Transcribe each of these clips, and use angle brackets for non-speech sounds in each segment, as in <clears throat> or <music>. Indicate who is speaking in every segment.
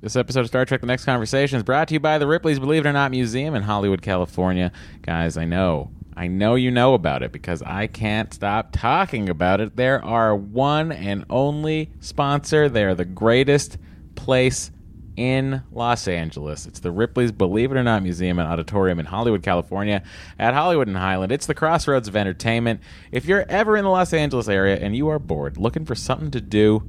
Speaker 1: This episode of Star Trek The Next Conversation is brought to you by the Ripley's Believe It or Not Museum in Hollywood, California. Guys, I know. I know you know about it because I can't stop talking about it. They're our one and only sponsor. They are the greatest place in Los Angeles. It's the Ripley's Believe It or Not Museum and Auditorium in Hollywood, California, at Hollywood and Highland. It's the crossroads of entertainment. If you're ever in the Los Angeles area and you are bored, looking for something to do,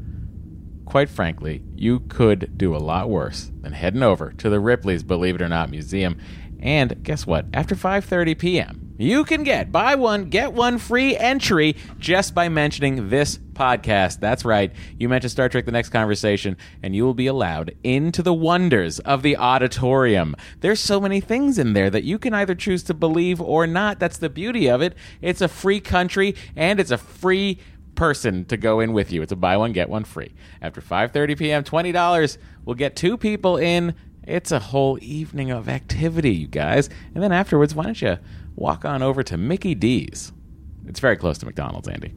Speaker 1: quite frankly, you could do a lot worse than heading over to the Ripley's Believe It or Not Museum. And guess what? After 5:30 p.m., you can get buy one get one free entry just by mentioning this podcast. That's right. You mention Star Trek the next conversation and you will be allowed into the wonders of the auditorium. There's so many things in there that you can either choose to believe or not. That's the beauty of it. It's a free country and it's a free person to go in with you. It's a buy one get one free. After 5:30 p.m., twenty dollars will get two people in. It's a whole evening of activity, you guys. And then afterwards, why don't you walk on over to Mickey D's? It's very close to McDonald's, Andy.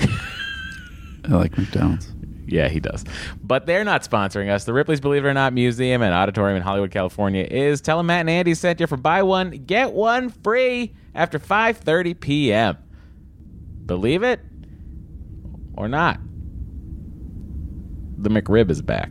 Speaker 2: I like McDonald's.
Speaker 1: Yeah, he does. But they're not sponsoring us. The Ripley's Believe It or Not Museum and Auditorium in Hollywood, California is telling Matt and Andy sent you for buy one, get one free after 5.30 p.m. Believe it or not, the McRib is back.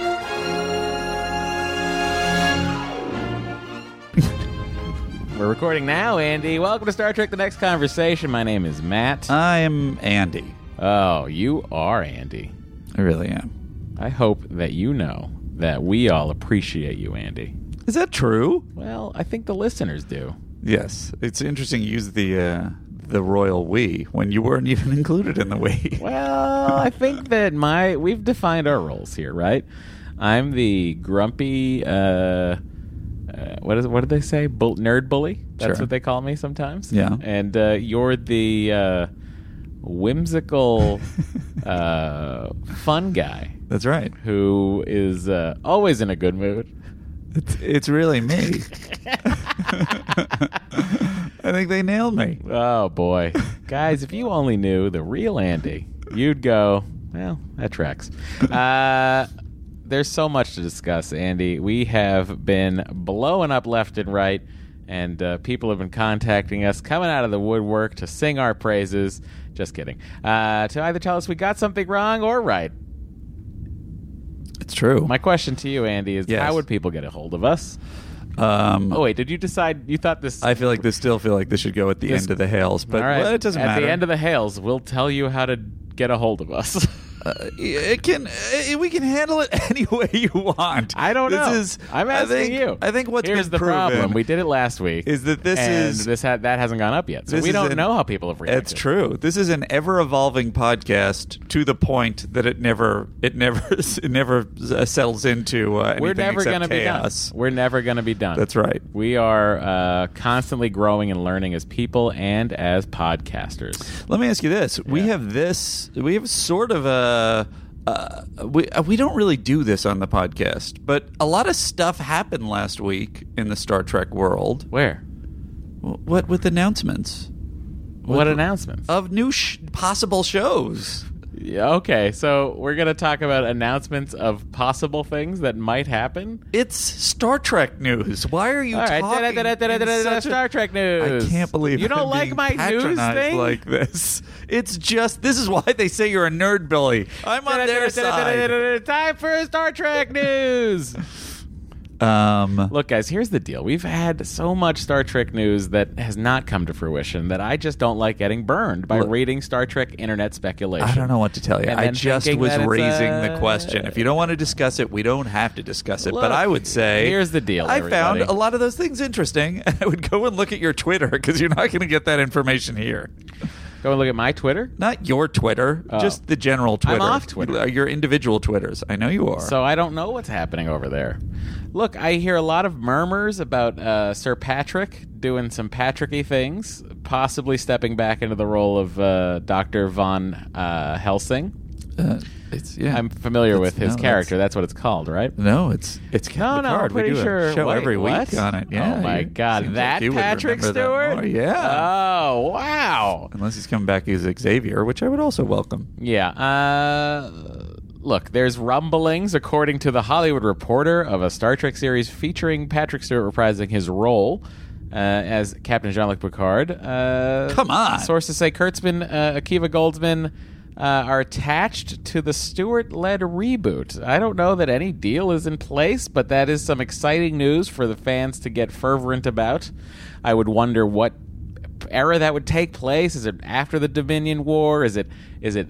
Speaker 1: <laughs> We're recording now, Andy. Welcome to Star Trek The Next Conversation. My name is Matt.
Speaker 2: I'm Andy.
Speaker 1: Oh, you are Andy.
Speaker 2: I really am.
Speaker 1: I hope that you know that we all appreciate you, Andy.
Speaker 2: Is that true?
Speaker 1: Well, I think the listeners do.
Speaker 2: Yes. It's interesting you use the uh, the royal we when you weren't <laughs> even included in the we.
Speaker 1: Well, I think that my we've defined our roles here, right? I'm the grumpy. Uh, uh, what is what did they say? Bull, nerd bully. That's
Speaker 2: Sure.
Speaker 1: what they call me sometimes.
Speaker 2: Yeah.
Speaker 1: And uh, you're the uh,
Speaker 2: <laughs>
Speaker 1: whimsical, uh, fun guy
Speaker 3: That's right.
Speaker 1: who is uh, always in a good mood.
Speaker 3: It's, it's really me.
Speaker 1: <laughs>
Speaker 3: I think they nailed me.
Speaker 1: Oh boy, guys! If you only knew the real Andy, you'd go. Well, that tracks. Uh, there's so much to discuss, Andy. We have been blowing up left and right, and uh, people have been contacting us, coming out of the woodwork to sing our praises. Just kidding. Uh, to either tell us we got something wrong or right.
Speaker 2: It's true.
Speaker 1: My question to you, Andy, is
Speaker 2: Yes.
Speaker 1: how would people get a hold of us?
Speaker 2: Um,
Speaker 1: Oh wait, did you decide you thought this?
Speaker 2: I feel like this still feel like this should go at the
Speaker 1: This-
Speaker 2: end of the hails, but
Speaker 1: All right.
Speaker 2: well, it doesn't
Speaker 1: At
Speaker 2: matter.
Speaker 1: the end of the hails, we'll tell you how to get a hold of us.
Speaker 2: <laughs> Uh, it can uh, we can handle it <laughs> any way you want.
Speaker 1: I don't know.
Speaker 2: This is
Speaker 1: I'm
Speaker 2: I
Speaker 1: asking
Speaker 2: think-
Speaker 1: you.
Speaker 2: I think what's
Speaker 1: Here's
Speaker 2: been
Speaker 1: the
Speaker 2: proven
Speaker 1: problem. We did it last week.
Speaker 2: is that this
Speaker 1: and
Speaker 2: is-
Speaker 1: this ha- that hasn't gone up yet, so
Speaker 2: This
Speaker 1: we
Speaker 2: is
Speaker 1: don't
Speaker 2: an-
Speaker 1: know how people have reacted.
Speaker 2: That's true. This is an ever-evolving podcast to the point that it never, it never, <laughs> it never uh, settles into uh, anything
Speaker 1: We're never
Speaker 2: except
Speaker 1: gonna
Speaker 2: chaos.
Speaker 1: be done. We're never going to be done.
Speaker 2: <laughs> That's right.
Speaker 1: We are uh, constantly growing and learning as people and as podcasters.
Speaker 2: Let me ask you this: We
Speaker 1: Yeah.
Speaker 2: have this. We have sort of a. Uh, we uh, we don't really do this on the podcast, but a lot of stuff happened last week in the Star Trek world.
Speaker 1: Where?
Speaker 2: Wh- What with announcements
Speaker 1: What announcements?
Speaker 2: of new sh- possible shows?
Speaker 1: Yeah, okay, so we're going to talk about announcements of possible things that might happen.
Speaker 2: It's Star Trek news. Why are you
Speaker 1: All right,
Speaker 2: talking? in
Speaker 1: da-da-da-da-da-da-da,
Speaker 2: such a-
Speaker 1: Star Trek news.
Speaker 2: I can't believe
Speaker 1: you don't
Speaker 2: I'm
Speaker 1: like
Speaker 2: being
Speaker 1: my news
Speaker 2: patronized
Speaker 1: thing.
Speaker 2: like this. It's just this is why they say you're a nerd, Billy. I'm on their side.
Speaker 1: Time for Star Trek news.
Speaker 2: Um,
Speaker 1: Look, guys, here's the deal. We've had so much Star Trek news that has not come to fruition that I just don't like getting burned by
Speaker 2: Look-
Speaker 1: reading Star Trek internet speculation.
Speaker 2: I don't know what to tell you.
Speaker 1: And
Speaker 2: I
Speaker 1: then
Speaker 2: just
Speaker 1: thinking
Speaker 2: was
Speaker 1: that it's,
Speaker 2: raising the
Speaker 1: uh,
Speaker 2: question. If you don't want to discuss it, we don't have to discuss it.
Speaker 1: Look,
Speaker 2: but I would say
Speaker 1: here's the deal,
Speaker 2: I found
Speaker 1: everybody.
Speaker 2: a lot of those things interesting. <laughs> I would go and look at your Twitter because you're not going to get that information here.
Speaker 1: Go and look at my Twitter.
Speaker 2: Not your Twitter,
Speaker 1: Oh.
Speaker 2: just the general Twitter. Uh,
Speaker 1: off Twitter.
Speaker 2: Your individual Twitters. I know you are.
Speaker 1: So I don't know what's happening over there. Look, I hear a lot of murmurs about uh, Sir Patrick doing some Patricky things, possibly stepping back into the role of uh, Doctor Von uh, Helsing.
Speaker 2: uh, it's yeah.
Speaker 1: I'm familiar
Speaker 2: That's-
Speaker 1: with his
Speaker 2: no, that's-
Speaker 1: character. That's what it's called, right?
Speaker 2: No, it's it's Captain
Speaker 1: no, I'm
Speaker 2: Picard.
Speaker 1: pretty
Speaker 2: we do
Speaker 1: sure-
Speaker 2: a show
Speaker 1: wait,
Speaker 2: every week
Speaker 1: what?
Speaker 2: on it.
Speaker 1: Oh
Speaker 2: Yeah.
Speaker 1: my
Speaker 2: you-
Speaker 1: God,
Speaker 2: seems
Speaker 1: that
Speaker 2: like you would
Speaker 1: Patrick
Speaker 2: remember that
Speaker 1: Stewart?
Speaker 2: more. yeah.
Speaker 1: Oh wow.
Speaker 2: Unless he's coming back as Xavier, which I would also welcome.
Speaker 1: Yeah. Uh, look, there's rumblings, according to the Hollywood Reporter, of a Star Trek series featuring Patrick Stewart reprising his role. Uh, as Captain Jean-Luc Picard, uh,
Speaker 2: Come on.
Speaker 1: Sources say Kurtzman, uh, Akiva Goldsman uh, are attached to the Stewart-led reboot. I don't know that any deal is in place, but that is some exciting news for the fans to get fervent about. I would wonder what era that would take place. Is it after the Dominion War? Is it is it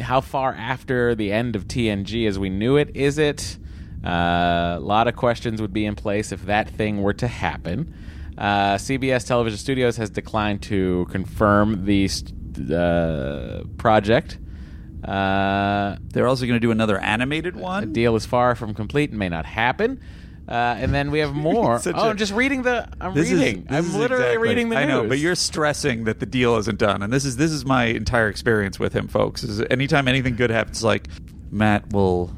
Speaker 1: how far after the end of TNG as we knew it is it? Uh, a lot of questions would be in place if that thing were to happen. Uh, CBS Television Studios has declined to confirm the st- uh, project. Uh,
Speaker 2: They're also going to do another animated one. <laughs>
Speaker 1: the deal is far from complete and may not happen. Uh, and then we
Speaker 2: <laughs>
Speaker 1: have more. oh,
Speaker 2: Such
Speaker 1: i
Speaker 2: a-
Speaker 1: I'm just reading the. I'm
Speaker 2: This is-
Speaker 1: reading.
Speaker 2: this
Speaker 1: I'm
Speaker 2: is
Speaker 1: literally
Speaker 2: exactly-
Speaker 1: reading the news.
Speaker 2: I know, but you're stressing that the deal isn't done, and this is this is my entire experience with him, folks. Is anytime anything good happens, like Matt will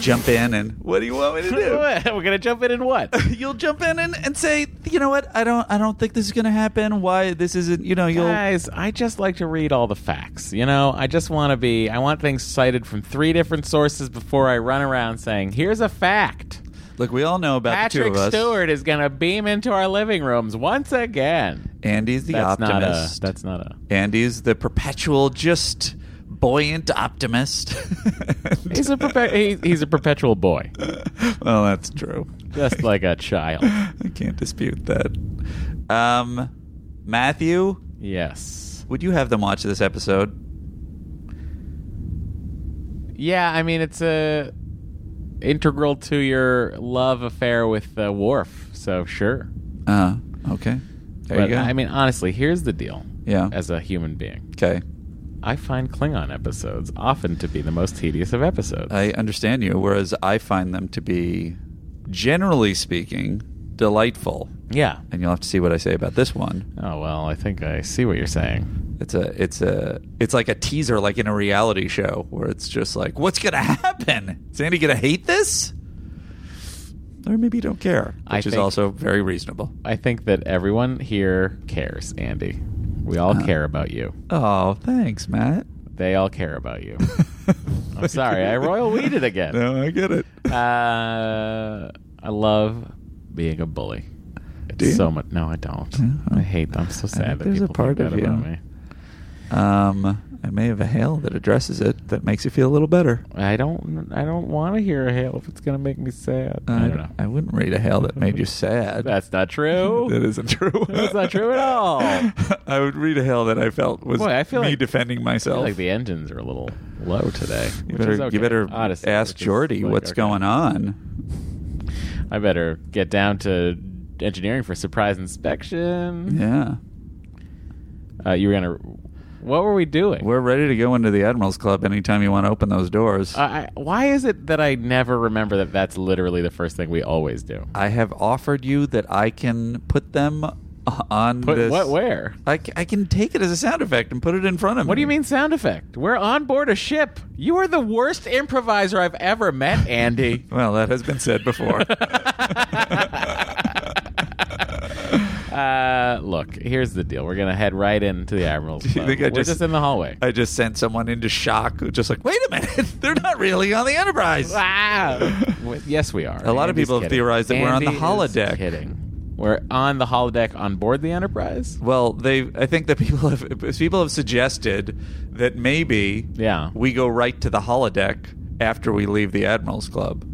Speaker 2: jump in and <laughs> what do you want me to do?
Speaker 1: What? <laughs> We're gonna jump in and what?
Speaker 2: You'll jump in and, and say, you know what? I don't I don't think this is going to happen. Why this isn't? You know, you'll
Speaker 1: Guys, I just like to read all the facts. You know, I just want to be. I want things cited from three different sources before I run around saying, "Here's a fact."
Speaker 2: look. We all know about the two
Speaker 1: Patrick
Speaker 2: of us.
Speaker 1: Stewart is gonna beam into our living rooms once again.
Speaker 2: Andy's the
Speaker 1: that's
Speaker 2: optimist.
Speaker 1: not a. That's not a.
Speaker 2: Andy's the perpetual, just buoyant optimist.
Speaker 1: <laughs> He's a perpe- he, he's a perpetual boy,
Speaker 2: well, that's true.
Speaker 1: just like a child.
Speaker 2: <laughs> I can't dispute that. Um, Matthew,
Speaker 1: Yes.
Speaker 2: would you have them watch this episode?
Speaker 1: Yeah, I mean it's a integral to your love affair with uh, Worf. So sure.
Speaker 2: Uh, okay. There
Speaker 1: but
Speaker 2: you go.
Speaker 1: I mean, honestly, here's the deal.
Speaker 2: Yeah.
Speaker 1: As a human being,
Speaker 2: okay.
Speaker 1: I find Klingon episodes often to be the most tedious of episodes.
Speaker 2: I understand you. Whereas I find them to be, generally speaking, delightful.
Speaker 1: yeah.
Speaker 2: And you'll have to see what I say about this one.
Speaker 1: Oh well, I think I see what you're saying.
Speaker 2: It's a, it's a, it's like a teaser, like in a reality show, where it's just like, what's gonna happen? Is Andy gonna hate this? Or maybe you don't care, which
Speaker 1: I
Speaker 2: is
Speaker 1: think-
Speaker 2: also very reasonable.
Speaker 1: I think that everyone here cares, Andy. We all
Speaker 2: Uh.
Speaker 1: care about you.
Speaker 2: Oh, thanks, Matt.
Speaker 1: They all care
Speaker 2: <laughs>
Speaker 1: about you. I'm sorry, I royal weeded again.
Speaker 2: No, I get it.
Speaker 1: uh, I love being a bully. It's
Speaker 2: Do you?
Speaker 1: so much. No, I don't.
Speaker 2: Yeah.
Speaker 1: I hate. I'm
Speaker 2: I
Speaker 1: so sad
Speaker 2: think
Speaker 1: that
Speaker 2: there's a
Speaker 1: people
Speaker 2: part
Speaker 1: think
Speaker 2: of
Speaker 1: that about
Speaker 2: you.
Speaker 1: me.
Speaker 2: Um, I may have a hail that addresses it that makes you feel a little better.
Speaker 1: I don't. I don't want to hear a hail if it's gonna make me sad. I don't know.
Speaker 2: Uh, I wouldn't read a hail that made you sad.
Speaker 1: That's not true.
Speaker 2: <laughs> that isn't true.
Speaker 1: That's not true at all.
Speaker 2: <laughs> I would read a hail that I felt was
Speaker 1: Boy, I feel
Speaker 2: me
Speaker 1: like-
Speaker 2: defending
Speaker 1: I
Speaker 2: myself.
Speaker 1: feel like the engines are a little low today.
Speaker 2: you
Speaker 1: which
Speaker 2: better
Speaker 1: is okay.
Speaker 2: you better
Speaker 1: Odyssey,
Speaker 2: ask
Speaker 1: which is
Speaker 2: Jordy
Speaker 1: like,
Speaker 2: what's
Speaker 1: okay.
Speaker 2: going on.
Speaker 1: I better get down to engineering for surprise inspection.
Speaker 2: Yeah,
Speaker 1: Uh, you were gonna. What were we doing?
Speaker 2: we're ready to go into the Admirals Club anytime you want to open those doors.
Speaker 1: I, I- why is it that I never remember that that's literally the first thing we always do?
Speaker 2: I have offered you that I can put them on
Speaker 1: Put
Speaker 2: this.
Speaker 1: what where?
Speaker 2: I, c- I can take it as a sound effect and put it in front of me.
Speaker 1: What do you mean sound effect? We're on board a ship. You are the worst improviser I've ever met, Andy.
Speaker 2: <laughs> Well, that has been said before.
Speaker 1: <laughs> Uh, look, here's the deal. We're gonna head right into the Admiral's
Speaker 2: Do you
Speaker 1: Club.
Speaker 2: think I
Speaker 1: We're
Speaker 2: just-
Speaker 1: just in the hallway.
Speaker 2: I just sent someone into shock, just like, wait a minute, <laughs> they're not really on the Enterprise.
Speaker 1: Wow. W- yes, we are.
Speaker 2: A lot of people have
Speaker 1: kidding.
Speaker 2: theorized that we're on the
Speaker 1: Andy is
Speaker 2: holodeck.
Speaker 1: Kidding. We're on the holodeck on board the Enterprise.
Speaker 2: Well, they. I think that people have people have suggested that maybe
Speaker 1: Yeah.
Speaker 2: we go right to the holodeck after we leave the Admirals Club,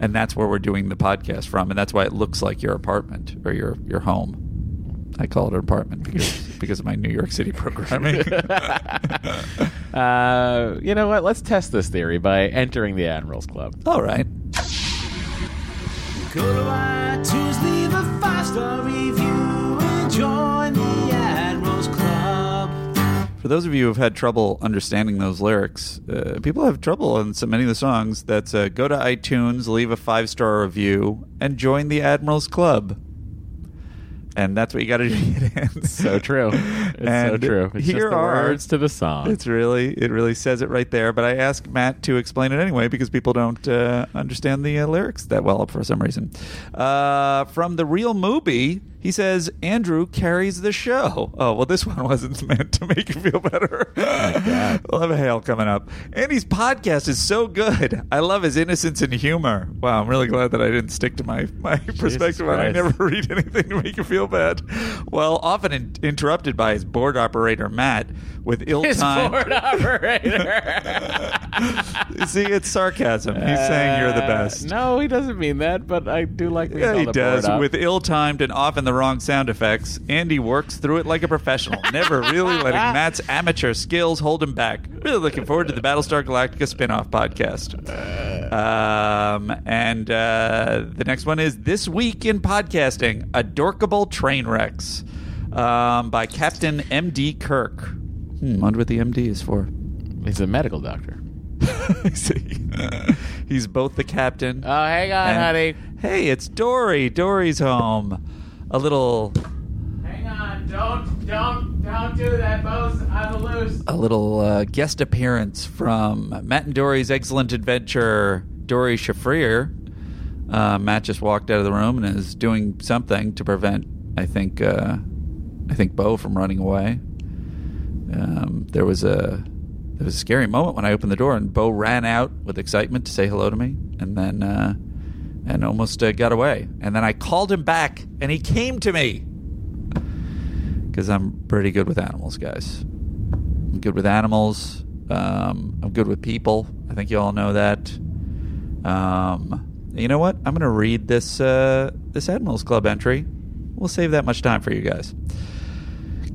Speaker 2: and that's where we're doing the podcast from, and that's why it looks like your apartment or your your home. I call it an apartment because because of my New York City
Speaker 1: <laughs>
Speaker 2: programming. <laughs>
Speaker 1: uh, you know what? Let's test this theory by entering the Admirals Club.
Speaker 2: All right.
Speaker 4: Go to iTunes, leave a five star review, and join the Admirals Club.
Speaker 2: For those of you who've had trouble understanding those lyrics, uh, people have trouble in so many of the songs. That's uh, go to iTunes, leave a five star review, and join the Admirals Club. And that's what you got to do. <laughs> to get in.
Speaker 1: So true. It's so
Speaker 2: And
Speaker 1: true. It's
Speaker 2: here
Speaker 1: just the
Speaker 2: are
Speaker 1: words to the song.
Speaker 2: It's really it really says it right there. But I asked Matt to explain it anyway because people don't uh, understand the uh, lyrics that well for some reason. Uh, from the real movie, he says Andrew carries the show. Oh well, this <laughs> one wasn't meant to make you feel better. <laughs> we'll have a hail coming up. Andy's podcast is so good. I love his innocence and humor. Wow, I'm really glad that I didn't stick to my my perspective. on it. I
Speaker 1: Christ.
Speaker 2: never <laughs> read anything to make you feel bad. Well, often in- interrupted by his board operator Matt with ill
Speaker 1: His
Speaker 2: timed
Speaker 1: <laughs> board operator.
Speaker 2: <laughs> See, it's sarcasm. He's saying you're the
Speaker 1: Uh,
Speaker 2: best.
Speaker 1: No, he doesn't mean that, but I do like that.
Speaker 2: Yeah,
Speaker 1: he
Speaker 2: he
Speaker 1: held the board
Speaker 2: does.
Speaker 1: up.
Speaker 2: With ill timed and often the wrong sound effects, Andy works through it like a professional, never really
Speaker 1: <laughs>
Speaker 2: letting Matt's amateur skills hold him back. Really looking forward to the Battlestar Galactica spin off podcast.
Speaker 1: Uh.
Speaker 2: Um, and uh, the next one is This Week in Podcasting Adorkable Train Wrecks um, by Captain M.D. Kirk.
Speaker 1: <laughs>
Speaker 2: Hmm, wonder what the MD is for.
Speaker 1: He's a medical <laughs> doctor.
Speaker 2: I see. He's both the captain.
Speaker 1: Oh, hang on,
Speaker 2: and-
Speaker 1: honey.
Speaker 2: Hey, it's Dory. Dory's home. A little,
Speaker 1: Hang on. Don't, don't, don't do that, Bo's on the loose.
Speaker 2: a little uh, guest appearance from Matt and Dory's excellent adventure. Dory Shafrir. Uh, Matt just walked out of the room and is doing something to prevent, I think, uh, I think Bo from running away. Um, there was a there was a scary moment when I opened the door and Bo ran out with excitement to say hello to me, and then uh, and almost uh, got away. And then I called him back, and he came to me because I'm pretty good with animals, guys. I'm good with animals. Um, I'm good with people. I think you all know that. Um, you know what? I'm going to read this uh, this Admirals Club entry. We'll save that much time for you guys.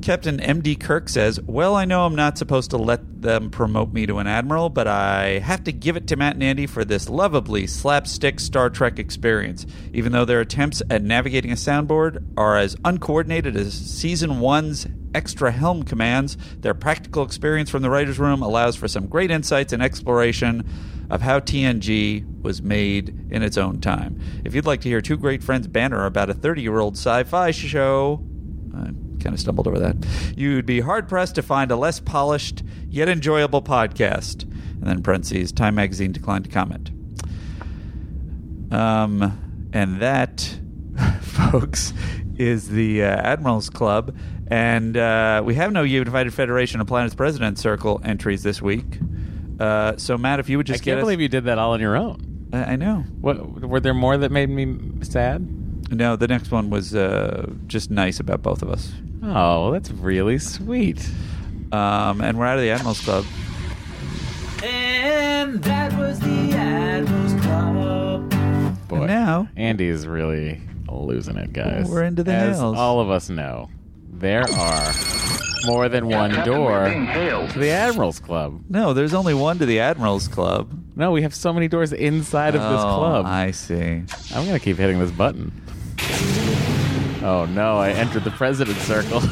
Speaker 2: Captain M.D. Kirk says, Well, I know I'm not supposed to let them promote me to an admiral, but I have to give it to Matt and Andy for this lovably slapstick Star Trek experience, even though their attempts at navigating a soundboard are as uncoordinated as Season 1's extra helm commands. Their practical experience from the writer's room allows for some great insights and exploration of how TNG was made in its own time. If you'd like to hear two great friends banter about a 30 year old sci fi show, I kind of stumbled over that. You'd be hard pressed to find a less polished yet enjoyable podcast. And then parentheses, Time Magazine declined to comment. Um, and that, <laughs> folks, is the uh, Admirals Club. And uh, we have no United Federation of Planets President Circle entries this week. Uh, so, Matt, if you would
Speaker 1: I
Speaker 2: just get
Speaker 1: can't
Speaker 2: us-
Speaker 1: believe you did that all on your own.
Speaker 2: I, I know.
Speaker 1: What were there more that made me sad?
Speaker 2: No, the next one was uh, just nice about both of us.
Speaker 1: Oh, that's really sweet.
Speaker 2: Um, and we're out of the Admirals Club.
Speaker 4: And that was the Admirals Club.
Speaker 1: Boy,
Speaker 2: And now-
Speaker 1: Andy is really losing it, guys.
Speaker 2: We're into the
Speaker 1: As
Speaker 2: hills.
Speaker 1: all of us know, there are more than one door to the Admirals Club.
Speaker 2: No, there's only one to the Admirals Club.
Speaker 1: No, we have so many doors inside of this
Speaker 2: Oh,
Speaker 1: club.
Speaker 2: I see.
Speaker 1: I'm gonna keep hitting this button. Oh no, I entered the president's circle. <laughs>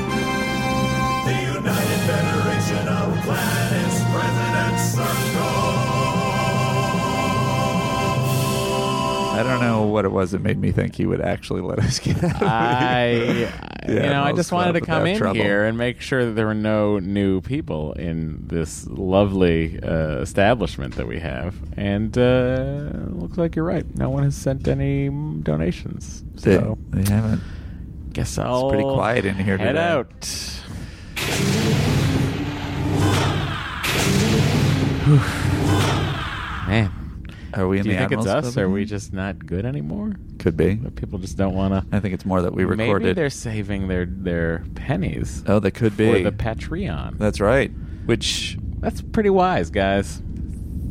Speaker 5: The United Federation of Planets President Circle.
Speaker 2: I don't know what it was that made me think he would actually let us get out. Of
Speaker 1: I,
Speaker 2: the <laughs>
Speaker 1: you know, I
Speaker 2: Admirals
Speaker 1: just wanted
Speaker 2: Club
Speaker 1: to come
Speaker 2: without
Speaker 1: in
Speaker 2: trouble.
Speaker 1: here and make sure that there were no new people in this lovely uh, establishment that we have. And uh, looks like you're right. No one has sent any mm, donations.
Speaker 2: They,
Speaker 1: So
Speaker 2: they haven't.
Speaker 1: guess I'll
Speaker 2: pretty quiet in here
Speaker 1: Head
Speaker 2: today.
Speaker 1: out. Man,
Speaker 2: Are we in
Speaker 1: Do you
Speaker 2: the
Speaker 1: think it's
Speaker 2: Admirals
Speaker 1: us?
Speaker 2: Club
Speaker 1: Are we
Speaker 2: again?
Speaker 1: just not good anymore?
Speaker 2: Could be.
Speaker 1: Or people just don't want to.
Speaker 2: I think it's more that we
Speaker 1: Maybe
Speaker 2: recorded.
Speaker 1: they're saving their their pennies
Speaker 2: oh, that could
Speaker 1: for
Speaker 2: be.
Speaker 1: the Patreon.
Speaker 2: That's right. Which
Speaker 1: That's pretty wise, guys.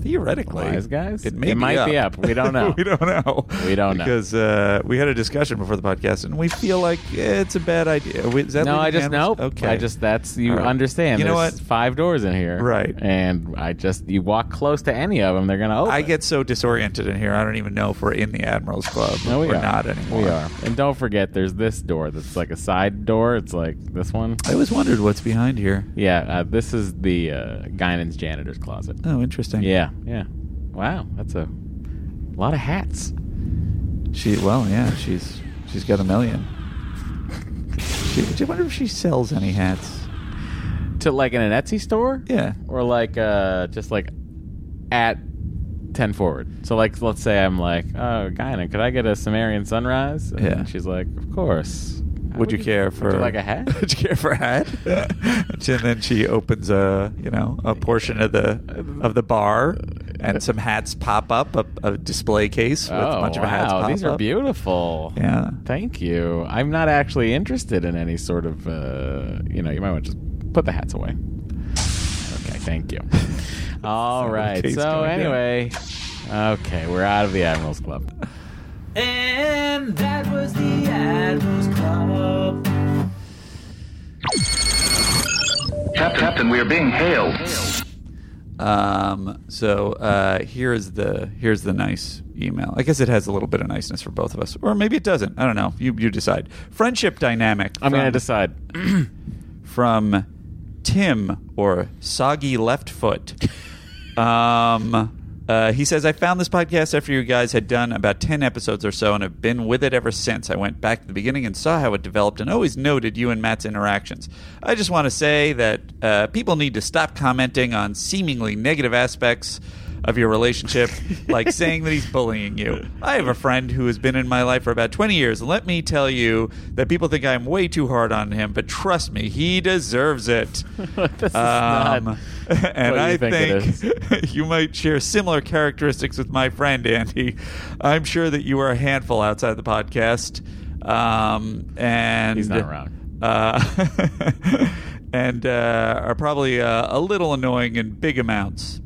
Speaker 2: theoretically,
Speaker 1: Wise guys?
Speaker 2: it, may
Speaker 1: It might be up.
Speaker 2: <laughs>
Speaker 1: We don't know.
Speaker 2: we don't know.
Speaker 1: We don't know.
Speaker 2: because uh, we had a discussion before the podcast, and we feel like eh, it's a bad idea. We- Is that
Speaker 1: no,
Speaker 2: leaving
Speaker 1: I just
Speaker 2: cameras?
Speaker 1: nope.
Speaker 2: Okay,
Speaker 1: I just that's you
Speaker 2: All right.
Speaker 1: understand.
Speaker 2: You know
Speaker 1: There's
Speaker 2: what?
Speaker 1: Five doors in here,
Speaker 2: Right.
Speaker 1: And I just you walk close to any of them, they're gonna open.
Speaker 2: I get so disoriented in here. I don't even know if we're in the Admirals Club.
Speaker 1: No, we
Speaker 2: are
Speaker 1: are
Speaker 2: not anymore.
Speaker 1: We are. And don't forget, there's this door that's like a side door. It's like this one.
Speaker 2: I always wondered what's behind here.
Speaker 1: Yeah, uh, this is the uh, Guinan's janitor's closet.
Speaker 2: Oh, interesting.
Speaker 1: Yeah, yeah. Wow, that's a lot of hats.
Speaker 2: She well, yeah, she's she's got a
Speaker 1: <laughs>
Speaker 2: million. She, I wonder if she sells any hats.
Speaker 1: To like in an Etsy store? <laughs>
Speaker 2: Yeah.
Speaker 1: Or like uh just like at 10 forward. So like let's say I'm like, "Oh, Guinan, could I get a Sumerian sunrise?" And
Speaker 2: Yeah.
Speaker 1: she's like, "Of course." How
Speaker 2: Would you care for
Speaker 1: would you like a hat?
Speaker 2: <laughs> would you care for a hat? and then she opens a you know a portion of the of the bar, and some hats pop up a, a display case with
Speaker 1: oh,
Speaker 2: a bunch of hats.
Speaker 1: wow,
Speaker 2: Pop
Speaker 1: these are
Speaker 2: up.
Speaker 1: beautiful.
Speaker 2: Yeah,
Speaker 1: Thank you. I'm not actually interested in any sort of, uh, you know, you might want to just put the hats away. Okay,
Speaker 2: <laughs>
Speaker 1: thank you. All
Speaker 2: Sound
Speaker 1: right.
Speaker 2: case
Speaker 1: So,
Speaker 2: going down.
Speaker 1: anyway, okay, we're out of the Admirals Club. <laughs>
Speaker 4: And that was the Admiral's Club.
Speaker 6: Cap- Captain, we are being hailed.
Speaker 2: Um, so uh, here's the here's the nice email. I guess it has a little bit of niceness for both of us, or maybe it doesn't. I don't know. You you decide. Friendship dynamic.
Speaker 1: I'm going to
Speaker 2: from-
Speaker 1: decide. <clears throat>
Speaker 2: from Tim or Soggy Left Foot. Um, uh, he says, I found this podcast after you guys had done about 10 episodes or so and have been with it ever since. I went back to the beginning and saw how it developed and always noted you and Matt's interactions. I just want to say that uh, people need to stop commenting on seemingly negative aspects of your relationship, like saying that he's bullying you. I have a friend who has been in my life for about 20 years. Let me tell you that people think I'm way too hard on him, but trust me, he deserves it.
Speaker 1: <laughs> This is not
Speaker 2: Um, <laughs> and
Speaker 1: what you
Speaker 2: I
Speaker 1: think it
Speaker 2: think <laughs> you might share similar characteristics with my friend Andy. I'm sure that you are a handful outside the podcast. Um, and
Speaker 1: He's not
Speaker 2: <laughs>
Speaker 1: wrong.
Speaker 2: Uh, and uh, are probably uh, a little annoying in big
Speaker 1: <laughs>
Speaker 2: amounts.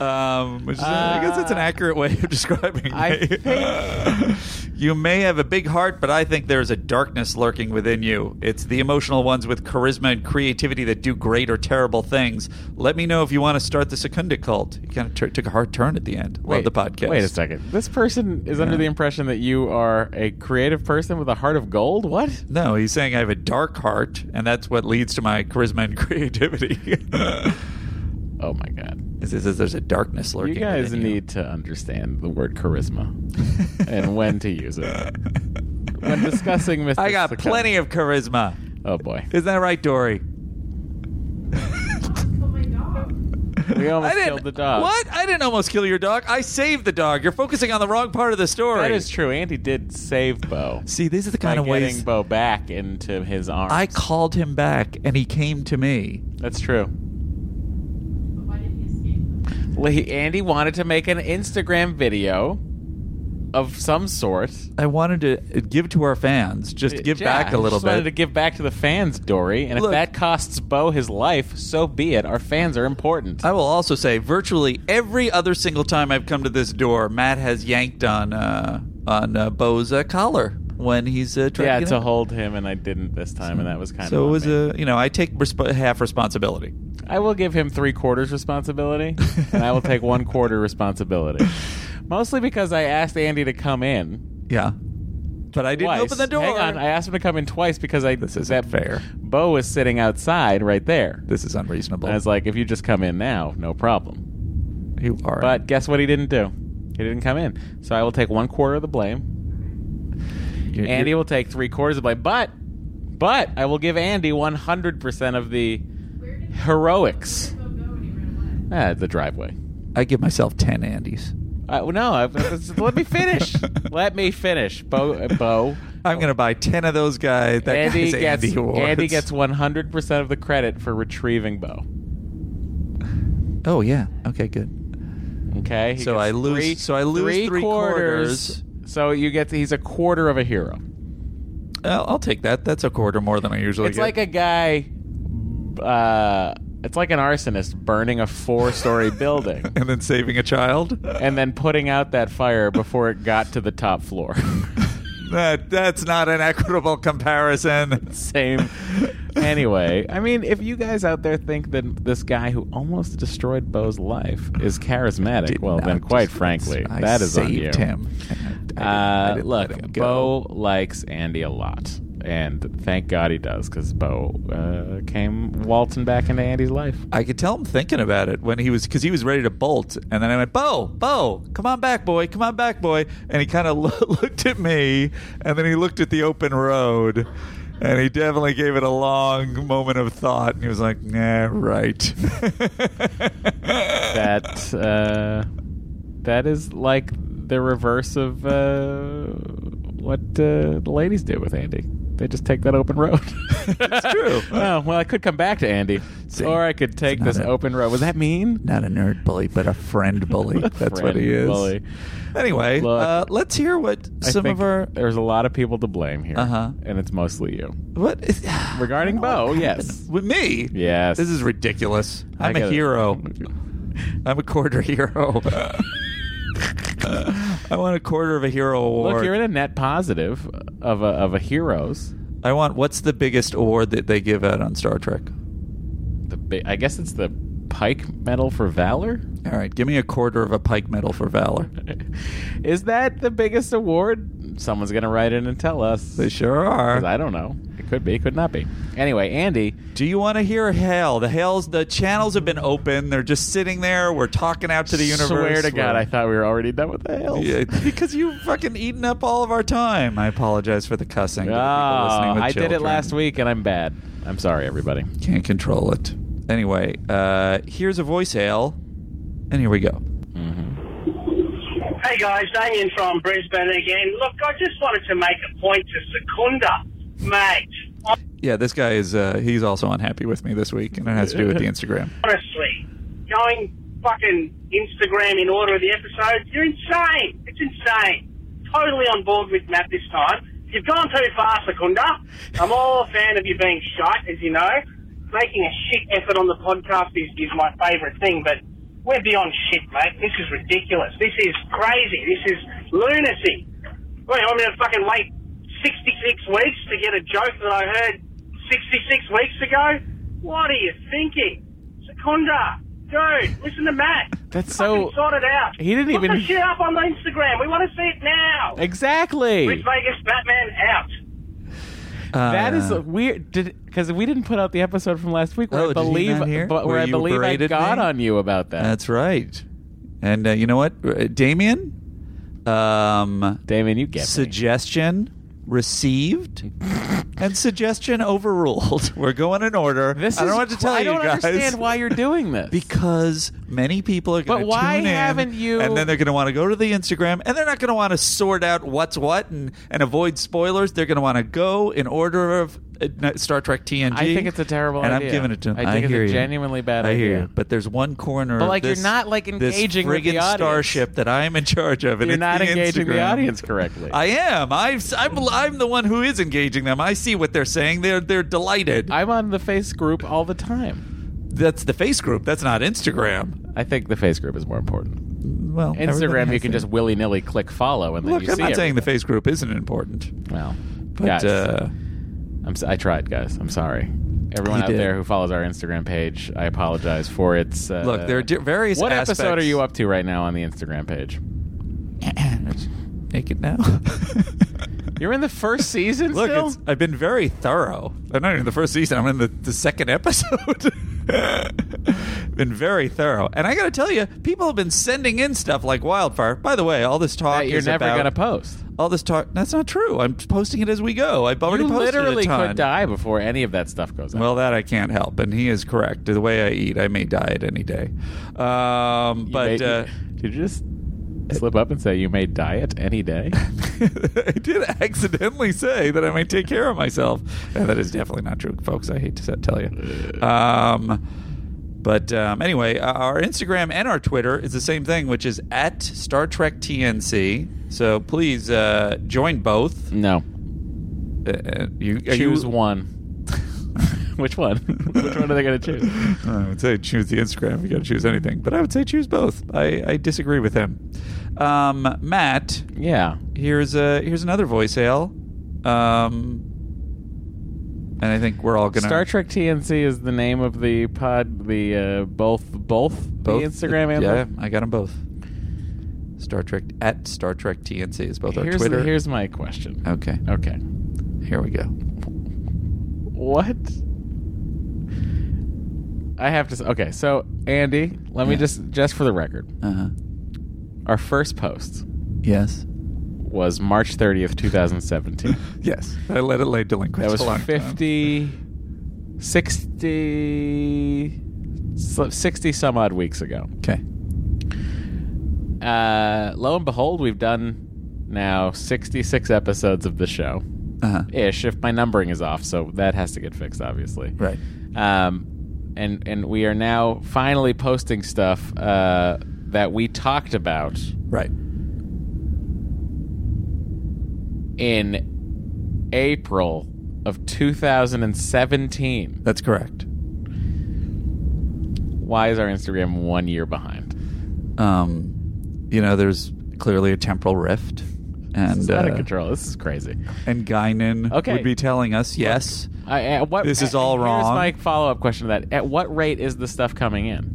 Speaker 2: Um, which is, I guess that's an
Speaker 1: Uh,
Speaker 2: accurate way of <laughs> describing
Speaker 1: I
Speaker 2: me. you may have a big heart, but I think there's a darkness lurking within you. It's the emotional ones with charisma and creativity that do great or terrible things. Let me know if you want to start the Secunda cult. You kind of tur took a hard turn at the end. Love
Speaker 1: Wait,
Speaker 2: the podcast.
Speaker 1: Wait a second. This person is under
Speaker 2: Yeah.
Speaker 1: the impression that you are a creative person with a heart of gold? What?
Speaker 2: No, he's saying <laughs> I have a dark heart, and that's what leads to my charisma and <laughs> creativity.
Speaker 1: <laughs> Oh, my God.
Speaker 2: It says there's a darkness
Speaker 1: You
Speaker 2: lurking.
Speaker 1: guys
Speaker 2: within
Speaker 1: need to understand the word charisma. and when to use it. When discussing
Speaker 2: <laughs>
Speaker 1: Mr.
Speaker 2: I got
Speaker 1: Sakun-
Speaker 2: plenty of charisma.
Speaker 1: Oh, boy.
Speaker 2: Is that right, Dory?
Speaker 1: We almost
Speaker 2: I didn't.
Speaker 1: killed the dog.
Speaker 2: What? I didn't almost kill your dog. I saved the dog. You're focusing on the wrong part of the story.
Speaker 1: That is true. Andy did save Bo.
Speaker 2: See, these are the
Speaker 1: by
Speaker 2: kind of
Speaker 1: getting
Speaker 2: ways
Speaker 1: Bo back into his arms.
Speaker 2: I called him back, and he came to me.
Speaker 1: That's true. Well, he, Andy wanted to make an Instagram video of some sort. Uh,
Speaker 2: I wanted to give to our fans, just give
Speaker 1: Yeah,
Speaker 2: back a little
Speaker 1: just Wanted
Speaker 2: bit.
Speaker 1: to give back to the fans, Dory. And
Speaker 2: Look-
Speaker 1: if that costs Bo his life, so be it. Our fans are important.
Speaker 2: I will also say, virtually every other single time I've come to this door, Matt has yanked on uh, on uh, Bo's uh, collar when he's uh, trying
Speaker 1: yeah,
Speaker 2: to get
Speaker 1: to
Speaker 2: in.
Speaker 1: hold him, and I didn't this time, and that was kind of.
Speaker 2: So it
Speaker 1: on
Speaker 2: was
Speaker 1: me.
Speaker 2: a you know I take resp- half responsibility.
Speaker 1: I will give him three
Speaker 2: <laughs>
Speaker 1: quarters responsibility, and I will take one quarter responsibility. Mostly because I asked Andy to come in.
Speaker 2: Yeah, but I didn't
Speaker 1: twice.
Speaker 2: open the door.
Speaker 1: Hang on, I asked him to come in twice because I
Speaker 2: This
Speaker 1: is
Speaker 2: isn't fair.
Speaker 1: Bo was sitting outside right there.
Speaker 2: this is unreasonable.
Speaker 1: And I was like, if you just come in now, no problem.
Speaker 2: You are.
Speaker 1: But guess what he didn't do? He didn't come in. So I will take one quarter of the blame.
Speaker 2: you
Speaker 1: Andy will take three quarters of the blame. But but I will give Andy one hundred percent of the heroics. Ah, the driveway.
Speaker 2: I give myself ten Andys.
Speaker 1: I, Uh, well, no, I, let
Speaker 2: <laughs>
Speaker 1: me finish. let me finish, Bo. Bo.
Speaker 2: I'm gonna buy ten of those guys. That
Speaker 1: Andy
Speaker 2: guy's
Speaker 1: gets
Speaker 2: Andy, Awards.
Speaker 1: Andy gets 100 percent of the credit for retrieving Bo.
Speaker 2: Oh yeah. Okay. Good.
Speaker 1: Okay. he
Speaker 2: So
Speaker 1: gets
Speaker 2: I lose- so I lose three
Speaker 1: So you get to, he's a quarter of a hero.
Speaker 2: I'll, I'll take that. That's a quarter more than I usually
Speaker 1: It's
Speaker 2: get.
Speaker 1: like a guy. Uh, it's like an arsonist burning
Speaker 2: <laughs>
Speaker 1: a four-story building
Speaker 2: and then saving a child.
Speaker 1: and then putting out that fire before it got to the top floor.
Speaker 2: <laughs> That that's not an equitable comparison.
Speaker 1: Same. Anyway, I mean, if you guys out there think that this guy who almost destroyed Bo's life is charismatic,
Speaker 2: Did
Speaker 1: well,
Speaker 2: not
Speaker 1: then quite
Speaker 2: just-
Speaker 1: frankly,
Speaker 2: I
Speaker 1: that is on you.
Speaker 2: saved him. I- I
Speaker 1: Uh,
Speaker 2: didn't let him
Speaker 1: look,
Speaker 2: go.
Speaker 1: Bo likes Andy a lot, and thank God he does, because Bo uh, came waltzing back into Andy's life.
Speaker 2: <laughs> I could tell him thinking about it when he was because he was ready to bolt, and then I went, "Bo, Bo, come on back, boy, come on back, boy." And he <laughs> kind of looked at me, and then he looked at the open road, and he definitely gave it a long moment of thought, and he was like, "Nah, right." <laughs>
Speaker 1: That uh, that is like the reverse of uh, what uh, the ladies did with Andy.
Speaker 2: <laughs>
Speaker 1: They just take that open road.
Speaker 2: It's true.
Speaker 1: oh well, I could come back to Andy,
Speaker 2: See,
Speaker 1: or I could take
Speaker 2: it's not
Speaker 1: this
Speaker 2: a-
Speaker 1: open road. Was that mean?
Speaker 2: not a nerd bully, but a friend
Speaker 1: <laughs>
Speaker 2: bully. That's what he
Speaker 1: Friend
Speaker 2: is.
Speaker 1: bully.
Speaker 2: Anyway,
Speaker 1: Look,
Speaker 2: uh, let's hear what
Speaker 1: I
Speaker 2: some
Speaker 1: think
Speaker 2: of our
Speaker 1: there's a lot of people to blame here,
Speaker 2: Uh-huh.
Speaker 1: and it's mostly you.
Speaker 2: what is, <sighs>
Speaker 1: Regarding Bo, yes.
Speaker 2: with me.
Speaker 1: Yes.
Speaker 2: This is ridiculous.
Speaker 1: I
Speaker 2: I'm a
Speaker 1: gotta-
Speaker 2: hero. I'm a quarter hero. I want a quarter of a hero award.
Speaker 1: Look, you're in a net positive of a, of a heroes.
Speaker 2: I want what's the biggest award that they give out on Star Trek?
Speaker 1: The bi- I guess it's the Pike Medal for Valor.
Speaker 2: All right, give me a quarter of a Pike Medal for Valor.
Speaker 1: <laughs> Is that the biggest award? Someone's gonna write in and tell us.
Speaker 2: They sure
Speaker 1: 'Cause
Speaker 2: are.
Speaker 1: I don't know. It could be. It could not be. Anyway, Andy.
Speaker 2: Do you want to hear hail? The hails, the channels have been open. They're just sitting there. We're talking out to the universe.
Speaker 1: Swear to God,
Speaker 2: We're- <laughs>
Speaker 1: I thought we were already done with the hills.
Speaker 2: Yeah, it's because you fucking eaten up all of our time. <laughs> I apologize for the cussing. to the people listening
Speaker 1: Oh,
Speaker 2: with
Speaker 1: I did it
Speaker 2: children.
Speaker 1: last week, and I'm bad. I'm sorry, everybody.
Speaker 2: Can't control it. Anyway, uh, here's a voice hail, and here we go.
Speaker 7: Hey guys, Damien from Brisbane again. Look, I just wanted to make a point to Secunda, mate.
Speaker 2: Yeah, this guy is. Uh, he's also unhappy with me this week, and it has to do with the Instagram.
Speaker 7: Honestly, going fucking Instagram in order of the episodes, you're insane. It's insane. Totally on board with Matt this time. You've gone too far, Secunda. I'm all a fan of you being shite, as you know. Making a shit effort on the podcast is, is my favourite thing, but we're beyond shit, mate. This is ridiculous. This is crazy. This is lunacy. Wait, I'm going to fucking wait 66 weeks to get a joke that I heard 66 weeks ago? What are you thinking? Secunda, dude, listen to Matt.
Speaker 1: That's so-
Speaker 7: Fucking Sort it out.
Speaker 1: He didn't
Speaker 7: Put
Speaker 1: even-
Speaker 7: the shit up on the Instagram. We want to see it now.
Speaker 1: Exactly.
Speaker 7: Las Vegas Batman out.
Speaker 2: Uh,
Speaker 1: That is weird. Did because we didn't put out the episode from last week where
Speaker 2: Oh,
Speaker 1: I
Speaker 2: did you
Speaker 1: believe,
Speaker 2: not hear?
Speaker 1: but where
Speaker 2: Where
Speaker 1: I
Speaker 2: you
Speaker 1: believe I
Speaker 2: berated
Speaker 1: got
Speaker 2: me?
Speaker 1: on you about that.
Speaker 2: That's right. And uh, you know what, Uh, Damien? Um,
Speaker 1: Damon, you get me.
Speaker 2: suggestion received and suggestion overruled. <laughs> We're going in order.
Speaker 1: This
Speaker 2: I don't
Speaker 1: is
Speaker 2: know what to
Speaker 1: cr-
Speaker 2: tell
Speaker 1: I
Speaker 2: you
Speaker 1: don't
Speaker 2: guys.
Speaker 1: understand why
Speaker 2: <laughs>
Speaker 1: you're doing this.
Speaker 2: because many people are going to
Speaker 1: But why
Speaker 2: tune in,
Speaker 1: haven't you-
Speaker 2: and then they're going to want to go to the Instagram, and they're not going to want to sort out what's what and, and avoid spoilers. They're going to want to go in order of uh, Star Trek TNG.
Speaker 1: I think it's a terrible
Speaker 2: and
Speaker 1: idea.
Speaker 2: I'm giving it to them.
Speaker 1: I think it's
Speaker 2: hear
Speaker 1: a
Speaker 2: you.
Speaker 1: genuinely bad
Speaker 2: I hear
Speaker 1: idea.
Speaker 2: you. But there's one corner.
Speaker 1: But,
Speaker 2: of
Speaker 1: like, you're
Speaker 2: this-
Speaker 1: not, like,
Speaker 2: this
Speaker 1: engaging with the
Speaker 2: friggin'
Speaker 1: audience.
Speaker 2: starship that I'm in charge of. And
Speaker 1: You're
Speaker 2: it's
Speaker 1: not
Speaker 2: the
Speaker 1: engaging the
Speaker 2: Instagram.
Speaker 1: audience correctly.
Speaker 2: I am. I've, I'm. I'm the one who is engaging them. I see what they're saying. They're they're delighted.
Speaker 1: I'm on the face group all the time.
Speaker 2: That's the face group. That's not Instagram.
Speaker 1: I think the face group is more important.
Speaker 2: Well,
Speaker 1: Instagram, you can just willy nilly click follow and then
Speaker 2: look.
Speaker 1: you
Speaker 2: I'm
Speaker 1: see
Speaker 2: not saying the
Speaker 1: everything.
Speaker 2: face group isn't
Speaker 1: <clears throat>
Speaker 2: important,
Speaker 1: Well,
Speaker 2: but
Speaker 1: guys,
Speaker 2: uh,
Speaker 1: I'm, s- I tried, guys. I'm sorry. Everyone
Speaker 2: You
Speaker 1: out
Speaker 2: did.
Speaker 1: there who follows our Instagram page, I apologize for its. Uh,
Speaker 2: look, there are di- various.
Speaker 1: What
Speaker 2: aspects.
Speaker 1: episode are you up to right now on the Instagram page?
Speaker 2: Naked now.
Speaker 1: You're in the first season
Speaker 2: look,
Speaker 1: still?
Speaker 2: it's, I've been very thorough. I'm not even in the first season. I'm in the, the second episode. <laughs> been very thorough, and I got to tell you, people have been sending in stuff like wildfire. By the way, all this talk
Speaker 1: that you're
Speaker 2: is
Speaker 1: never
Speaker 2: about-
Speaker 1: going to post.
Speaker 2: All this talk. That's not true. I'm posting it as we go. I've already
Speaker 1: You
Speaker 2: posted
Speaker 1: literally
Speaker 2: a ton.
Speaker 1: could die before any of that stuff goes out.
Speaker 2: Well, that I can't help, and he is correct. The way I eat, I may die at any day. Um,
Speaker 1: You
Speaker 2: but
Speaker 1: may-
Speaker 2: uh,
Speaker 1: did you just slip up and say you may diet any day?
Speaker 2: <laughs> I did accidentally say that I may take care of myself, and that is definitely not true, folks. I hate to tell you. Um, But um, anyway, uh, our Instagram and our Twitter is the same thing, which is at Star Trek TNC. So please uh, join both.
Speaker 1: No.
Speaker 2: Uh, Uh, you are
Speaker 1: Choose
Speaker 2: you,
Speaker 1: one. <laughs> Which one? Which one are they
Speaker 2: <laughs>
Speaker 1: going to choose?
Speaker 2: I would say choose the Instagram. You got to choose anything, but I would say choose both. I, I disagree with him. Um, Matt,
Speaker 1: Yeah.
Speaker 2: here's a here's another voicemail, um, and I think we're all gonna
Speaker 1: Star Trek TNC is the name of the pod. The uh, both both,
Speaker 2: both
Speaker 1: the Instagram and
Speaker 2: Yeah,
Speaker 1: the-
Speaker 2: I got them both. Star Trek at Star Trek TNC is both
Speaker 1: Here's
Speaker 2: our Twitter.
Speaker 1: here's my question.
Speaker 2: okay,
Speaker 1: Okay.
Speaker 2: here we go.
Speaker 1: What? I have to. s- Okay, so Andy, let me just just for the record,
Speaker 2: Uh huh.
Speaker 1: our first post
Speaker 2: Yes.
Speaker 1: was March 30th, 2017.
Speaker 2: <laughs> Yes. I let it lay delinquent.
Speaker 1: That was
Speaker 2: a long time.
Speaker 1: 50, 60, so- 60 some odd weeks ago.
Speaker 2: Okay.
Speaker 1: Uh, lo and behold, we've done now 66 episodes of the show.
Speaker 2: Uh huh.
Speaker 1: Ish, if my numbering is off, so that has to get fixed, obviously.
Speaker 2: Right.
Speaker 1: Um, and, and we are now finally posting stuff uh, that we talked about
Speaker 2: Right.
Speaker 1: in April of 2017.
Speaker 2: That's correct.
Speaker 1: Why is our Instagram one year behind?
Speaker 2: Um, you know, there's clearly a temporal rift, and
Speaker 1: It's out
Speaker 2: uh,
Speaker 1: of control. Oh, This is crazy.
Speaker 2: and Guinan
Speaker 1: Okay.
Speaker 2: would be telling us yes.
Speaker 1: I, at what,
Speaker 2: This is all wrong.
Speaker 1: Here's my follow-up question to that: At what rate is the stuff coming in?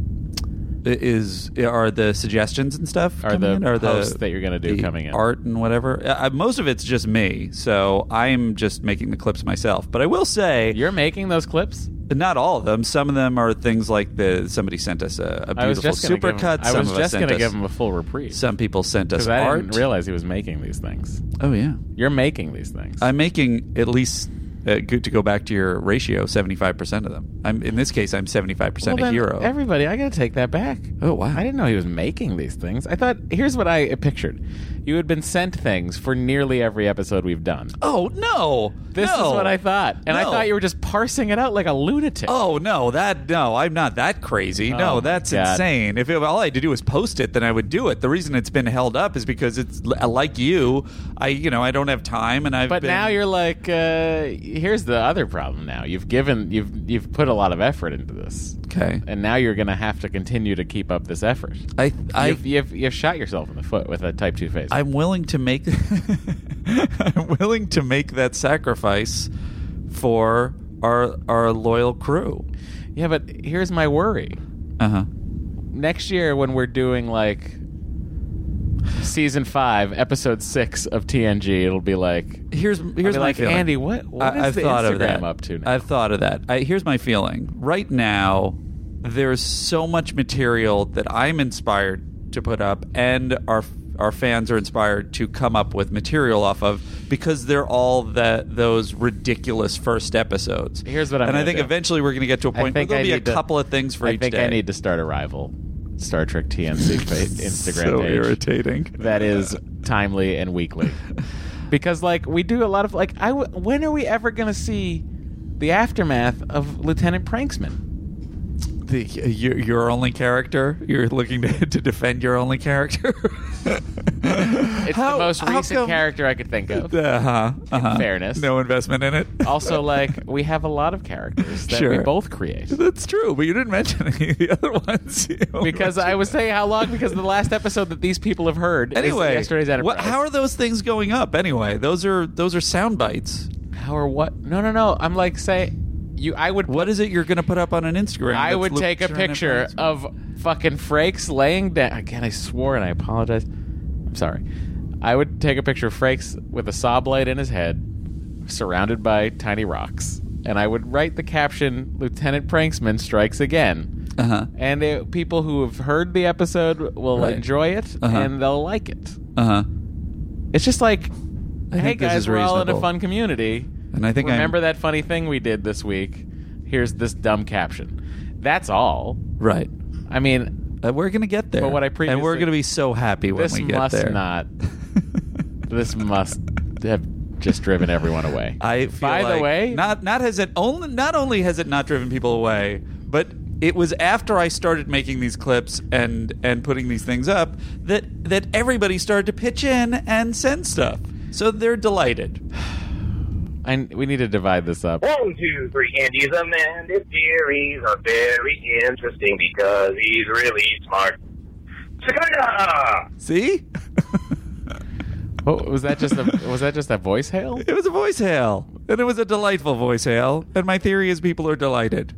Speaker 2: is are the suggestions and stuff
Speaker 1: Are
Speaker 2: coming
Speaker 1: the
Speaker 2: in? Are
Speaker 1: posts that you're gonna do
Speaker 2: the
Speaker 1: coming in?
Speaker 2: art and whatever uh, uh, most of it's just me so i'm just making the clips myself but i will say
Speaker 1: You're making those clips.
Speaker 2: not all of them some of them are things like the somebody sent us a, a
Speaker 1: I was
Speaker 2: beautiful
Speaker 1: just gonna give him,
Speaker 2: supercut
Speaker 1: I
Speaker 2: some
Speaker 1: was
Speaker 2: of us
Speaker 1: just
Speaker 2: sent
Speaker 1: gonna
Speaker 2: us-
Speaker 1: give him a full reprieve
Speaker 2: some people sent us
Speaker 1: because I
Speaker 2: art
Speaker 1: didn't realize he was making these things.
Speaker 2: oh yeah
Speaker 1: You're making these things.
Speaker 2: i'm making at least uh, good to go back to your ratio 75% of them i'm in this case i'm 75%
Speaker 1: Well,
Speaker 2: a
Speaker 1: then,
Speaker 2: hero
Speaker 1: Everybody, I gotta take that back.
Speaker 2: oh wow
Speaker 1: I didn't know he was making these things. I thought here's what I pictured: you had been sent things for nearly every episode we've done.
Speaker 2: oh no
Speaker 1: This
Speaker 2: No.
Speaker 1: is what I thought, and I
Speaker 2: No.
Speaker 1: thought you were just parsing it out like a lunatic.
Speaker 2: Oh no, that no, I'm not that crazy.
Speaker 1: Oh, my
Speaker 2: no, that's
Speaker 1: God.
Speaker 2: insane. If it, all I had to do was post it, then I would do it. The reason it's been held up is because it's l- like you, I you know I don't have time, and I've
Speaker 1: But
Speaker 2: been-
Speaker 1: now you're like, uh, here's the other problem. Now you've given, you've you've put a lot of effort into this,
Speaker 2: okay.
Speaker 1: and now you're going to have to continue to keep up this effort.
Speaker 2: I I
Speaker 1: you've, you've you've shot yourself in the foot with a type two phase.
Speaker 2: I'm willing to make <laughs> I'm willing to make that sacrifice for our our loyal crew.
Speaker 1: yeah, but here's my worry.
Speaker 2: Uh huh.
Speaker 1: Next year, when we're doing like season five, episode six of TNG, it'll be like
Speaker 2: Here's here's
Speaker 1: be
Speaker 2: my
Speaker 1: like,
Speaker 2: feeling.
Speaker 1: Andy, what- what is
Speaker 2: I've
Speaker 1: the
Speaker 2: thought
Speaker 1: Instagram
Speaker 2: of that.
Speaker 1: up to now?
Speaker 2: I've thought of that. I, here's my feeling right now. There's so much material that I'm inspired to put up, and our our fans are inspired to come up with material off of because they're all the those ridiculous first episodes.
Speaker 1: Here's what I'm
Speaker 2: and I
Speaker 1: gonna
Speaker 2: think
Speaker 1: do.
Speaker 2: eventually we're going to get to a
Speaker 1: I
Speaker 2: point where
Speaker 1: think
Speaker 2: there'll
Speaker 1: I
Speaker 2: be a
Speaker 1: need to-
Speaker 2: couple of things for
Speaker 1: I
Speaker 2: each
Speaker 1: think
Speaker 2: day.
Speaker 1: I need to start a rival Star Trek
Speaker 2: <laughs>
Speaker 1: TNC fa- Instagram
Speaker 2: so
Speaker 1: page.
Speaker 2: irritating.
Speaker 1: that is timely
Speaker 2: <laughs>
Speaker 1: and weekly. Because like we do a lot of like I w- when are we ever going to see the aftermath of Lieutenant Pranksman?
Speaker 2: the your, your only character. You're looking to, to defend your only character.
Speaker 1: It's
Speaker 2: it's
Speaker 1: the most recent character I could think of.
Speaker 2: Uh huh. Uh-huh.
Speaker 1: fairness.
Speaker 2: no investment in it. <laughs>
Speaker 1: also like we have a lot of characters that we
Speaker 2: Sure.
Speaker 1: both
Speaker 2: <laughs>
Speaker 1: create.
Speaker 2: that's true, but you didn't mention <laughs> any of the other ones. <laughs> You only
Speaker 1: Because I was saying how long because the last episode that these people have heard
Speaker 2: mentioned-
Speaker 1: is
Speaker 2: anyway.
Speaker 1: yesterday's Enterprise.
Speaker 2: what, how are those things going up? Anyway, those are those are sound bites.
Speaker 1: how are what? No, no, no. I'm like say you I would
Speaker 2: What is it you're going to put up on an Instagram?
Speaker 1: I
Speaker 2: that's
Speaker 1: would
Speaker 2: looked
Speaker 1: take a
Speaker 2: sure enough
Speaker 1: picture
Speaker 2: nice?
Speaker 1: of fucking Frakes laying down. Again, I swore and I apologize. I'm sorry. I would take a picture of Frakes with a saw blade in his head, surrounded by tiny rocks, and I would write the caption "Lieutenant Pranksman strikes again."
Speaker 2: Uh-huh.
Speaker 1: And it, people who have heard the episode will
Speaker 2: Right.
Speaker 1: enjoy it
Speaker 2: Uh-huh.
Speaker 1: and they'll like it.
Speaker 2: Uh huh.
Speaker 1: It's just like, hey
Speaker 2: think this
Speaker 1: guys,
Speaker 2: is
Speaker 1: we're all in a
Speaker 2: reasonable.
Speaker 1: fun community.
Speaker 2: And I think I'm-
Speaker 1: remember that funny thing we did this week. Here's this dumb caption. That's all.
Speaker 2: Right.
Speaker 1: I mean,
Speaker 2: Uh, we're going to get there.
Speaker 1: But what I
Speaker 2: and we're
Speaker 1: previously-
Speaker 2: going to be so happy when
Speaker 1: this
Speaker 2: we get
Speaker 1: must
Speaker 2: there. <laughs>
Speaker 1: not. This must have just driven everyone away.
Speaker 2: I feel
Speaker 1: By the
Speaker 2: like
Speaker 1: way-
Speaker 2: not not has it only not only has it not driven people away, but it was after I started making these clips and and putting these things up that that everybody started to pitch in and send stuff. So they're delighted.
Speaker 1: I, we need to divide this up.
Speaker 8: One, two, three, and he's a man. This series are very interesting because he's really smart. Cicada!
Speaker 2: See?
Speaker 1: What, was that just a was that just a voice hail?
Speaker 2: It was a voice hail, and it was a delightful voice hail. And my theory is people are delighted.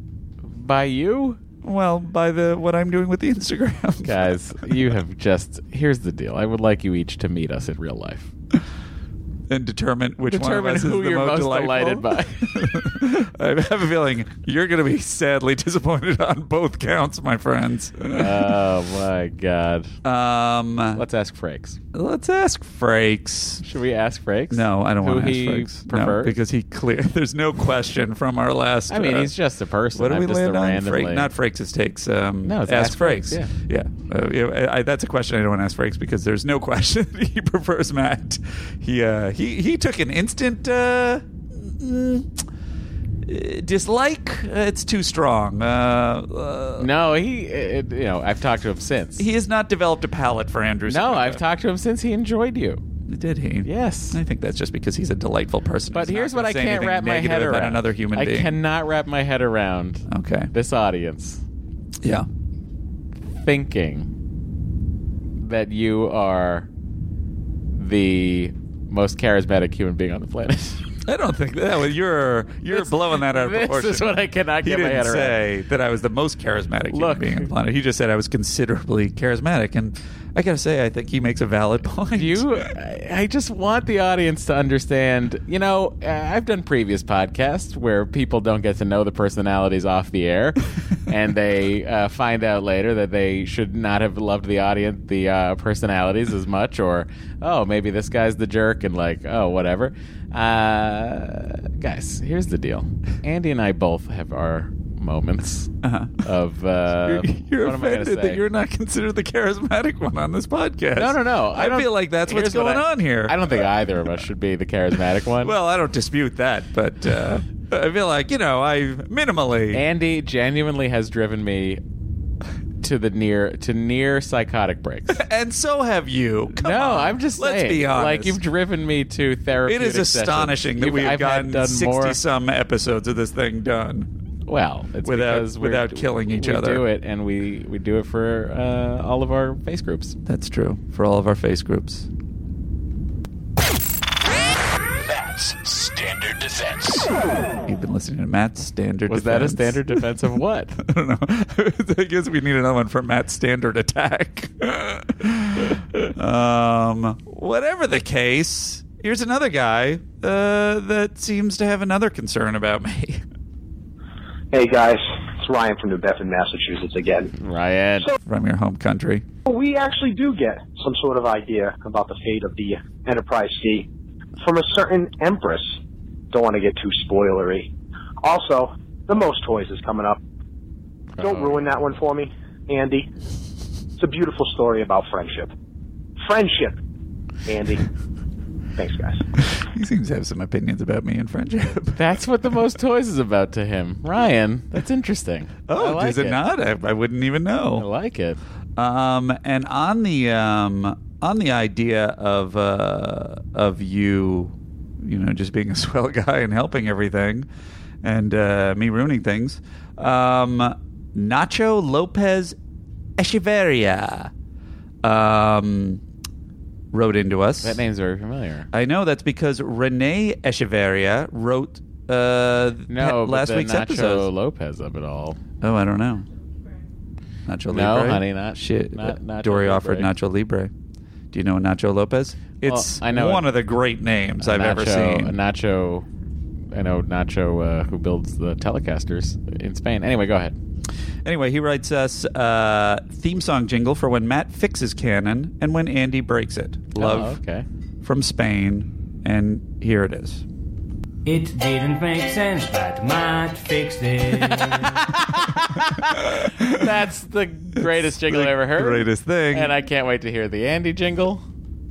Speaker 1: By you?
Speaker 2: Well, by the what I'm doing with the Instagram
Speaker 1: Guys, you have just here's the deal. I would like you each to meet us in real life.
Speaker 2: and determine which
Speaker 1: Determine
Speaker 2: one of us is
Speaker 1: who
Speaker 2: the
Speaker 1: you're most
Speaker 2: most,
Speaker 1: delighted
Speaker 2: delightful. <laughs> I have a feeling you're going to be sadly <laughs> disappointed on both counts, my friends.
Speaker 1: Oh my god.
Speaker 2: <laughs> um,
Speaker 1: Let's ask Frakes.
Speaker 2: let's ask Frakes.
Speaker 1: Should we ask Frakes?
Speaker 2: No, I don't
Speaker 1: Who
Speaker 2: want to ask
Speaker 1: he
Speaker 2: Frakes.
Speaker 1: prefers?
Speaker 2: No, because he clear. <laughs> There's no question from our last.
Speaker 1: I mean,
Speaker 2: uh,
Speaker 1: he's just a person.
Speaker 2: What do
Speaker 1: I'm
Speaker 2: we
Speaker 1: just
Speaker 2: land
Speaker 1: a
Speaker 2: on?
Speaker 1: randomly-
Speaker 2: Frake, not Frakes' takes. Um,
Speaker 1: No, it's
Speaker 2: ask
Speaker 1: Ask Frakes,
Speaker 2: Frakes. Yeah, yeah. Uh, yeah, I, I, that's a question I don't want to ask Frakes because there's no <laughs> question that he prefers Matt. He uh, he he took an instant uh, mm, uh, dislike. Uh, it's too strong. Uh, uh,
Speaker 1: No, he. It, you know, I've talked to him since.
Speaker 2: He has not developed a palate for Andrew.
Speaker 1: no,
Speaker 2: Sciarra.
Speaker 1: I've talked to him since he enjoyed you.
Speaker 2: Did he?
Speaker 1: Yes.
Speaker 2: I think that's just because he's a delightful person.
Speaker 1: But
Speaker 2: He's
Speaker 1: here's
Speaker 2: not
Speaker 1: what
Speaker 2: gonna say
Speaker 1: I can't
Speaker 2: anything
Speaker 1: wrap my
Speaker 2: negative
Speaker 1: head
Speaker 2: about
Speaker 1: around.
Speaker 2: Another human
Speaker 1: I
Speaker 2: being.
Speaker 1: cannot wrap my head around
Speaker 2: Okay.
Speaker 1: this audience
Speaker 2: Yeah.
Speaker 1: thinking that you are the most charismatic human being on the planet. <laughs>
Speaker 2: I don't think that. <laughs> Well, you're you're
Speaker 1: This-
Speaker 2: blowing that out of
Speaker 1: this
Speaker 2: proportion.
Speaker 1: is what I cannot
Speaker 2: he
Speaker 1: get my
Speaker 2: didn't
Speaker 1: head around.
Speaker 2: say that I was the most charismatic
Speaker 1: Look.
Speaker 2: human being on the planet. He just said I was considerably charismatic, and I gotta say, I think he makes a valid <laughs> point.
Speaker 1: you, I I just want the audience to understand. You know, uh, I've done previous podcasts where people don't get to know the personalities off the
Speaker 2: <laughs>
Speaker 1: air, and they uh, find out later that they should not have loved the audience, the uh, personalities as much, or oh, maybe this guy's the jerk, and like oh, whatever. Uh, guys, here's the deal: Andy and I both have our moments
Speaker 2: Uh-huh.
Speaker 1: of uh,
Speaker 2: <laughs> You're
Speaker 1: what am I gonna
Speaker 2: offended that
Speaker 1: say?
Speaker 2: you're not considered the charismatic one on this podcast.
Speaker 1: No, no, no.
Speaker 2: I,
Speaker 1: don't-
Speaker 2: feel like that's what's
Speaker 1: here's what
Speaker 2: going
Speaker 1: I-
Speaker 2: on here.
Speaker 1: I don't think either of us should be the charismatic
Speaker 2: <laughs>
Speaker 1: one.
Speaker 2: Well, I don't dispute that, but uh, I feel like you know I minimally.
Speaker 1: Andy genuinely has driven me to the near to near psychotic breaks.
Speaker 2: <laughs> and so have you. Come
Speaker 1: no,
Speaker 2: on.
Speaker 1: I'm just
Speaker 2: Let's
Speaker 1: saying,
Speaker 2: be honest.
Speaker 1: Like you've driven me to therapy.
Speaker 2: It is astonishing that we have gotten
Speaker 1: done more.
Speaker 2: sixty some episodes of this thing done.
Speaker 1: Well, it's
Speaker 2: without-
Speaker 1: because we're-
Speaker 2: without killing each
Speaker 1: we
Speaker 2: other.
Speaker 1: do it, and we we do it for uh, all of our face groups.
Speaker 2: That's true for all of our face groups.
Speaker 5: That's standard defense.
Speaker 2: You've been listening to Matt's standard.
Speaker 1: Was that a
Speaker 2: defense.
Speaker 1: standard defense of what?
Speaker 2: <laughs> I don't know. I guess we need another one for Matt's standard attack. <laughs> um, whatever the case, here's another guy uh, that seems to have another concern about me.
Speaker 8: Hey guys, it's Ryan from New Bedford, Massachusetts again.
Speaker 1: Ryan.
Speaker 2: From your home country.
Speaker 8: We actually do get some sort of idea about the fate of the Enterprise C from a certain Empress. Don't want to get too spoilery. Also, the Most Toys is coming up. Don't
Speaker 1: Uh-oh.
Speaker 8: ruin that one for me, Andy. It's a beautiful story about friendship. Friendship, Andy. Thanks, guys.
Speaker 2: He seems to have some opinions about me in friendship. <laughs>
Speaker 1: That's what the most <laughs> toys is about to him, Ryan. That's interesting. I
Speaker 2: Oh,
Speaker 1: like
Speaker 2: is it, not? I, I wouldn't even
Speaker 1: I
Speaker 2: know.
Speaker 1: like it.
Speaker 2: Um, and on the um, on the idea of uh, of you, you know, just being a <laughs> swell guy and helping everything, and uh, me ruining things. Um, Nacho Lopez Echeverria um, wrote into us.
Speaker 1: That name's very familiar.
Speaker 2: I know that's because Renee Echeverria wrote uh,
Speaker 1: No,
Speaker 2: pe- last
Speaker 1: but the
Speaker 2: week's
Speaker 1: Nacho
Speaker 2: episode.
Speaker 1: Lopez of it all.
Speaker 2: Oh, I don't know. Nacho
Speaker 1: No,
Speaker 2: Libre.
Speaker 1: honey, not-
Speaker 2: shit.
Speaker 1: not
Speaker 2: Uh,
Speaker 1: Nacho
Speaker 2: Dory
Speaker 1: Libre.
Speaker 2: offered Nacho Libre. Do you know Nacho Lopez? It's
Speaker 1: I know
Speaker 2: one
Speaker 1: it.
Speaker 2: of the great names I've ever
Speaker 1: Uh, Nacho-
Speaker 2: seen.
Speaker 1: Nacho, I know Nacho, uh, who builds the Telecasters in Spain. Anyway, go ahead.
Speaker 2: Anyway, he writes us uh, theme song jingle for when Matt fixes canon and when Andy breaks it. Love
Speaker 1: Oh, okay.
Speaker 2: from Spain, and here it is.
Speaker 9: It didn't make sense, but Matt fixed it.
Speaker 1: <laughs> That's the greatest jingle I ever heard.
Speaker 2: Greatest thing.
Speaker 1: And I can't wait to hear the Andy jingle.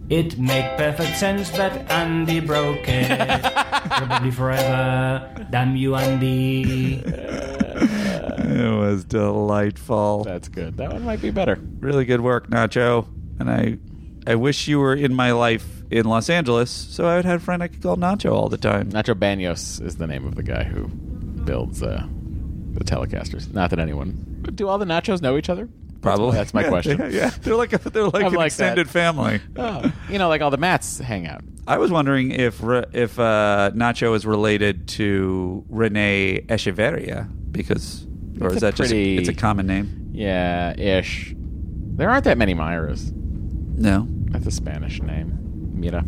Speaker 9: It make perfect sense that Andy broke it. Probably forever. Damn you, Andy.
Speaker 2: It was delightful.
Speaker 1: That's good. That one might be better.
Speaker 2: Really good work, Nacho. And I, I wish you were in my life in Los Angeles, so I would have a friend I could call Nacho all the time.
Speaker 1: Nacho Banos is the name of the guy who builds uh, the Telecasters. Not that anyone. Do all the Nachos know each other?
Speaker 2: Probably.
Speaker 1: That's my question.
Speaker 2: <laughs> yeah, yeah. they're like a, they're
Speaker 1: <laughs>
Speaker 2: like
Speaker 1: I'm
Speaker 2: an
Speaker 1: like that.
Speaker 2: extended family.
Speaker 1: Oh, you know, like all the Mats hang out.
Speaker 2: I was wondering if re- if uh, Nacho is related to Rene Echeverria because, or
Speaker 1: It's
Speaker 2: is
Speaker 1: a
Speaker 2: that
Speaker 1: pretty-
Speaker 2: just it's a common name?
Speaker 1: Yeah, ish. There aren't that many Myras.
Speaker 2: No,
Speaker 1: That's a Spanish name. Mira.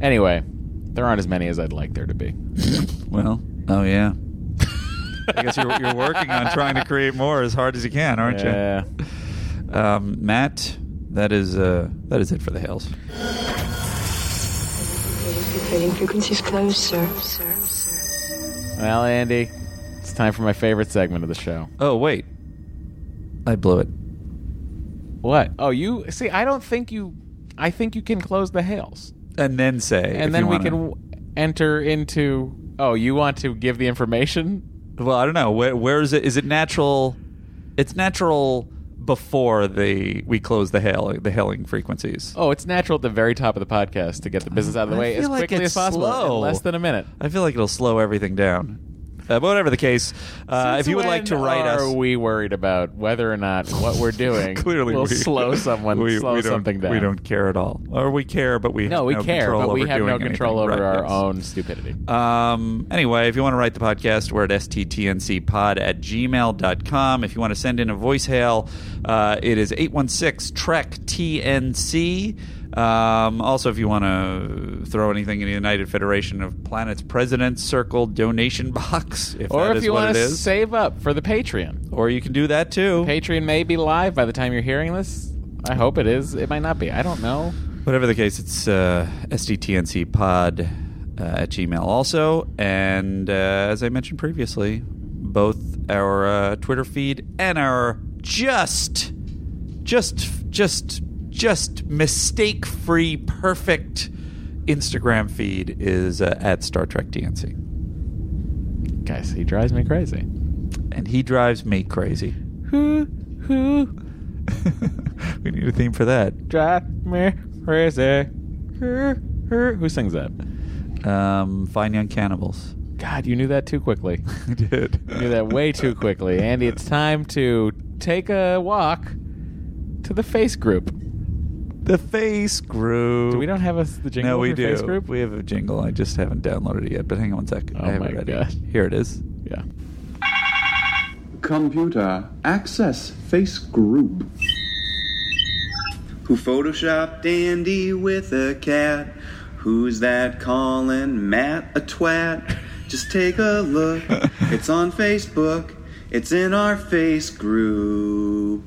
Speaker 1: Anyway, there aren't as many as I'd like there to be.
Speaker 2: <laughs> Well, oh yeah. I guess you're, you're working on trying to create more as hard as you can, aren't
Speaker 1: Yeah.
Speaker 2: you? Um, Matt, that is uh, that is it for the Hales.
Speaker 10: Fading frequencies closed, sir. Sir, sir.
Speaker 1: Well, Andy, it's time for my favorite segment of the show.
Speaker 2: Oh wait, I blew it.
Speaker 1: What? Oh, <laughs> you see? I don't think you. I think you
Speaker 2: <laughs>
Speaker 1: can close the hails,
Speaker 2: And then say, if
Speaker 1: and then
Speaker 2: you
Speaker 1: we
Speaker 2: wanna-
Speaker 1: can w- enter into. Oh, you want to give the information?
Speaker 2: Well, I don't know. Where, where is it? Is it natural? It's natural before the we close the hail the hailing frequencies.
Speaker 1: Oh, it's natural at the very top of the podcast to get the business out of the
Speaker 2: I
Speaker 1: way as
Speaker 2: feel like
Speaker 1: quickly
Speaker 2: it's
Speaker 1: as possible, in
Speaker 2: slow.
Speaker 1: less than a minute.
Speaker 2: I feel like it'll slow everything down. Uh, but whatever the case, uh,
Speaker 1: Since
Speaker 2: if you would like to
Speaker 1: when
Speaker 2: write
Speaker 1: are
Speaker 2: us,
Speaker 1: we worried about whether or not what
Speaker 2: <laughs>
Speaker 1: we're doing
Speaker 2: clearly
Speaker 1: will
Speaker 2: we,
Speaker 1: slow someone
Speaker 2: <laughs> we,
Speaker 1: slow
Speaker 2: we don't,
Speaker 1: something down?
Speaker 2: we don't care at all or we care but we
Speaker 1: No,
Speaker 2: have
Speaker 1: we
Speaker 2: no
Speaker 1: care,
Speaker 2: control
Speaker 1: but we
Speaker 2: over
Speaker 1: have no
Speaker 2: doing
Speaker 1: control over
Speaker 2: anything. Right,
Speaker 1: our
Speaker 2: yes.
Speaker 1: own stupidity.
Speaker 2: um, anyway if you want to write the podcast we're at sttncpod at gmail.com if you want to send in a voice hail uh, it is 816 trek tnc um, also, if you want to throw anything in the United Federation of Planets President's Circle donation <laughs> box, if
Speaker 1: or
Speaker 2: that
Speaker 1: if
Speaker 2: is
Speaker 1: you
Speaker 2: what
Speaker 1: want
Speaker 2: it
Speaker 1: to
Speaker 2: is,
Speaker 1: save up for the Patreon.
Speaker 2: or you can do that too.
Speaker 1: Patreon may be live by the time you're hearing this. I hope it is. It might not be. I don't know.
Speaker 2: Whatever the case, it's uh, sdtncpod uh, at gmail also. And uh, as I mentioned previously, both our uh, Twitter feed and our just, just, just, just mistake free, perfect Instagram feed is uh, at Star Trek DNC.
Speaker 1: Guys, he drives me crazy.
Speaker 2: And he drives me crazy.
Speaker 1: Who, who
Speaker 2: we need a theme for that.
Speaker 1: drives me crazy? Who, who- who sings that?
Speaker 2: Um, Fine Young Cannibals.
Speaker 1: God, you knew that too quickly.
Speaker 2: <laughs> I did.
Speaker 1: You knew that way too quickly. Andy, it's time to take a walk to the face group.
Speaker 2: The face group.
Speaker 1: Do we don't have a, the jingle
Speaker 2: no, we
Speaker 1: for
Speaker 2: do.
Speaker 1: face group?
Speaker 2: We have a jingle. I just haven't downloaded it yet. But hang on one sec.
Speaker 1: Oh
Speaker 2: I have
Speaker 1: my
Speaker 2: it ready.
Speaker 1: God.
Speaker 2: Here it is.
Speaker 1: yeah.
Speaker 11: Computer, access face group.
Speaker 6: Who photoshopped Andy with a cat? Who's that calling Matt a twat? Just take a
Speaker 2: <laughs>
Speaker 6: look. It's on Facebook. It's in our face group.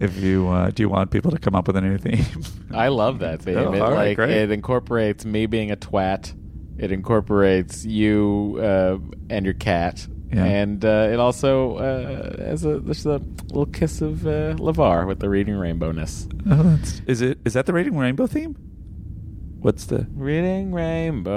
Speaker 2: If you uh, do, you want people to come up with a new theme? <laughs>
Speaker 1: I love that theme.
Speaker 2: Oh,
Speaker 1: it,
Speaker 2: all right,
Speaker 1: like,
Speaker 2: great.
Speaker 1: it incorporates me being a twat. It incorporates you uh, and your cat.
Speaker 2: Yeah.
Speaker 1: And uh, it also uh, has a, there's a little kiss of uh, Lavar with the reading rainbow ness.
Speaker 2: oh, that's, is it? Is that the Rating Rainbow theme? What's the?
Speaker 1: Reading rainbow.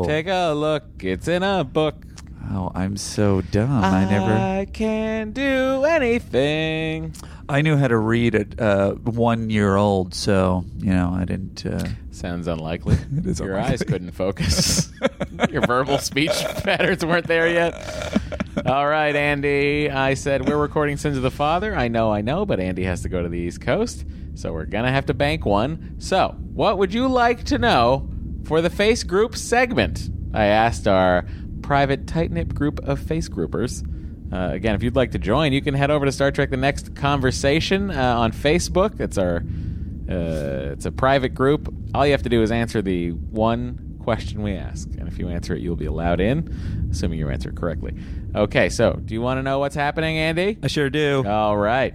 Speaker 2: Oh.
Speaker 1: Take a look. It's in a book.
Speaker 2: Oh, I'm so dumb. I, never.
Speaker 1: I can do Uh, anything.
Speaker 2: I knew how to read at uh, one year old, so you know I didn't. Uh,
Speaker 1: Sounds unlikely.
Speaker 2: <laughs> It is
Speaker 1: Your
Speaker 2: unlikely.
Speaker 1: eyes couldn't
Speaker 2: <laughs>
Speaker 1: focus. <laughs> Your verbal speech patterns weren't there yet. All right, Andy. I said we're recording Sins of the Father. I know, I know, but Andy has to go to the East Coast, so we're gonna have to bank one. So, what would you like to know for the Face Group segment? I asked our private tight knit group of Face Groupers. Uh, again, if you'd like to join, you can head over to Star Trek: The Next Conversation uh, on Facebook. It's our uh, it's a private group. All you have to do is answer the one question we ask, and if you answer it, you'll be allowed in, assuming you answer correctly. Okay, so do you want to know what's happening, Andy?
Speaker 2: I sure do.
Speaker 1: All right.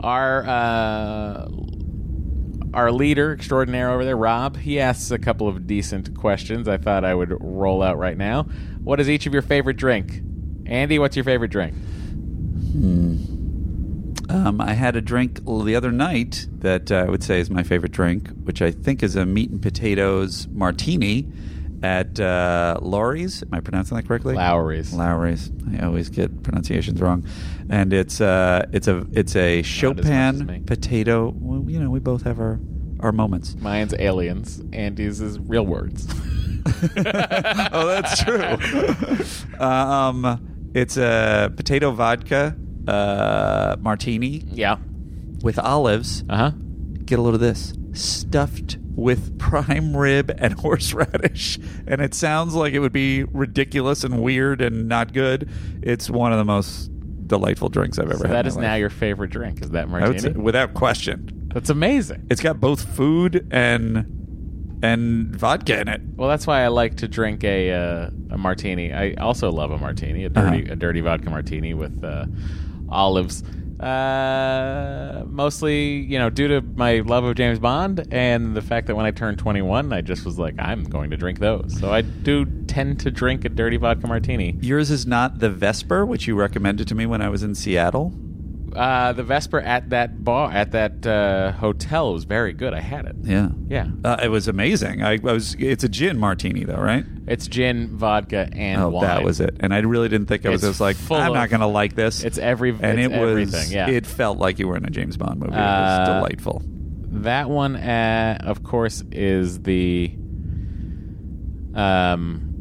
Speaker 1: Our uh, our leader extraordinaire over there, Rob, he asks a couple of decent questions. I thought I would roll out right now. What is each of your favorite drink? Andy, what's your favorite drink?
Speaker 2: Hmm. Uh, Um, I had a drink l- the other night that uh, I would say is my favorite drink, which I think is a meat and potatoes martini at uh, Lowry's. Am I pronouncing that correctly? Lowry's. Lowry's. I always get pronunciations wrong. And it's uh, it's a it's a Chopin potato. Well, you know, we both have our our moments.
Speaker 1: Mine's aliens. Andy's is real words. <laughs>
Speaker 12: <laughs>
Speaker 2: oh, that's true. Uh, um, it's a potato vodka uh, martini.
Speaker 1: Yeah.
Speaker 2: With olives.
Speaker 1: Uh huh.
Speaker 2: Get a load of this. Stuffed with <laughs> prime rib and <laughs> horseradish. And it sounds like it would be ridiculous and weird and not good. It's one of the most delightful drinks I've ever
Speaker 1: <laughs> So
Speaker 2: had.
Speaker 1: that
Speaker 2: in
Speaker 1: is
Speaker 2: my
Speaker 1: now
Speaker 2: life.
Speaker 1: your favorite drink. Is that
Speaker 2: I would say-
Speaker 1: martini?
Speaker 2: without question.
Speaker 1: That's amazing.
Speaker 2: It's got both food and and vodka in it.
Speaker 1: Well, that's why I like to drink a uh, a martini. I also love a martini, a dirty
Speaker 2: Uh-huh.
Speaker 1: a dirty vodka martini with uh, olives. Uh, mostly, you know, due to my love of James Bond and the fact that when I turned 21, I just was like, I'm going to drink those. So I do tend to drink a dirty vodka martini.
Speaker 2: Yours is not the Vesper, which you recommended to me when I was in Seattle.
Speaker 1: Uh, the Vesper at that bar at that uh, hotel was very good. I had it.
Speaker 2: Yeah.
Speaker 1: Yeah.
Speaker 2: Uh, it was amazing. I, I was. It's a gin martini, though, right?
Speaker 1: It's gin, vodka, and
Speaker 2: oh,
Speaker 1: wine.
Speaker 2: that was it. And I really didn't think I was.
Speaker 1: It's
Speaker 2: I was like,
Speaker 1: full
Speaker 2: I'm
Speaker 1: of-
Speaker 2: not going to like this.
Speaker 1: It's every
Speaker 2: and
Speaker 1: it's
Speaker 2: it was.
Speaker 1: everything. Yeah,
Speaker 2: It felt like you were in a James Bond movie. It
Speaker 1: Uh,
Speaker 2: was delightful.
Speaker 1: That one, uh, of course, is the um,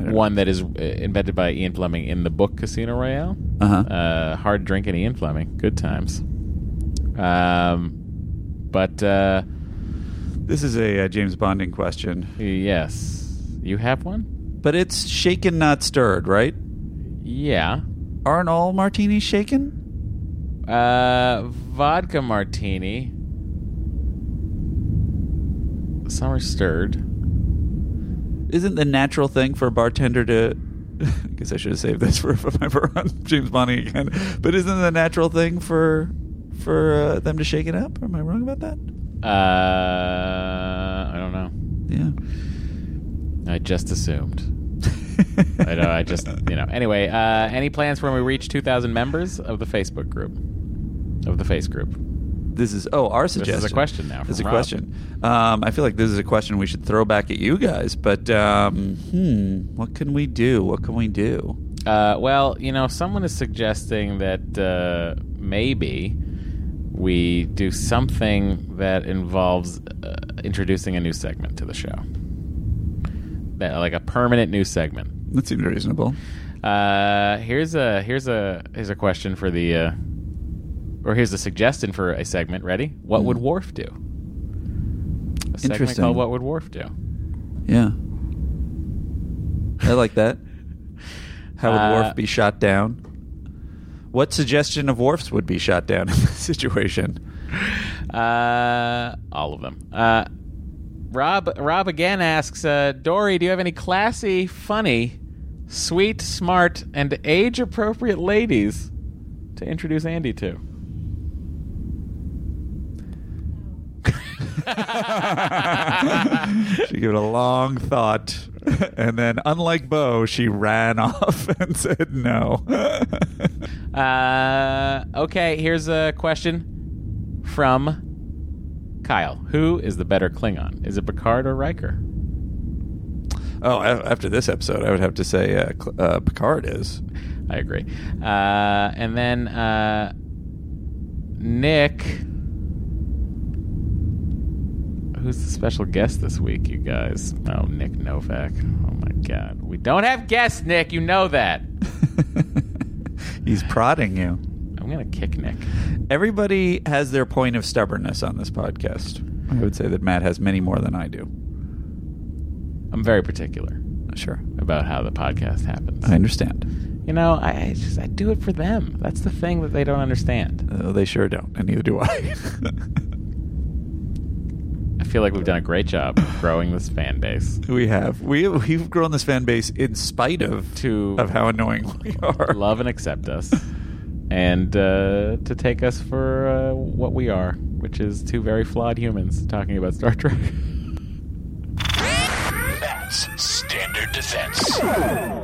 Speaker 1: one that is uh, invented by Ian Fleming in the book Casino Royale.
Speaker 2: Uh-huh.
Speaker 1: Uh, hard drinking Ian Fleming. Good times. Um, but uh,
Speaker 2: this is a, uh James Bonding question.
Speaker 1: Yes, you have one,
Speaker 2: but it's shaken, not stirred, right?
Speaker 1: Yeah.
Speaker 2: Aren't all martinis shaken?
Speaker 1: Uh, vodka martini. Some are stirred.
Speaker 2: Isn't the natural thing for a bartender to? <laughs> I guess I should have saved this for <laughs> if I'm ever on James Bonding again. But isn't the natural thing for for uh, them to shake it up? Am I wrong about that?
Speaker 1: Uh, I don't know. Yeah. I just assumed. I know. I just you know. Anyway, uh, any plans for when we reach 2,000 members of the Facebook group, of the Face group?
Speaker 2: This is oh our
Speaker 1: This is a
Speaker 2: suggestion.
Speaker 1: question now
Speaker 2: This is a
Speaker 1: from Rob.
Speaker 2: question. Um, I feel like this is a question we should throw back at you guys. But um, hmm, what can we do? What can we do?
Speaker 1: Uh, well, you know, someone is suggesting that uh, maybe we do something that involves uh, introducing a new segment to the show, that, like a permanent new segment.
Speaker 2: That seems reasonable.
Speaker 1: Uh, here's a here's a here's a question for the, uh, or here's a suggestion for a segment. Ready? What would Worf do? A segment
Speaker 2: Hmm. Interesting.
Speaker 1: called "What Would Worf Do."
Speaker 2: Yeah, I like
Speaker 1: <laughs>
Speaker 2: that. How would
Speaker 1: Uh,
Speaker 2: Worf be shot down? What suggestion of Worf's would be shot down in this situation?
Speaker 1: Uh, all of them. Uh, Rob Rob again asks uh, Dory, do you have any classy, funny, sweet, smart, and age appropriate ladies to introduce Andy to?
Speaker 2: she gave it a long thought, and then, unlike Bo, she ran <laughs> off and said no.
Speaker 1: Uh, okay, here's a question from Kyle. Who is the better Klingon? Is it Picard or Riker?
Speaker 2: Oh, a- after this episode, I would have to say uh, Cl- uh, Picard is.
Speaker 1: I agree. Uh, and then uh, Nick, who's the special guest this week, you guys? Oh, Nick Novak. Oh my God, we don't have guests, Nick. You
Speaker 2: <laughs>
Speaker 1: know that.
Speaker 2: He's prodding you.
Speaker 1: I'm gonna kick Nick.
Speaker 2: Everybody has their point of stubbornness on this podcast. I would say that Matt has many more than I do.
Speaker 1: I'm very particular.
Speaker 2: Sure.
Speaker 1: About how the podcast happens.
Speaker 2: I understand.
Speaker 1: You know, I, I just I do it for them. That's the thing that they don't understand.
Speaker 2: Uh, they sure don't, and neither do I.
Speaker 1: I feel like we've done a
Speaker 2: <coughs>
Speaker 1: great job of growing this fan base.
Speaker 2: <laughs> we have we we've grown this fan base in spite of
Speaker 1: to
Speaker 2: of how annoying we are.
Speaker 1: Love and accept us, and uh, to take us for uh, what we are, which is two very flawed humans talking about Star Trek.
Speaker 5: Matt's standard defense.
Speaker 2: <laughs>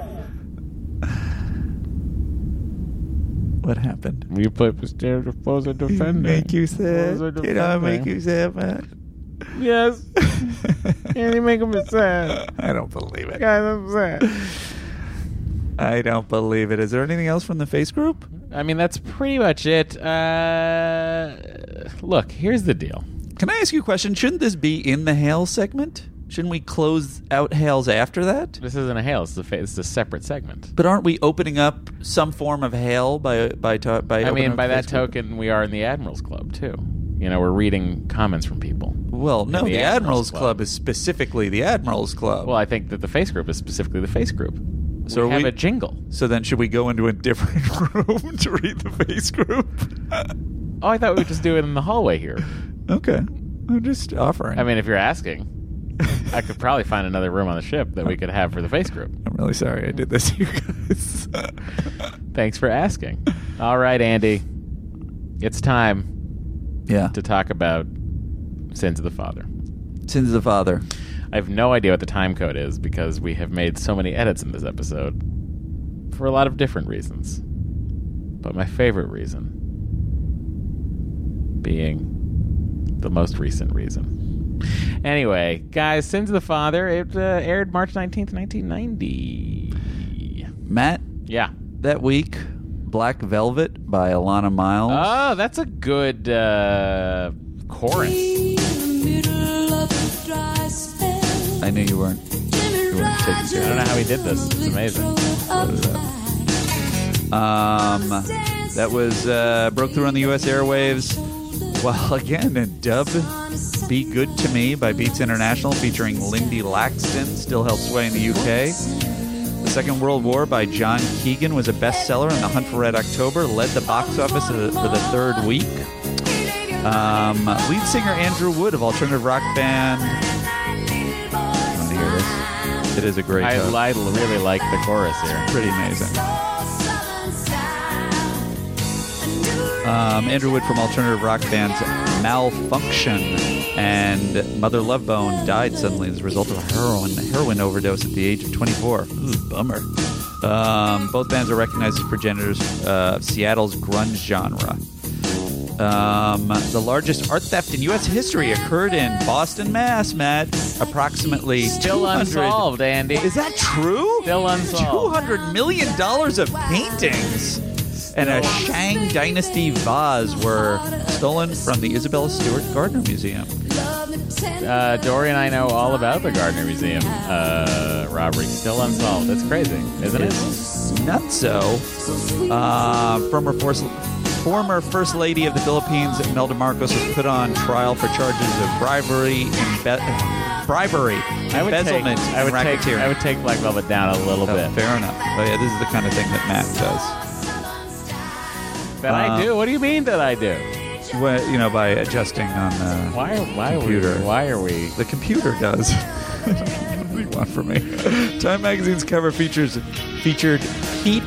Speaker 2: What happened?
Speaker 1: You played Mysterious Foes and Defending.
Speaker 2: <laughs> Make you sad.
Speaker 1: Foes and
Speaker 2: Did I make
Speaker 1: Defending.
Speaker 2: you sad, man?
Speaker 1: Yes. and you make him sad.
Speaker 2: I don't believe it.
Speaker 1: Guys, I'm sad.
Speaker 2: I don't believe it. Is there anything else from the face group?
Speaker 1: I mean, that's pretty much it. Uh, look, here's the deal.
Speaker 2: Can I ask you a question? Shouldn't this be in the hail segment? Shouldn't we close out hails after that?
Speaker 1: This isn't a hail. It's a, fa- it's a separate segment.
Speaker 2: But aren't we opening up some form of hail by by to, by?
Speaker 1: I
Speaker 2: opening
Speaker 1: mean,
Speaker 2: up
Speaker 1: by
Speaker 2: the
Speaker 1: that
Speaker 2: face group?
Speaker 1: token, we are in the Admirals Club too. You know, we're reading comments from people.
Speaker 2: Well, no,
Speaker 1: in
Speaker 2: the,
Speaker 1: the
Speaker 2: Admirals,
Speaker 1: Admirals
Speaker 2: Club.
Speaker 1: Club
Speaker 2: is specifically the Admirals Club.
Speaker 1: Well, I think that the face group is specifically the face group.
Speaker 2: So
Speaker 1: we
Speaker 2: are
Speaker 1: have
Speaker 2: we-
Speaker 1: a jingle.
Speaker 2: so then, should we go into a different <laughs> room to read the face
Speaker 1: <laughs>
Speaker 2: group?
Speaker 1: Oh, I thought we would just do it in the hallway here.
Speaker 2: okay, I'm just <laughs> offering.
Speaker 1: I mean, if you're asking, I could probably find another room on the ship that we could have for the face group.
Speaker 2: I'm really sorry I did this, <laughs> to you
Speaker 1: <laughs>
Speaker 2: guys.
Speaker 1: Thanks for asking. All right, Andy. It's time
Speaker 2: yeah,
Speaker 1: to talk about Sins of the Father.
Speaker 2: sins of the father.
Speaker 1: I have no idea what the time code is because we have made so many edits in this episode for a lot of different reasons. But my favorite reason being the most recent reason. Anyway, guys, Sins of the Father, it uh, aired March 19th, 1990.
Speaker 2: Matt,
Speaker 1: Yeah.
Speaker 2: that week, Black Velvet by Alana Miles.
Speaker 1: Oh, that's a good uh, chorus.
Speaker 2: I knew you weren't. You weren't taking
Speaker 1: I
Speaker 2: care
Speaker 1: don't know how he did this. It's amazing.
Speaker 2: Um, that was uh, broke through on the U.S. airwaves. Well, <laughs> again, a dub "Be Good to Me" by Beats International, featuring Lindy Laxton, still held sway in the U.K. The Second World War by John Keegan was a bestseller, and The Hunt for Red October led the box office for the, for the third week. Um, lead singer Andrew Wood of alternative rock band. I wanna hear this. It is a great.
Speaker 1: I,
Speaker 2: cover.
Speaker 1: I really like the chorus here.
Speaker 2: Pretty amazing. Um, Andrew Wood from alternative rock bands Malfunction and Mother Love Bone died suddenly as a result of a heroin, heroin overdose at the age of 24. Ooh, bummer. Um, both bands are recognized as progenitors uh, of Seattle's grunge genre. Um, the largest art theft in U.S. history occurred in Boston, Mass. Matt, approximately
Speaker 1: Still
Speaker 2: 200
Speaker 1: unsolved, Andy.
Speaker 2: Is that true?
Speaker 1: Still
Speaker 2: Two
Speaker 1: unsolved.
Speaker 2: hundred million dollars of paintings and a Shang Dynasty vase were stolen from the Isabella Stewart Gardner Museum.
Speaker 1: Uh, Dory and I know all about the Gardner Museum uh, robbery. Still unsolved. That's crazy, isn't it?
Speaker 2: Not so. Uh, former first, former first lady of the Philippines, Imelda Marcos, was put on trial for charges of bribery, embe- bribery,
Speaker 1: I would take.
Speaker 2: embezzlement,
Speaker 1: I would
Speaker 2: and
Speaker 1: take.
Speaker 2: racketeering.
Speaker 1: I would take Black Velvet down a little
Speaker 2: Oh,
Speaker 1: bit.
Speaker 2: fair enough. Oh yeah, this is the kind of thing that Matt does.
Speaker 1: That I
Speaker 2: Uh,
Speaker 1: do. What do you mean that I do?
Speaker 2: Well, you know, by adjusting on the
Speaker 1: Why? Oh, Why are
Speaker 2: computer.
Speaker 1: we? Why are we?
Speaker 2: The computer does. <laughs> what do you want from me? Time magazine's cover features featured Pete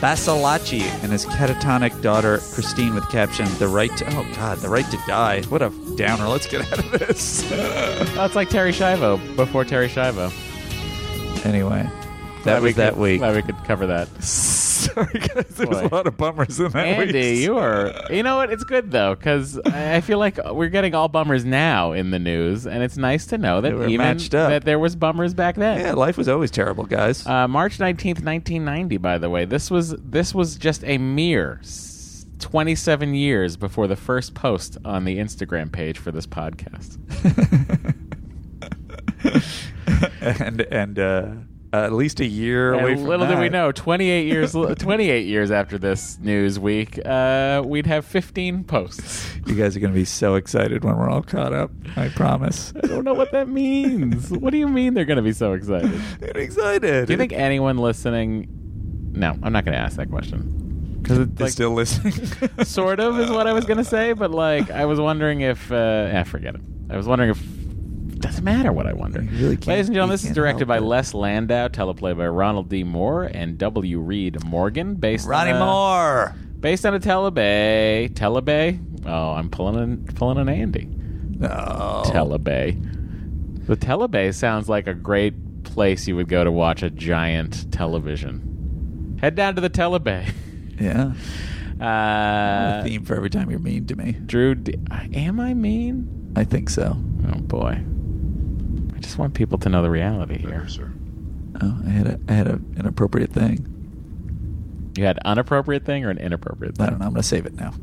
Speaker 2: Basilacci and his catatonic daughter Christine with caption "The right to oh god, the right to die." What a downer. Let's get out of
Speaker 1: <laughs>
Speaker 2: this.
Speaker 1: Oh, it's like Terry Schiavo before Terry Schiavo.
Speaker 2: anyway,
Speaker 1: Glad
Speaker 2: that
Speaker 1: we
Speaker 2: was that
Speaker 1: could-
Speaker 2: week.
Speaker 1: Glad we could cover that.
Speaker 2: <laughs> Sorry guys, there was
Speaker 1: Boy.
Speaker 2: a lot of bummers in that
Speaker 1: Andy,
Speaker 2: week.
Speaker 1: you are. You know what? It's good though, because I I feel like we're getting all bummers now in the news, and it's nice to know that
Speaker 2: They were
Speaker 1: even
Speaker 2: matched up.
Speaker 1: that there was bummers back then.
Speaker 2: Yeah, life was always terrible, guys.
Speaker 1: Uh, March nineteenth, nineteen ninety. By the way, this was this was just a mere s- twenty-seven years before the first post on the Instagram page for this
Speaker 2: <laughs>
Speaker 1: podcast.
Speaker 2: and and uh, at least a year away
Speaker 1: And
Speaker 2: from
Speaker 1: little did we
Speaker 2: that.
Speaker 1: know, twenty-eight years twenty-eight years after this news week, uh, we'd have fifteen posts.
Speaker 2: You guys are going to be so excited when we're all caught up. I promise.
Speaker 1: I don't know what that
Speaker 2: <laughs>
Speaker 1: means. what do you mean they're going to be so excited?
Speaker 2: Get excited.
Speaker 1: Do you think anyone listening? No, I'm not going to ask that question because it's
Speaker 2: they're
Speaker 1: like,
Speaker 2: still listening?
Speaker 1: sort of is what I was gonna say, but like I was wondering if uh, eh, forget it. I was wondering if doesn't matter what I wonder.
Speaker 2: You really can't-
Speaker 1: Ladies and
Speaker 2: you
Speaker 1: gentlemen, this is
Speaker 2: can't
Speaker 1: directed
Speaker 2: help
Speaker 1: by
Speaker 2: it.
Speaker 1: Les Landau, teleplay by Ronald D. Moore and W. Reed Morgan, based
Speaker 2: Ronnie
Speaker 1: on a,
Speaker 2: Moore.
Speaker 1: based on a Telebay. Telebay. Oh, I'm pulling an, pulling an Andy.
Speaker 2: No.
Speaker 1: Telebay. The Telebay sounds like a great place you would go to watch a giant television. Head down to the Telebay. <laughs>
Speaker 2: Yeah.
Speaker 1: Uh,
Speaker 2: theme for every time you're mean to me.
Speaker 1: Drew, d- am I mean?
Speaker 2: I think so.
Speaker 1: Oh boy, I just want people to know the reality here.
Speaker 2: Oh, I had a, I had a, an appropriate thing.
Speaker 1: You had an appropriate thing or an inappropriate
Speaker 2: I
Speaker 1: thing?
Speaker 2: don't know. I'm gonna save it now.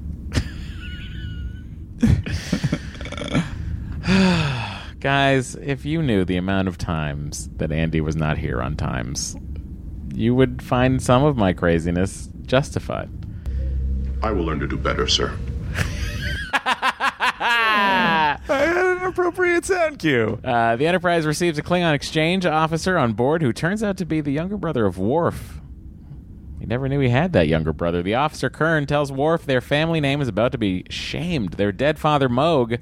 Speaker 1: Guys, if you knew the amount of times that Andy was not here on times, you would find some of my craziness justified.
Speaker 12: I will learn to do better, sir.
Speaker 1: I had an appropriate sound cue. Uh, the Enterprise receives a Klingon exchange officer on board who turns out to be the younger brother of Worf. He never knew he had that younger brother. The officer Kern tells Worf their family name is about to be shamed. Their dead father Moog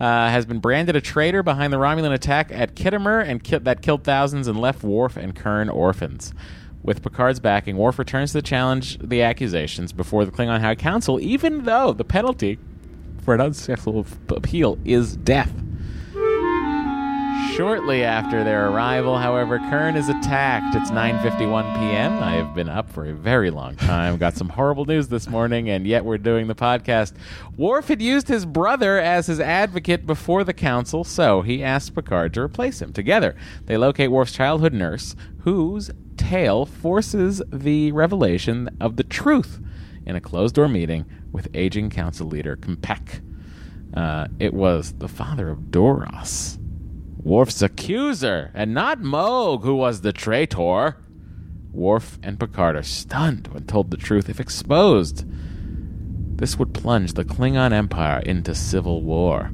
Speaker 1: uh, has been branded a traitor behind the Romulan attack at Kittimer and ki- that killed thousands and left Worf and Kern orphans. With Picard's backing, Worf returns to challenge the accusations before the Klingon High Council, even though the penalty for an unsuccessful f- appeal is death. Shortly after their arrival, however, Kern is attacked. It's 9:51 p.m. I have been up for a very long time. Got some horrible news this morning, and yet we're doing the podcast. Worf had used his brother as his advocate before the council, so he asked Picard to replace him. Together, they locate Worf's childhood nurse, whose tale forces the revelation of the truth in a closed-door meeting with aging council leader Compek. Uh, it was the father of Doros. Worf's accuser, and not Moog, who was the traitor. Worf and Picard are stunned when told the truth. If exposed, this would plunge the Klingon Empire into civil war.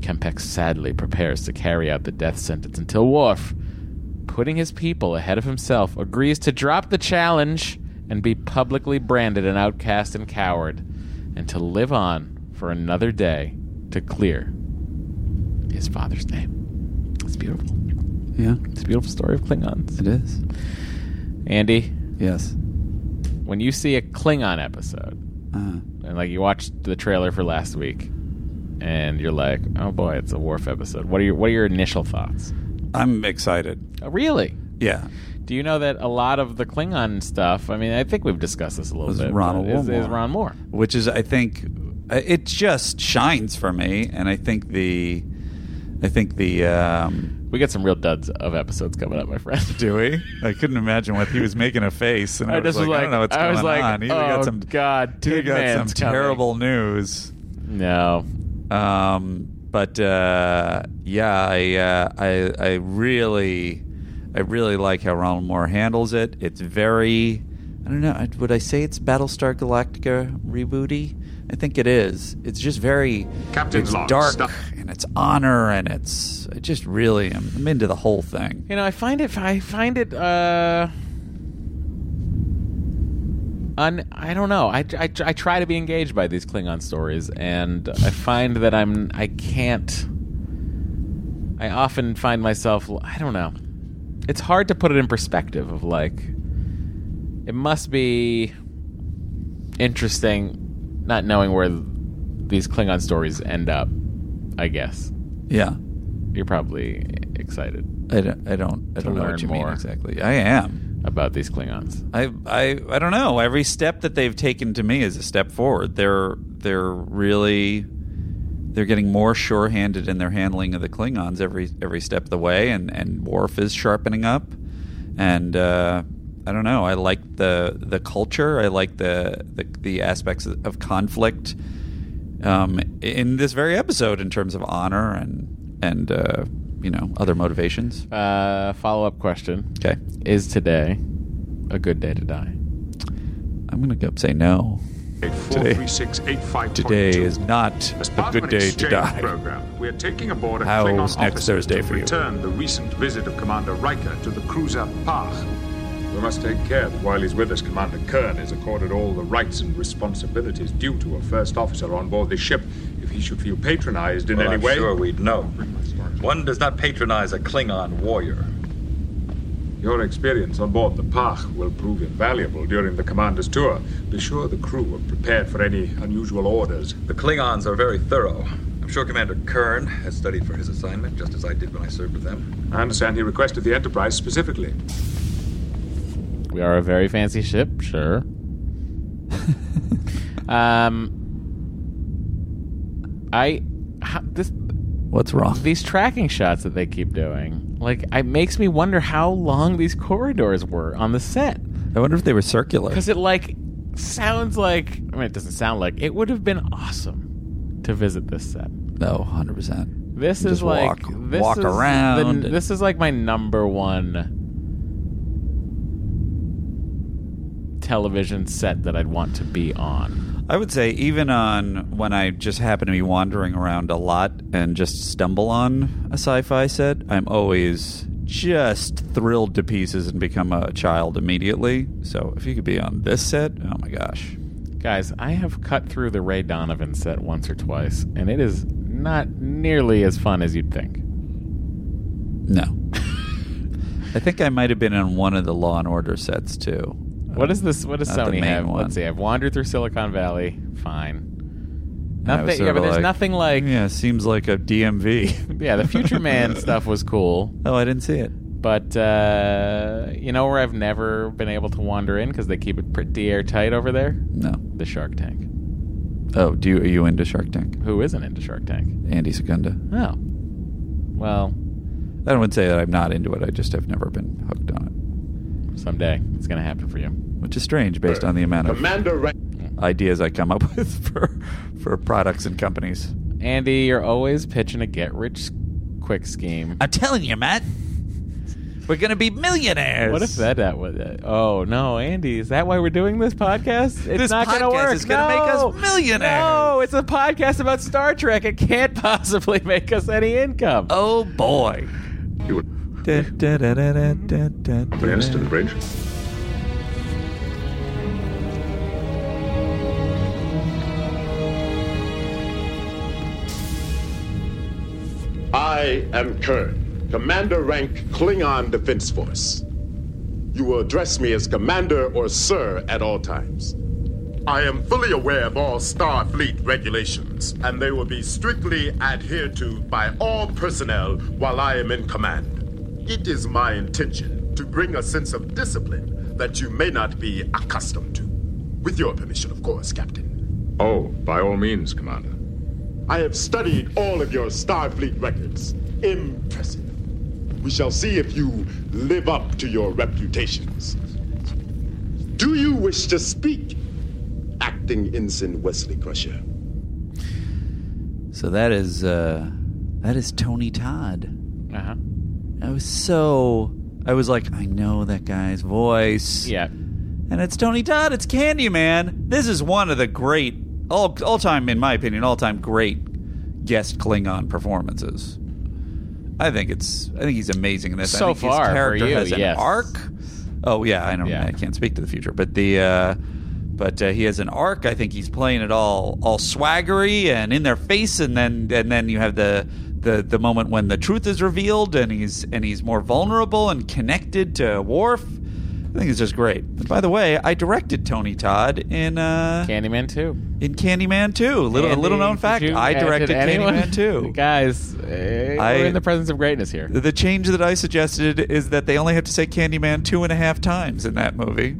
Speaker 1: Kempek sadly prepares to carry out the death sentence until Worf, putting his people ahead of himself, agrees to drop the challenge and be publicly branded an outcast and coward, and to live on for another day to clear his father's name. It's beautiful.
Speaker 2: Yeah.
Speaker 1: It's a beautiful story of Klingons.
Speaker 2: It is.
Speaker 1: Andy?
Speaker 2: Yes.
Speaker 1: When you see a Klingon episode,
Speaker 2: Uh-huh.
Speaker 1: and like you watched the trailer for last week, and you're like, oh boy, it's a Worf episode, what are your, what are your initial thoughts?
Speaker 2: I'm excited.
Speaker 1: Oh, really?
Speaker 2: Yeah.
Speaker 1: Do you know that a lot of the Klingon stuff? I mean, I think we've discussed this a little
Speaker 2: was
Speaker 1: bit.
Speaker 2: Ron
Speaker 1: but is,
Speaker 2: Moore.
Speaker 1: is Ron Moore?
Speaker 2: Which is, I think, uh, it just shines for me, and I think the, I think the. Um,
Speaker 1: we get some real duds of episodes coming up, my friend.
Speaker 2: <laughs> Do we? I couldn't imagine what he was making a face, and I,
Speaker 1: I
Speaker 2: was like,
Speaker 1: just was
Speaker 2: I don't
Speaker 1: like-
Speaker 2: know what's
Speaker 1: I
Speaker 2: going
Speaker 1: was like,
Speaker 2: on. Either
Speaker 1: oh,
Speaker 2: got some
Speaker 1: God,
Speaker 2: either
Speaker 1: Tin
Speaker 2: got some
Speaker 1: Man's coming.
Speaker 2: terrible news.
Speaker 1: No.
Speaker 2: Um, but uh, yeah, I, uh, I I really I really like how Ronald Moore handles it. It's very I don't know. I- Would I say it's Battlestar Galactica rebooty? I think it is. It's just very
Speaker 12: Captain's
Speaker 2: it's
Speaker 12: log,
Speaker 2: dark
Speaker 12: stuff.
Speaker 2: and it's honor and it's. I just really am I'm into the whole thing.
Speaker 1: You know, I find it. I find it. Uh, un, I don't know. I, I, I try to be engaged by these Klingon stories, and I find that I'm. I can't. I often find myself. I don't know. It's hard to put it in perspective of like. It must be interesting, not knowing where these Klingon stories end up. I guess
Speaker 2: Yeah,
Speaker 1: you're probably excited.
Speaker 2: I don't. I don't. I
Speaker 1: to
Speaker 2: don't know
Speaker 1: learn
Speaker 2: what you
Speaker 1: more
Speaker 2: mean exactly. I am.
Speaker 1: about these Klingons.
Speaker 2: I, I I don't know. Every step that they've taken to me is a step forward. They're they're really they're getting more sure-handed in their handling of the Klingons every every step of the way, and and Worf is sharpening up. And uh, I don't know. I like the the culture. I like the the, the aspects of conflict um, in this very episode in terms of honor and and uh, you know other motivations.
Speaker 1: Uh, follow up question.
Speaker 2: Okay.
Speaker 1: Is today a good day to die?
Speaker 2: I'm gonna go say no. Today,
Speaker 13: 843685.2.
Speaker 2: today is not
Speaker 13: As
Speaker 2: a
Speaker 13: part of
Speaker 2: good
Speaker 13: an
Speaker 2: day to
Speaker 13: exchange
Speaker 2: die.
Speaker 13: Program, we are taking aboard a
Speaker 2: How's
Speaker 13: Klingon
Speaker 2: next
Speaker 13: officer
Speaker 2: Thursday
Speaker 13: to
Speaker 2: for you?
Speaker 13: return the recent visit of Commander Riker to the cruiser Pach. We must take care that while he's with us, Commander Kern is accorded all the rights and responsibilities due to a first officer on board this ship. If he should feel patronized in
Speaker 14: Well,
Speaker 13: any
Speaker 14: I'm
Speaker 13: way,
Speaker 14: sure we'd know. One does not patronize a Klingon warrior.
Speaker 13: Your experience on board the Pach will prove invaluable during the commander's tour. Be sure the crew are prepared for any unusual orders.
Speaker 14: The Klingons are very thorough. I'm sure Commander Kern has studied for his assignment, just as I did when I served with them.
Speaker 13: I understand he requested the Enterprise specifically.
Speaker 2: <laughs>
Speaker 1: We are a very fancy ship, sure. um, I how, this
Speaker 2: What's wrong?
Speaker 1: these tracking shots that they keep doing. Like, it makes me wonder how long these corridors were on the set.
Speaker 2: I wonder if they were circular.
Speaker 1: Because it like sounds like I mean it doesn't sound like it would have been awesome to visit this set.
Speaker 2: No, hundred percent.
Speaker 1: This is like this
Speaker 2: walk
Speaker 1: is the-
Speaker 2: around.
Speaker 1: this is like my number one television set that I'd want to be on.
Speaker 2: I would say even on when I just happen to be wandering around a lot and just stumble on a sci-fi set, I'm always just thrilled to pieces and become a child immediately. So if you could be on this set, oh my gosh.
Speaker 1: Guys, I have cut through the Ray Donovan set once or twice, and it is not nearly as fun as you'd think.
Speaker 2: No. <laughs> I think I might have been on one of the Law and Order sets too.
Speaker 1: What is this? What does
Speaker 2: Uh, Not the
Speaker 1: Sony
Speaker 2: main
Speaker 1: have?
Speaker 2: one.
Speaker 1: Let's see. I've wandered through Silicon Valley. Fine.
Speaker 2: And I was
Speaker 1: Nothing.
Speaker 2: sort
Speaker 1: Yeah, but
Speaker 2: of
Speaker 1: there's nothing like.
Speaker 2: Yeah, seems like a DMV.
Speaker 1: Yeah, the
Speaker 2: <laughs>
Speaker 1: Future Man <laughs> stuff was cool.
Speaker 2: Oh, I didn't see it.
Speaker 1: But uh, you know where I've never been able to wander in because they keep it pretty airtight over there.
Speaker 2: No.
Speaker 1: The Shark Tank.
Speaker 2: Oh, do you are you into Shark Tank?
Speaker 1: Who isn't into Shark Tank?
Speaker 2: Andy Secunda.
Speaker 1: Oh. Well,
Speaker 2: I don't say that I'm not into it. I just have never been hooked on
Speaker 1: it. Someday it's going to happen for you,
Speaker 2: which is strange based on the amount of
Speaker 1: Commander Ra-
Speaker 2: <laughs> ideas I come up with <laughs> for for products and companies.
Speaker 1: Andy, you're always pitching a get-rich-quick scheme.
Speaker 2: I'm telling you, Matt, we're gonna be millionaires.
Speaker 1: What if that, that was Oh no, Andy, is that why we're doing this podcast? It's
Speaker 2: This
Speaker 1: not gonna
Speaker 2: podcast
Speaker 1: work.
Speaker 2: is gonna make us
Speaker 1: No!
Speaker 2: millionaires.
Speaker 1: No, it's a podcast about Star Trek. It can't <laughs> possibly make us any income.
Speaker 2: Oh boy. Da, da, da, da, da, da, da, da.
Speaker 12: Instant bridge.
Speaker 15: I am Kern, Commander Rank Klingon Defense Force. You will address me as Commander or Sir at all times. I am fully aware of all Starfleet regulations, and they will be strictly adhered to by all personnel while I am in command. It is my intention to bring a sense of discipline that you may not be accustomed to. With your permission, of course, Captain.
Speaker 13: Oh, by all means, Commander.
Speaker 15: I have studied all of your Starfleet records. Impressive. We shall see if you live up to your reputations. Do you wish to speak, Acting Ensign Wesley Crusher?
Speaker 2: So that is uh that is Tony Todd.
Speaker 1: Uh-huh.
Speaker 2: I was so I was like, I know that guy's voice.
Speaker 1: Yeah.
Speaker 2: And it's Tony Todd, it's Candyman. This is one of the great all all time in my opinion, all time great guest Klingon performances. I think it's I think he's amazing in this.
Speaker 1: So
Speaker 2: I think
Speaker 1: far,
Speaker 2: his
Speaker 1: for
Speaker 2: character
Speaker 1: you,
Speaker 2: has an
Speaker 1: yes.
Speaker 2: arc. Oh yeah, I don't I can't speak to the future, but the uh but uh, he has an arc. I think he's playing it all all swaggery and in their face, and then and then you have the the the moment when the truth is revealed, and he's and he's more vulnerable and connected to Worf. I think it's just great. And by the way, I directed Tony Todd in uh,
Speaker 1: Candyman too.
Speaker 2: In Candyman too, little
Speaker 1: Andy,
Speaker 2: a little known
Speaker 1: did
Speaker 2: fact,
Speaker 1: you
Speaker 2: I
Speaker 1: add- did
Speaker 2: directed
Speaker 1: anyone-
Speaker 2: Candyman too.
Speaker 1: <laughs> Guys, eh, we're in the presence of greatness here.
Speaker 2: The change that I suggested is that they only have to say Candyman two and a half times in that movie,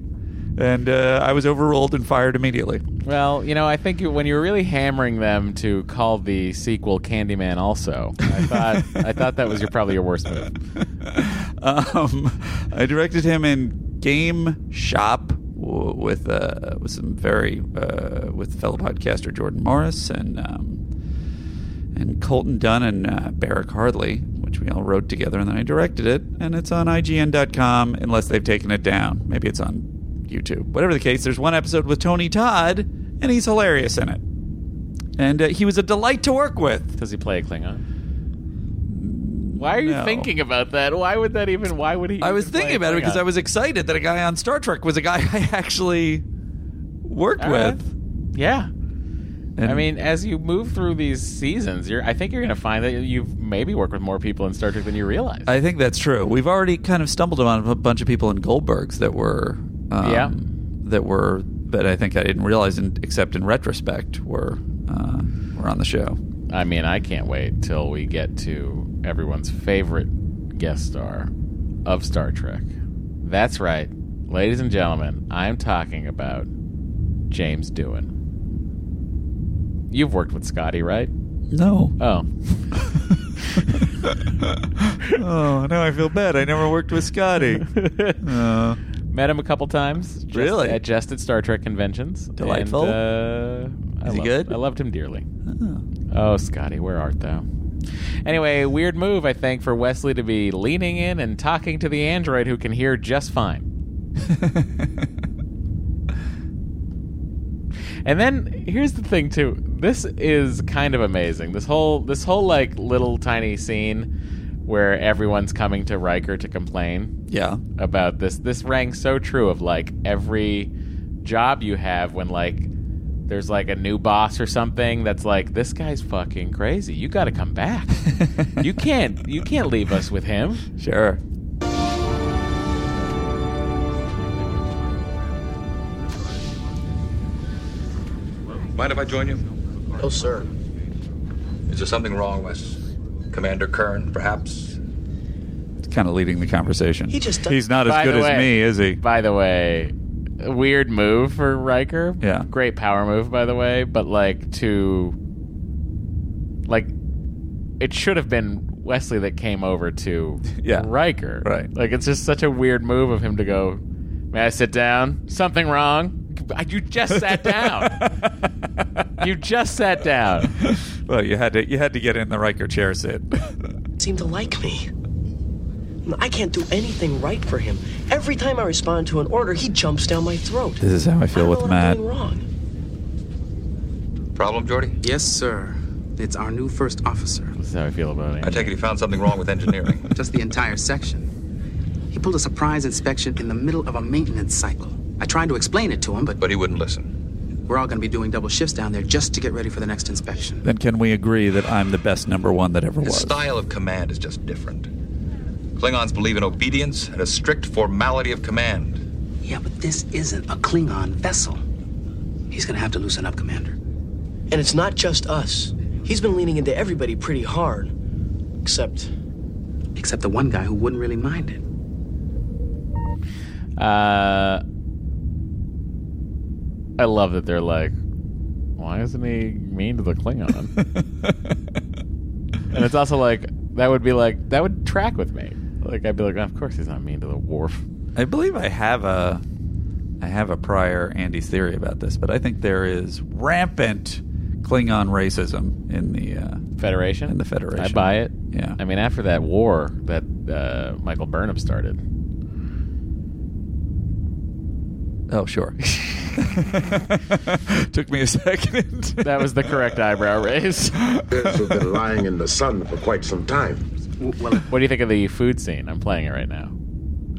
Speaker 2: and uh, I was overruled and fired immediately.
Speaker 1: Well, you know, I think you, when you were really hammering them to call the sequel Candyman, also, I thought I thought that was your probably your worst move.
Speaker 2: <laughs> Um, I directed him in Game Shop w- with uh, with some very uh, with fellow podcaster Jordan Morris and um, and Colton Dunn and uh, Barrick Hardley, which we all wrote together, and then I directed it, and it's on IGN.com unless they've taken it down. Maybe it's on YouTube. Whatever the case, there's one episode with Tony Todd, and he's hilarious in it. And uh, he was a delight to work with.
Speaker 1: Does he play a Klingon? Why are you
Speaker 2: No.
Speaker 1: thinking about that? Why would that even? Why would he?
Speaker 2: I was
Speaker 1: even play
Speaker 2: thinking
Speaker 1: a
Speaker 2: about it because
Speaker 1: Klingon?
Speaker 2: I was excited that a guy on Star Trek was a guy <laughs> I actually worked
Speaker 1: All right.
Speaker 2: with.
Speaker 1: Yeah. I
Speaker 2: And-
Speaker 1: mean, as you move through these seasons, you're I think you're going to find that you've maybe worked with more people in Star Trek than you realize.
Speaker 2: I think that's true. We've already kind of stumbled upon a bunch of people in Goldberg's that were, um,
Speaker 1: Yeah.
Speaker 2: that were that I think I didn't realize, in, except in retrospect, were uh, were on the show.
Speaker 1: I mean, I can't wait till we get to everyone's favorite guest star of Star Trek. That's right. Ladies and gentlemen, I'm talking about James doing? You've worked with Scotty, right?
Speaker 2: No.
Speaker 1: Oh. <laughs>
Speaker 2: oh, now I feel bad. I never worked with
Speaker 1: <laughs>
Speaker 2: Scotty. Uh,
Speaker 1: Met him a couple times. just-
Speaker 2: Really?
Speaker 1: At just at Star Trek conventions.
Speaker 2: Delightful.
Speaker 1: And, uh, I
Speaker 2: Is he
Speaker 1: loved-
Speaker 2: good?
Speaker 1: I loved him dearly.
Speaker 2: Oh.
Speaker 1: Oh, Scotty, where art thou? Anyway, weird move, I think, for Wesley to be leaning in and talking to the android who can hear just fine. and then here's the thing too. This is kind of amazing. This whole this whole like little tiny scene where everyone's coming to Riker to complain
Speaker 2: yeah.
Speaker 1: about this. This rang so true of like every job you have when like there's like a new boss or something that's like this guy's fucking crazy. You got to come
Speaker 2: <laughs>
Speaker 1: back. you can't you can't leave us with him.
Speaker 2: Sure.
Speaker 14: Mind if I join you?
Speaker 16: No, sir.
Speaker 14: Is there something wrong with Commander Kern, perhaps?
Speaker 2: It's kind of leading the conversation.
Speaker 14: He just does-
Speaker 2: He's not as
Speaker 1: By
Speaker 2: good
Speaker 1: the
Speaker 2: as
Speaker 1: way-
Speaker 2: me, is he?
Speaker 1: By the way, a weird move for Riker.
Speaker 2: Yeah.
Speaker 1: Great power move by the way, but like to like it should have been Wesley that came over to
Speaker 2: <laughs> Yeah.
Speaker 1: Riker.
Speaker 2: Right.
Speaker 1: Like it's just such a weird move of him to go, "May I sit down? Something wrong?" You just sat down. you just sat down.
Speaker 2: <laughs> Well, you had to you had to get in the Riker chair, Sid.
Speaker 16: <laughs> Seem to like me. I can't do anything right for him. Every time I respond to an order, he jumps down my throat.
Speaker 2: This is how I feel with
Speaker 16: What am I
Speaker 2: Matt.
Speaker 16: doing wrong?
Speaker 14: Problem, Jordy?
Speaker 17: Yes, sir. It's our new first officer.
Speaker 1: This is how I feel about it.
Speaker 14: I take it he found something wrong with engineering.
Speaker 17: <laughs> Just the entire section. He pulled a surprise inspection in the middle of a maintenance cycle. I tried to explain it to him, but
Speaker 14: but he wouldn't listen.
Speaker 17: we're all going to be doing double shifts down there just to get ready for the next inspection.
Speaker 2: Then can we agree that I'm the best number one that ever
Speaker 14: His
Speaker 2: was?
Speaker 14: style of command is just different. Klingons believe in obedience and a strict formality of command.
Speaker 17: Yeah, but this isn't a Klingon vessel. He's going to have to loosen up, Commander.
Speaker 16: And it's not just us. He's been leaning into everybody pretty hard. Except.
Speaker 17: Except the one guy who wouldn't really mind it.
Speaker 1: Uh, I love that they're like, why isn't he mean to the
Speaker 2: <laughs>
Speaker 1: Klingon? and it's also like that would be like that would track with me. Like I'd be like, of course he's not mean to the Wharf.
Speaker 2: I believe I have a I have a prior Andy theory about this, but I think there is rampant Klingon racism in the uh,
Speaker 1: Federation
Speaker 2: in the Federation.
Speaker 1: I buy it.
Speaker 2: Yeah.
Speaker 1: I mean, after that war that uh, Michael Burnham started,
Speaker 2: Oh, sure. <laughs> Took me a second.
Speaker 1: that was the correct eyebrow raise.
Speaker 15: Kids have been lying in the sun for quite <laughs> some time.
Speaker 1: what do you think of the food scene? I'm playing it right now.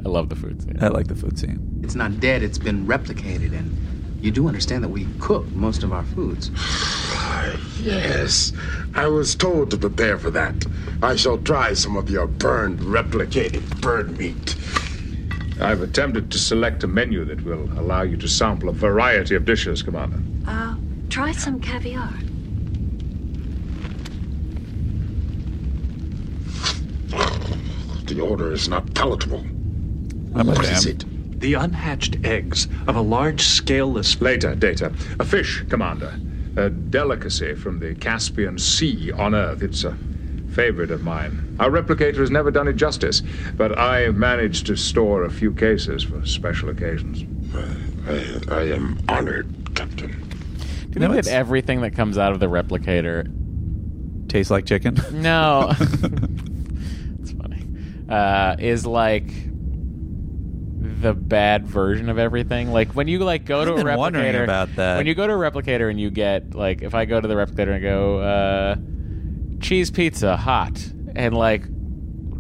Speaker 1: I love the food scene.
Speaker 2: I like the food scene.
Speaker 17: It's not dead, it's been replicated, and you do understand that we cook most of our foods.
Speaker 15: Ah, Yes, I was told to prepare for that. I shall try some of your burned, replicated bird meat.
Speaker 13: I've attempted to select a menu that will allow you to sample a variety of dishes, Commander.
Speaker 10: Uh, try some caviar.
Speaker 15: The order is not palatable.
Speaker 2: I'm a
Speaker 15: What
Speaker 2: fan.
Speaker 15: is it?
Speaker 13: The unhatched eggs of a large scaleless. Later, data. A fish, Commander. A delicacy from the Caspian Sea on Earth. It's a favorite of mine. Our replicator has never done it justice, but I managed to store a few cases for special occasions.
Speaker 15: I, I am honored,
Speaker 1: Do
Speaker 15: Captain.
Speaker 1: you
Speaker 2: No,
Speaker 1: think that
Speaker 2: it's-
Speaker 1: everything that comes out of the replicator
Speaker 2: Tastes like chicken. <laughs>
Speaker 1: No. it's funny. Uh, is like the bad version of everything. Like when you like go to
Speaker 2: I've
Speaker 1: a
Speaker 2: been wondering
Speaker 1: replicator
Speaker 2: about that.
Speaker 1: when you go to a replicator and you get like if I go to the replicator and go uh, cheese pizza hot and like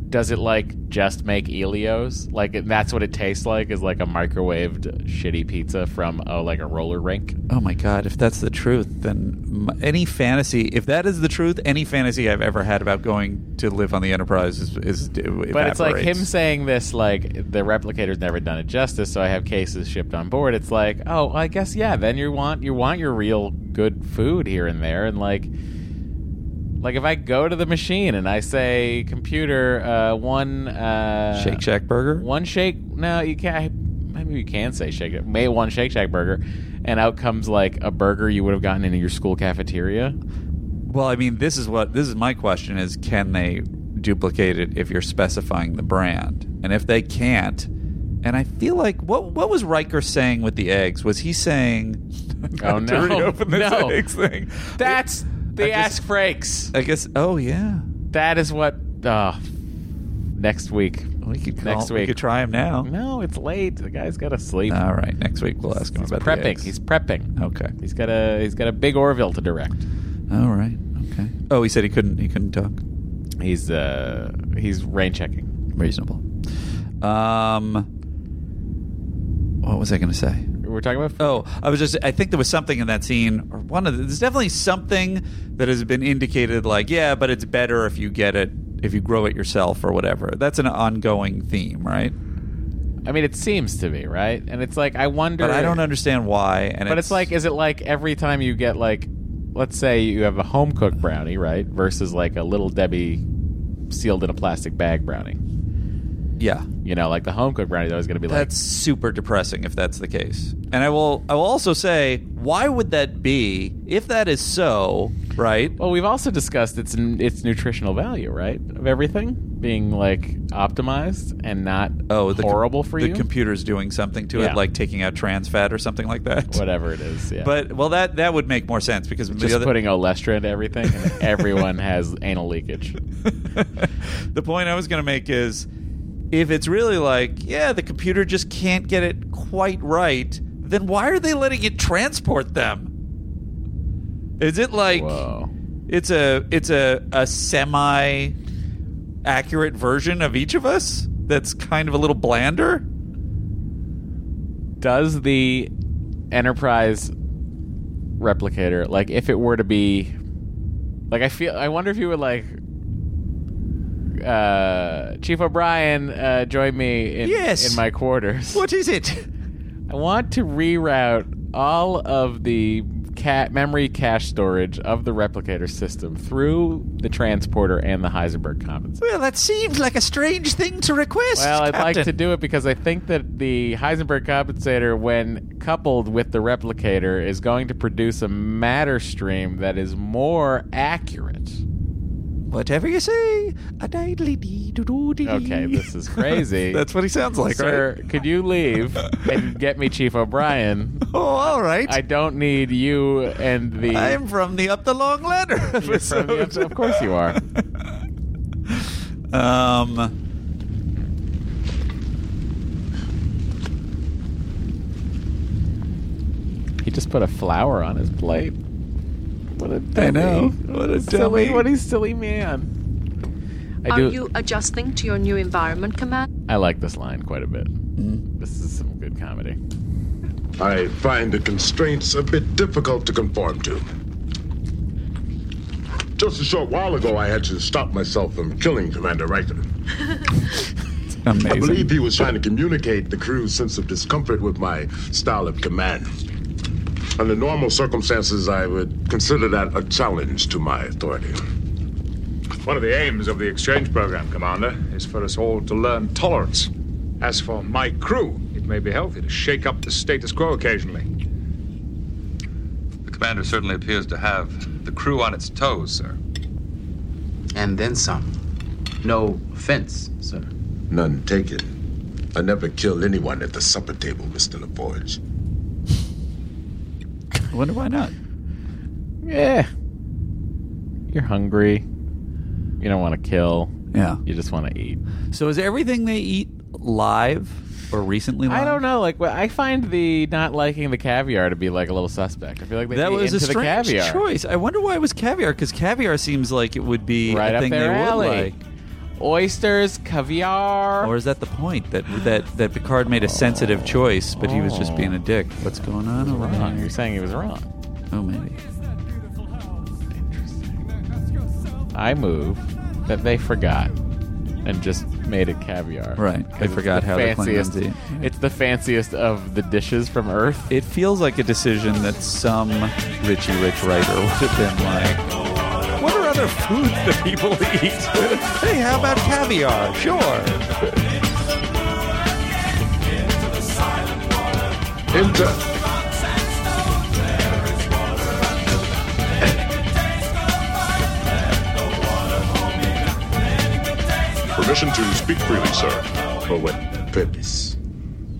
Speaker 1: does it like just make Elios? Like and that's what it tastes like is like a microwaved shitty pizza from oh like a roller rink.
Speaker 2: Oh my god! If that's the truth, then m- any fantasy, if that is the truth, any fantasy I've ever had about going to live on the Enterprise is, is but
Speaker 1: But it's like him saying this, like the replicator's never done it justice, so I have cases shipped on board. It's like, oh, I guess yeah. Then you want you want your real good food here and there, and like, like if I go to the machine and I say, computer, uh, one uh,
Speaker 2: Shake Shack burger.
Speaker 1: one shake. No, you can't. maybe you can say Shake Shack, May one Shake Shack burger, and out comes like a burger you would have gotten in your
Speaker 2: <laughs>
Speaker 1: school cafeteria.
Speaker 2: Well, I mean, this is what this is my question is can they duplicate it if you're specifying the brand? And if they can't, and I feel like what what was Riker saying with the eggs? Was he saying <laughs> to
Speaker 1: Oh, no.
Speaker 2: reopen this
Speaker 1: No.
Speaker 2: eggs thing?
Speaker 1: That's the
Speaker 2: I
Speaker 1: Ask Frakes.
Speaker 2: I guess oh yeah.
Speaker 1: That is what uh, next week.
Speaker 2: We could call-
Speaker 1: next
Speaker 2: we
Speaker 1: week.
Speaker 2: could try him now.
Speaker 1: No, it's late. The guy's got to sleep.
Speaker 2: All right, next week we'll ask him
Speaker 1: He's
Speaker 2: about the
Speaker 1: prepping.
Speaker 2: eggs.
Speaker 1: He's prepping.
Speaker 2: Okay.
Speaker 1: He's got a he's got a big Orville to direct.
Speaker 2: All right. Okay. Oh, he said he couldn't he couldn't talk.
Speaker 1: He's uh he's rain checking.
Speaker 2: Reasonable. Um what was I going to say?
Speaker 1: We're talking about
Speaker 2: Oh, I was just I think there was something in that scene or one of the, there's definitely something that has been indicated like yeah, but it's better if you get it if you grow it yourself or whatever. That's an ongoing theme, right?
Speaker 1: I mean, it seems to be right, and it's like I wonder.
Speaker 2: But I don't understand why and
Speaker 1: but it's, like, is it like every time you get like, let's say you have a home cooked brownie, right, versus like a little Debbie sealed in a plastic bag brownie.
Speaker 2: Yeah.
Speaker 1: You know, like the home cooked brownie is always going to be like
Speaker 2: That's super depressing if that's the case. And I will I will also say, why would that be? If that is so, right?
Speaker 1: Well, we've also discussed its its nutritional value, right, of everything being like optimized and not
Speaker 2: oh the com-
Speaker 1: horrible for
Speaker 2: the
Speaker 1: you.
Speaker 2: computer's doing something to
Speaker 1: Yeah.
Speaker 2: it, like taking out trans fat or something like that.
Speaker 1: Whatever it is, yeah.
Speaker 2: But well, that that would make more sense because the
Speaker 1: Just
Speaker 2: other,
Speaker 1: putting Olestra into everything, and everyone <laughs> has anal leakage.
Speaker 2: the point I was going to make is if it's really like, yeah, the computer just can't get it quite right, then why are they letting it transport them? Is it like it's a it's a, a semi accurate version of each of us that's kind of a little blander?
Speaker 1: Does the Enterprise replicator, like, if it were to be, like, I feel, I wonder if you would like. Uh, Chief O'Brien, uh, join me in,
Speaker 2: Yes.
Speaker 1: in my quarters.
Speaker 2: What is it?
Speaker 1: I want to reroute all of the cat memory cache storage of the replicator system through the transporter and the Heisenberg compensator.
Speaker 2: Well, that seems like a strange thing to <laughs> request.
Speaker 1: Well, I'd like to
Speaker 2: Captain.
Speaker 1: do it because I think that the Heisenberg compensator, when coupled with the replicator, is going to produce a matter stream that is more accurate.
Speaker 2: Whatever you say. A diddly dee doo doo dee.
Speaker 1: Okay,
Speaker 2: <laughs>
Speaker 1: this is crazy.
Speaker 2: That's what he sounds like,
Speaker 1: Sir,
Speaker 2: right?
Speaker 1: could
Speaker 2: <laughs>
Speaker 1: you leave and get me Chief O'Brien?
Speaker 2: Oh, all right.
Speaker 1: I don't need you and the.
Speaker 2: <laughs> I'm from the Up the Long Ladder
Speaker 1: You're from the
Speaker 2: episode.
Speaker 1: episode. Of course
Speaker 2: <laughs>
Speaker 1: you are.
Speaker 2: Um,
Speaker 1: He just put a flower on his plate. What a dummy.
Speaker 2: I know. What a
Speaker 1: silly,
Speaker 2: dummy.
Speaker 1: What a silly man. I do.
Speaker 18: Are you adjusting to your new environment, Command?
Speaker 1: I like this line quite a bit.
Speaker 2: Mm-hmm.
Speaker 1: This is some good comedy.
Speaker 15: I find the constraints a bit difficult to conform to. Just a short while ago, I had to stop myself from killing Commander Riker. I believe he was trying to communicate the crew's sense of discomfort with my style of command. Under normal circumstances, I would consider that a challenge to my authority.
Speaker 13: One of the aims of the exchange program, Commander, is for us all to learn tolerance. As for my crew, it may be healthy to shake up the status quo occasionally.
Speaker 14: The commander certainly appears to have the crew on its toes, sir.
Speaker 17: And then some.
Speaker 14: Oh,
Speaker 17: No offense, sir.
Speaker 15: None taken. I never kill anyone at the supper table, Mr. LaForge.
Speaker 2: I <laughs> wonder why not.
Speaker 1: Yeah. You're hungry. You don't want to kill.
Speaker 2: Yeah.
Speaker 1: You just want to eat.
Speaker 2: So is everything they eat live or recently live?
Speaker 1: I don't know. Like, well, I find the not liking the caviar to be like a little suspect. I feel like they
Speaker 2: that
Speaker 1: ate
Speaker 2: was a
Speaker 1: into the
Speaker 2: strange
Speaker 1: caviar.
Speaker 2: choice. I wonder why it was caviar because caviar seems like it would be
Speaker 1: Right
Speaker 2: a
Speaker 1: up
Speaker 2: thing
Speaker 1: their
Speaker 2: they
Speaker 1: alley.
Speaker 2: would like.
Speaker 1: Oysters, caviar.
Speaker 2: Or is that the point that that that Picard made a sensitive choice, but he was just being a dick? What's going on over
Speaker 1: Oh. wrong.
Speaker 2: here?
Speaker 1: You're saying he was wrong.
Speaker 2: Oh, maybe.
Speaker 1: I move that they forgot and just made it caviar.
Speaker 2: Right. They
Speaker 1: 'Cause it's
Speaker 2: forgot
Speaker 1: the
Speaker 2: how the
Speaker 1: fanciest.
Speaker 2: Klingons eat.
Speaker 1: It's the fanciest of the dishes from Earth.
Speaker 2: It feels like a decision that some Richie Rich writer would have been like, what are other foods that people eat? hey, how about caviar? Sure.
Speaker 5: Into the silence.
Speaker 15: Enter.
Speaker 12: Permission to speak freely, sir. For what purpose?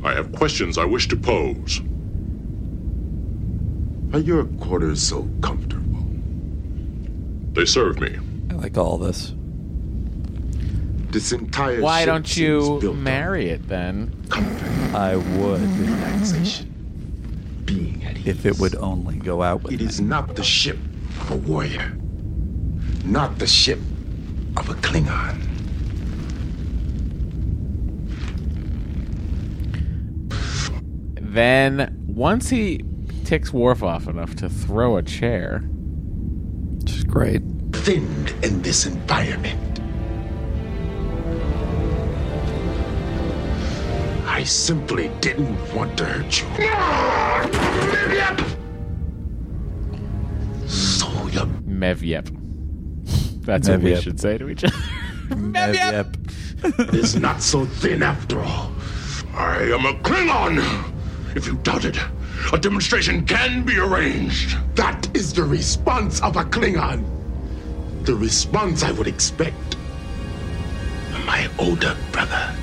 Speaker 12: I have questions I wish to pose.
Speaker 15: Are your quarters so comfortable?
Speaker 12: They serve me.
Speaker 2: I like all this.
Speaker 15: This entire
Speaker 1: Why
Speaker 15: ship
Speaker 1: don't
Speaker 15: seems
Speaker 1: you
Speaker 15: built
Speaker 1: marry it then?
Speaker 2: I would.
Speaker 15: Relaxation. Being at
Speaker 2: If it would only go out with
Speaker 15: It is not the ship of a warrior, not the ship of a Klingon.
Speaker 1: Then once he ticks Worf off enough to throw a chair, which is
Speaker 2: great.
Speaker 15: Thinned in this environment. I simply didn't want to hurt you. So you
Speaker 1: Mev yep. That's what
Speaker 15: Mev
Speaker 1: we
Speaker 15: yep.
Speaker 1: should say to each other. Mev yep. <laughs>
Speaker 15: It is not so thin after all.
Speaker 12: I am a Klingon! If you doubt it, a demonstration can be arranged.
Speaker 15: That is the response of a Klingon. The response I would expect from my older brother.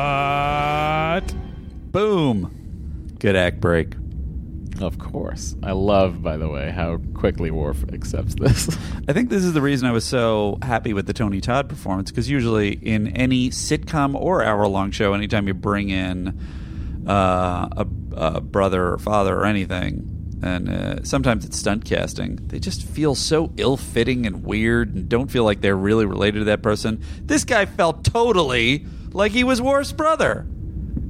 Speaker 2: What? Boom. Good act break.
Speaker 1: Of course. I love, by the way, how quickly Worf accepts this. <laughs>
Speaker 2: I think this is the reason I was so happy with the Tony Todd performance because usually in any sitcom or hour long show, anytime you bring in uh, a, a brother or father or anything, and uh, sometimes it's stunt casting, they just feel so ill fitting and weird and don't feel like they're really related to that person. This guy felt totally like he was Worf's brother.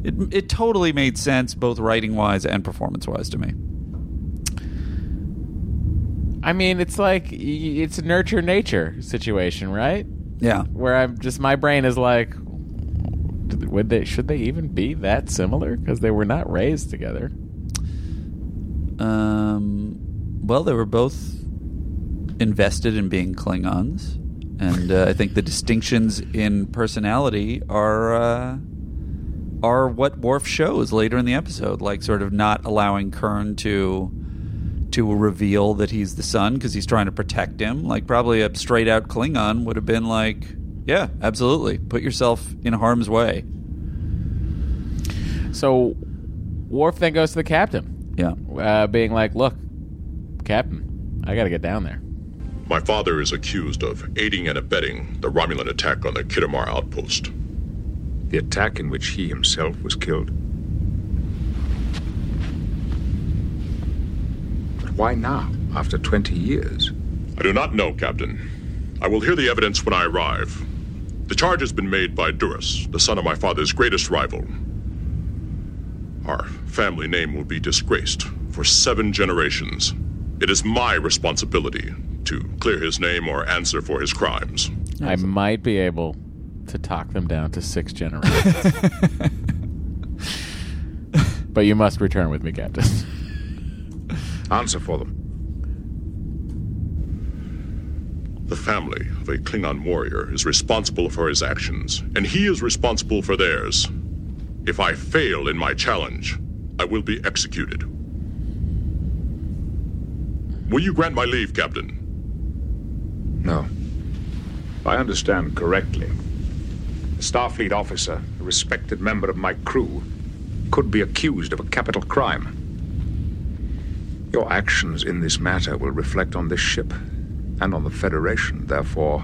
Speaker 2: It, it totally made sense, both writing wise and performance wise, to me.
Speaker 1: I mean, it's like y- it's a nurture nature situation, right?
Speaker 2: Yeah.
Speaker 1: Where I'm just my brain is like, did- would they should they even be that similar? Because they were not raised together.
Speaker 2: Um, well, they were both invested in being Klingons, and uh, I think the distinctions in personality are uh, are what Worf shows later in the episode, like sort of not allowing Kern to to reveal that he's the son because he's trying to protect him. Like probably a straight out Klingon would have been like, "Yeah, absolutely, put yourself in harm's way."
Speaker 1: So Worf then goes to the captain.
Speaker 2: Yeah.
Speaker 1: Uh, being like, look, captain, I got to get down there.
Speaker 12: My father is accused of aiding and abetting the Romulan attack on the Kitamar outpost.
Speaker 13: The attack in which he himself was killed. But why now, after 20 years?
Speaker 12: I do not know, Captain. I will hear the evidence when I arrive. The charge has been made by Duras, the son of my father's greatest rival. Our family name will be disgraced for seven generations. It is my responsibility to clear his name or answer for his crimes.
Speaker 1: I might be able to talk them down to
Speaker 2: <laughs>
Speaker 1: six generations. but you must return with
Speaker 2: <laughs>
Speaker 1: me, Captain.
Speaker 13: Answer for them.
Speaker 12: The family of a Klingon warrior is responsible for his actions, and he is responsible for theirs. If I fail in my challenge, I will be executed. Will you grant my leave, Captain?
Speaker 13: No. If I understand correctly, a Starfleet officer, a respected member of my crew, could be accused of a capital crime. Your actions in this matter will reflect on this ship and on the Federation. Therefore,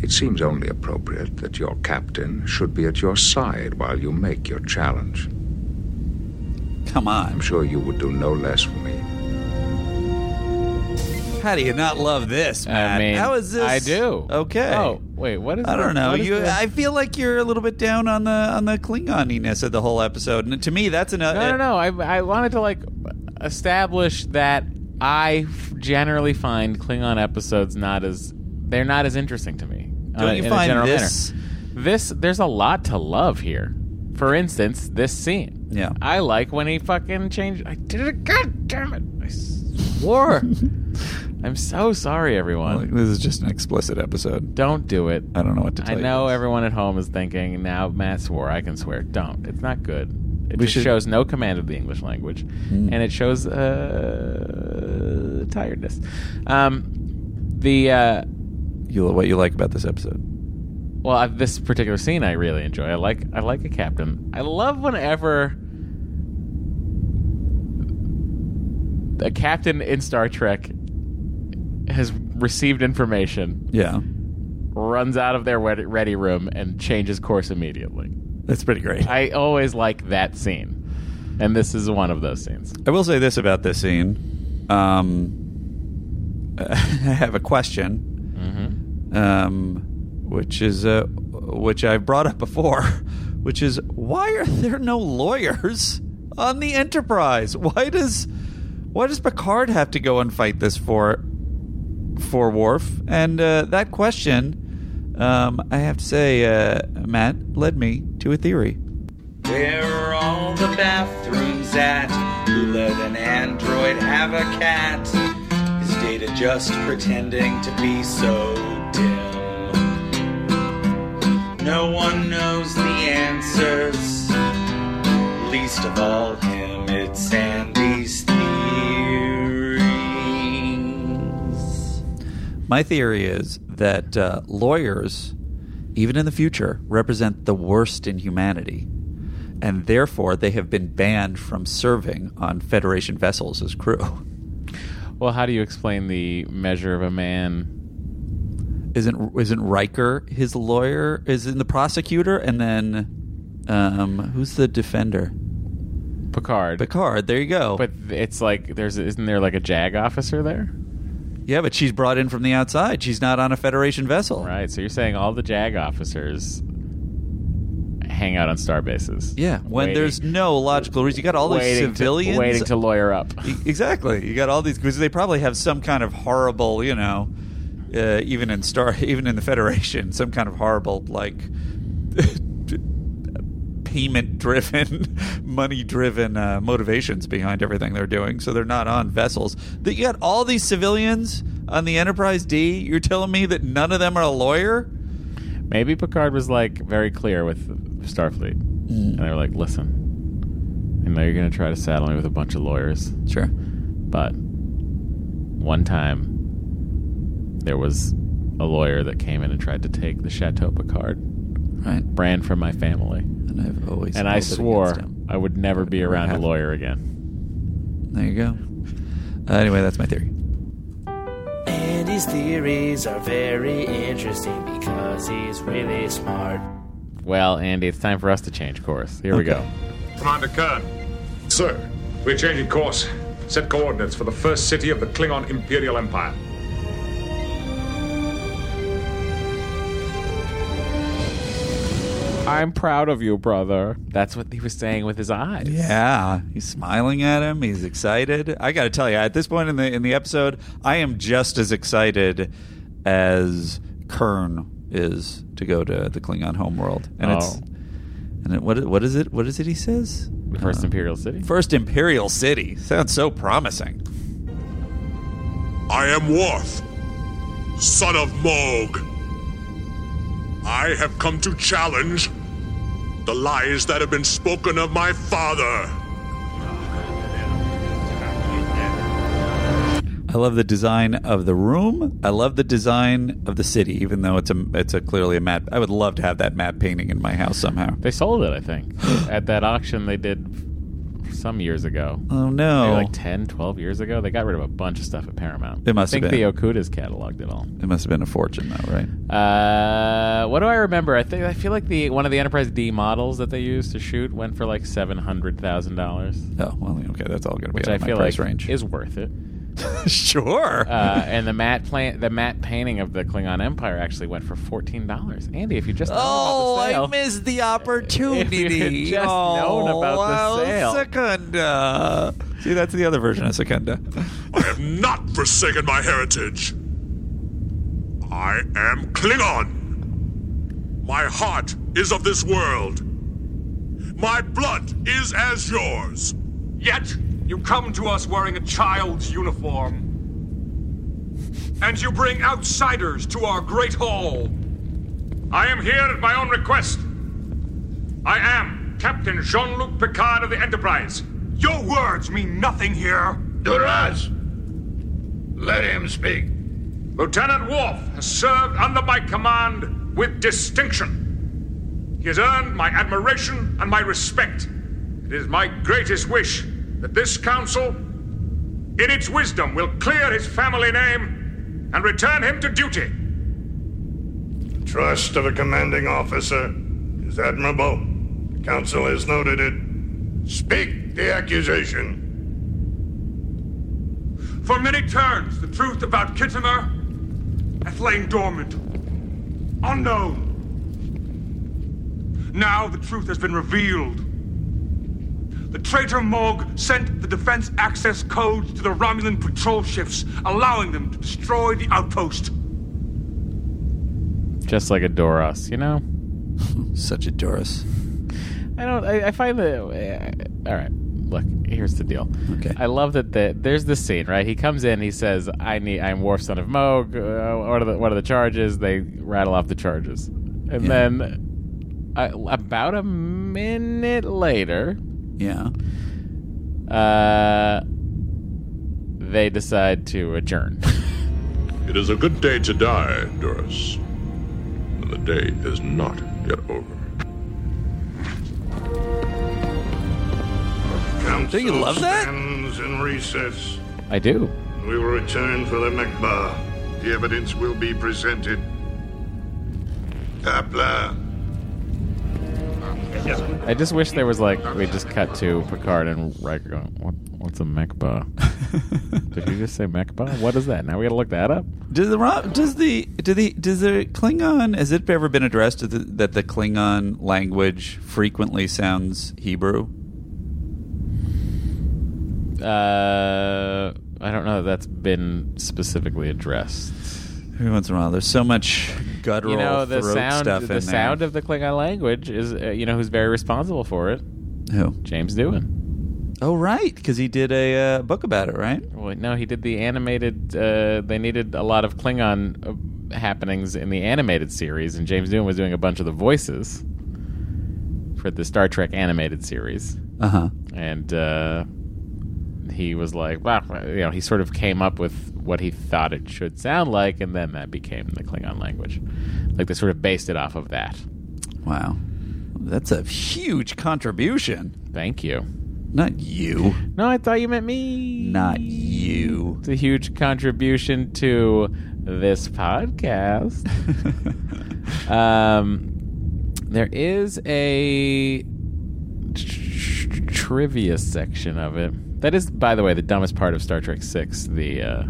Speaker 13: it seems only appropriate that your captain should be at your side while you make your challenge.
Speaker 2: Come on.
Speaker 13: I'm sure you would do no less for me.
Speaker 2: How do you not love this, Matt?
Speaker 1: mean,
Speaker 2: How is this?
Speaker 1: I do.
Speaker 2: Okay.
Speaker 1: Oh, wait, what is
Speaker 2: I
Speaker 1: the-
Speaker 2: don't know.
Speaker 1: what is
Speaker 2: You,
Speaker 1: the-
Speaker 2: I feel like you're a little bit down on the on the Klingoniness of the whole episode, and to me, that's an. uh,
Speaker 1: No, no, no. I, I wanted to like establish that I f- generally find Klingon episodes not as they're not as interesting to me. on
Speaker 2: Don't
Speaker 1: a-
Speaker 2: you
Speaker 1: in a
Speaker 2: find
Speaker 1: general
Speaker 2: this-
Speaker 1: manner. This there's a lot to love here. For instance, this scene.
Speaker 2: Yeah. <laughs>
Speaker 1: I like when he fucking changed. I did it. God damn it! I swore. I'm so sorry, everyone.
Speaker 2: Look, this is just an explicit episode.
Speaker 1: Don't do it.
Speaker 2: I don't know what to tell
Speaker 1: I
Speaker 2: you.
Speaker 1: know everyone at home is thinking now. Matt swore. I can swear. Don't. It's not good. It
Speaker 2: We
Speaker 1: just
Speaker 2: should-
Speaker 1: shows no command of the English language,
Speaker 2: Mm.
Speaker 1: and it shows uh, tiredness. Um, the uh,
Speaker 2: You what you like about this episode?
Speaker 1: well, uh, this particular scene I really enjoy. I like. I like a captain. I love whenever a captain in Star Trek has received information.
Speaker 2: Yeah,
Speaker 1: runs out of their wed- ready room and changes course immediately.
Speaker 2: that's pretty great.
Speaker 1: I always like that scene. And this is one of those scenes.
Speaker 2: I will say this about this scene. Um, <laughs> I have a question, um, which is uh, which I've brought up before, <laughs> which is why are there no lawyers on the Enterprise? Why does why does Picard have to go and fight this for for Worf? And uh, that question, um, I have to say, uh, Matt led me to a theory.
Speaker 19: Where are all the bathrooms at? Who let an android have a cat? Is Data just pretending to be so dim? No one knows the answers, least of all him. It's Sandy's theories.
Speaker 2: My theory is that uh, lawyers, even in the future, represent the worst in humanity, and therefore they have been banned from serving on Federation vessels as crew. <laughs>
Speaker 1: Well, how do you explain the measure of a man?
Speaker 2: Isn't isn't Riker his lawyer? Isn't the prosecutor? And then um, who's the defender?
Speaker 1: Picard.
Speaker 2: Picard. There you go.
Speaker 1: But it's like there's isn't there like a JAG officer there?
Speaker 2: Yeah, but she's brought in from the outside. She's not on a Federation vessel.
Speaker 1: Right. So you're saying all the JAG officers hang out on star bases.
Speaker 2: Yeah, when
Speaker 1: Waiting-
Speaker 2: there's no logical reason, you got all these
Speaker 1: waiting to-
Speaker 2: civilians
Speaker 1: waiting to lawyer up.
Speaker 2: E- Exactly, you got all these because they probably have some kind of horrible, you know, uh, even in Star, <laughs> even in the Federation, some kind of horrible like <laughs> payment-driven, <laughs> money-driven uh, motivations behind everything they're doing. So they're not on vessels. That you got all these civilians on the Enterprise D. You're telling me that none of them are a lawyer?
Speaker 1: Maybe Picard was like very clear with Starfleet,
Speaker 2: Mm.
Speaker 1: and they were like, "Listen, I know you're going to try to saddle me with a bunch of lawyers,
Speaker 2: sure,
Speaker 1: but one time there was a lawyer that came in and tried to take the Chateau Picard
Speaker 2: Right.
Speaker 1: brand from my family,
Speaker 2: and I've always
Speaker 1: and I
Speaker 2: held it
Speaker 1: swore
Speaker 2: against him.
Speaker 1: I would never be around a
Speaker 2: have.
Speaker 1: lawyer again.
Speaker 2: There you go. Uh, anyway, that's my theory.
Speaker 20: Andy's theories are very interesting because he's really smart.
Speaker 1: Well, Andy, it's time for us to change course. Here we go.
Speaker 13: Commander Kern. Sir. We're changing course. Set coordinates for the first city of the Klingon Imperial Empire.
Speaker 1: I'm proud of you, brother. That's what he was saying with his eyes.
Speaker 2: Yeah, he's smiling at him. He's excited. I got to tell you, at this point in the in the episode, I am just as excited as Kern is to go to the Klingon homeworld, and it's
Speaker 1: Oh.
Speaker 2: and it, what what is it? What is it? He says
Speaker 1: The first
Speaker 2: Uh,
Speaker 1: Imperial City.
Speaker 2: First Imperial City sounds so promising.
Speaker 12: I am Worf, son of Moog. I have come to challenge the lies that have been spoken of my father.
Speaker 2: I love the design of the room. I love the design of the city, even though it's a it's a clearly a map. I would love to have that map painting in my house somehow.
Speaker 1: They sold it,
Speaker 2: <gasps>
Speaker 1: I think, at that auction they did some years ago.
Speaker 2: Oh, no.
Speaker 1: Maybe like 10, 12 years ago. They got rid of a bunch of stuff at Paramount.
Speaker 2: It must
Speaker 1: I
Speaker 2: have
Speaker 1: think
Speaker 2: been.
Speaker 1: the Okudas cataloged it all.
Speaker 2: It must have been a fortune, though, right?
Speaker 1: Uh, what do I remember? I think I feel like the one of the Enterprise D models that they used to shoot went for like seven hundred thousand dollars,
Speaker 2: Oh well, okay, that's all going to be
Speaker 1: which
Speaker 2: out
Speaker 1: I
Speaker 2: of my
Speaker 1: feel like
Speaker 2: price range.
Speaker 1: is worth it.
Speaker 2: <laughs> sure.
Speaker 1: Uh, and the matte plan- the matte painting of the Klingon Empire actually went for fourteen dollars. Andy, if you just
Speaker 2: Oh, I
Speaker 1: sale.
Speaker 2: missed the opportunity.
Speaker 1: <laughs> If you had just
Speaker 2: oh,
Speaker 1: known about the
Speaker 2: well,
Speaker 1: sale.
Speaker 2: Secunda. See, that's the other version of Secunda.
Speaker 12: I have not forsaken my heritage. I am Klingon. My heart is of this world. My blood is as yours.
Speaker 13: Yet you come to us wearing a child's uniform. and you bring outsiders to our great hall. I am here at my own request. I am Captain Jean Luc Picard of the Enterprise. Your words mean nothing here. Duras! Let him speak. Lieutenant Worf has served under my command with distinction. He has earned my admiration and my respect. It is my greatest wish that this council, in its wisdom, will clear his family name and return him to duty.
Speaker 21: Trust of a commanding officer is admirable. The council has noted it. Speak the accusation.
Speaker 13: For many turns, the truth about Kittimer hath lain dormant, unknown. Now the truth has been revealed. The traitor Morg sent the defense access codes to the Romulan patrol ships, allowing them to destroy the outpost.
Speaker 1: Just like a Doros, you know?
Speaker 2: <laughs> Such a Doros.
Speaker 1: I don't. I, I find that. uh, all right. Look, here's the deal. Okay. I love that the, there's this scene, right? He comes in, he says, "I need. I'm Worf, son of Moog. Uh, what are the What are the charges?" They rattle off the charges, and
Speaker 2: Yeah.
Speaker 1: then uh, about a minute later,
Speaker 2: yeah,
Speaker 1: uh, they decide to <laughs> adjourn.
Speaker 12: It is a good day to die, Duras. And the day is not yet over.
Speaker 21: Council
Speaker 12: you love that?
Speaker 21: stands in recess.
Speaker 1: I do.
Speaker 21: We will return for the Mechbar. The evidence will be presented. Kapla.
Speaker 1: I just wish there was like we just cut to Picard and Riker going, what, "What's
Speaker 2: <laughs>
Speaker 1: a mechba?" Did you just say mechba? What is that? Now we got to look that up.
Speaker 2: Does the Ro- does the do the does the Klingon has it ever been addressed that the, that the Klingon language frequently sounds Hebrew?
Speaker 1: Uh, I don't know. that That's been specifically addressed.
Speaker 2: Every once in a while, there's so much guttural
Speaker 1: you know the
Speaker 2: throat
Speaker 1: sound,
Speaker 2: stuff
Speaker 1: the
Speaker 2: in
Speaker 1: sound of the Klingon language is uh, you know who's very responsible for it.
Speaker 2: Who?
Speaker 1: James Doohan.
Speaker 2: there. Oh right, because he did a uh, book about it, right?
Speaker 1: Well, no, he did the animated. Uh, they needed a lot of Klingon uh, happenings in the animated series, and James Doohan was doing a bunch of the voices for the Star Trek animated series.
Speaker 2: Uh-huh.
Speaker 1: And uh, he was like, "Wow," you know, he sort of came up with what he thought it should sound like, and then that became the Klingon language. Like they sort of based it off of that.
Speaker 2: Wow, that's a huge contribution.
Speaker 1: Thank you.
Speaker 2: Not you.
Speaker 1: No, I thought you meant me.
Speaker 2: Not you.
Speaker 1: It's a huge contribution to
Speaker 2: <laughs>
Speaker 1: this podcast. um, there is a tr- tr- trivia section of it. That is, by the way, the dumbest part of Star Trek Six: the uh,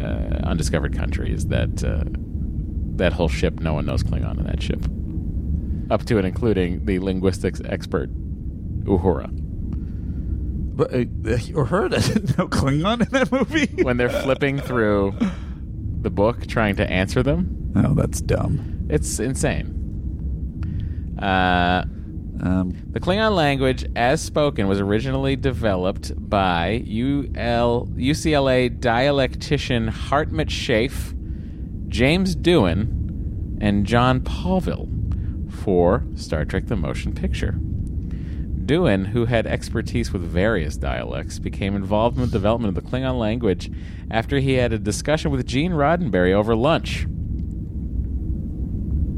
Speaker 1: uh, undiscovered country is that uh, that whole ship. No one knows Klingon in that ship, up to and including the linguistics expert Uhura.
Speaker 2: But uh, <laughs> you heard I didn't know Klingon in that movie.
Speaker 1: when they're
Speaker 2: <laughs>
Speaker 1: flipping through the book trying to answer them.
Speaker 2: Oh, that's dumb.
Speaker 1: It's insane. Uh, the Klingon language, as spoken, was originally developed by UL, UCLA dialectician Hartmut Schaeff, James Doohan, and John Paulville for Star Trek the Motion Picture. Doohan, who had expertise with various dialects, became involved in the development of the Klingon language after he had a discussion with Gene Roddenberry over lunch.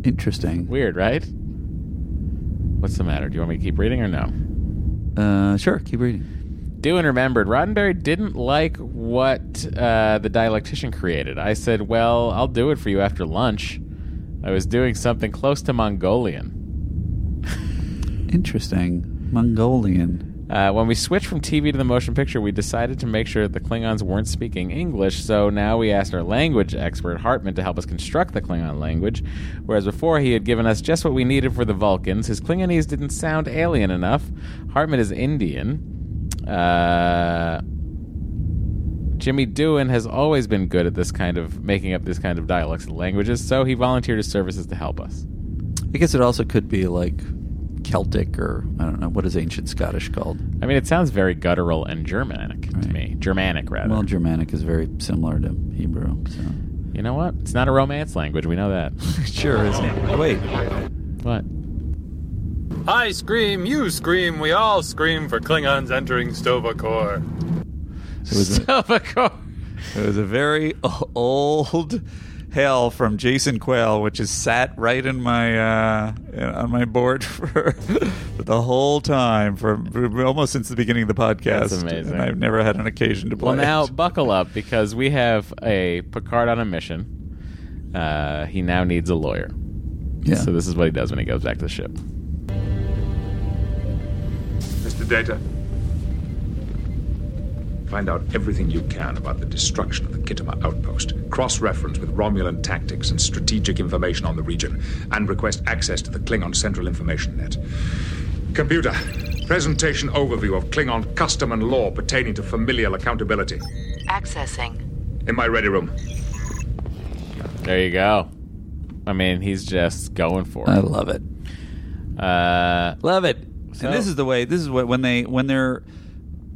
Speaker 2: Interesting.
Speaker 1: Weird, right? What's the matter? Do you want me to keep reading or no?
Speaker 2: Uh, sure, keep reading.
Speaker 1: Doohan remembered Roddenberry didn't like what uh, the dialectician created. I said, Well, I'll do it for you after lunch. I was doing something close to Mongolian.
Speaker 2: Interesting. Mongolian.
Speaker 1: Uh, when we switched from TV to the motion picture, we decided to make sure that the Klingons weren't speaking English, so now we asked our language expert, Hartman, to help us construct the Klingon language. Whereas before, he had given us just what we needed for the Vulcans, his Klingonese didn't sound alien enough. Hartman is Indian. Uh, Jimmy Doohan has always been good at this kind of making up this kind of dialects and languages, so he volunteered his services to help us.
Speaker 2: I guess it also could be like Celtic or I don't know what is ancient Scottish called.
Speaker 1: I mean, it sounds very guttural and Germanic to me. Germanic, rather.
Speaker 2: Well, Germanic is very similar to Hebrew. So.
Speaker 1: You know what? It's not a Romance language. We know that.
Speaker 2: <laughs> sure isn't. Wait.
Speaker 1: What?
Speaker 3: I scream, you scream, we all scream for Klingons entering Stova Corps.
Speaker 2: It was a, <laughs> It was a very o- old hail from Jason Quayle, which has sat right in my uh, on my board <laughs> for, for the whole time, for, for almost since the beginning of the podcast.
Speaker 1: That's amazing.
Speaker 2: And I've never had an occasion to play.
Speaker 1: Well, now
Speaker 2: it.
Speaker 1: buckle up because we have a Picard on a mission. Uh, he now needs a lawyer.
Speaker 2: Yeah.
Speaker 1: So this is what he does when he goes back to the ship.
Speaker 13: Mr. Data. Find out everything you can about the destruction of the Kittima outpost. Cross reference with Romulan tactics and strategic information on the region, and request access to the Klingon Central Information Net. Computer, presentation overview of Klingon custom and law pertaining to familial accountability.
Speaker 22: Accessing.
Speaker 13: In my ready room.
Speaker 1: There you go. I mean, he's just going for it.
Speaker 2: I love it.
Speaker 1: Uh,
Speaker 2: love it.
Speaker 1: so-
Speaker 2: and this is the way. This is what when they when they're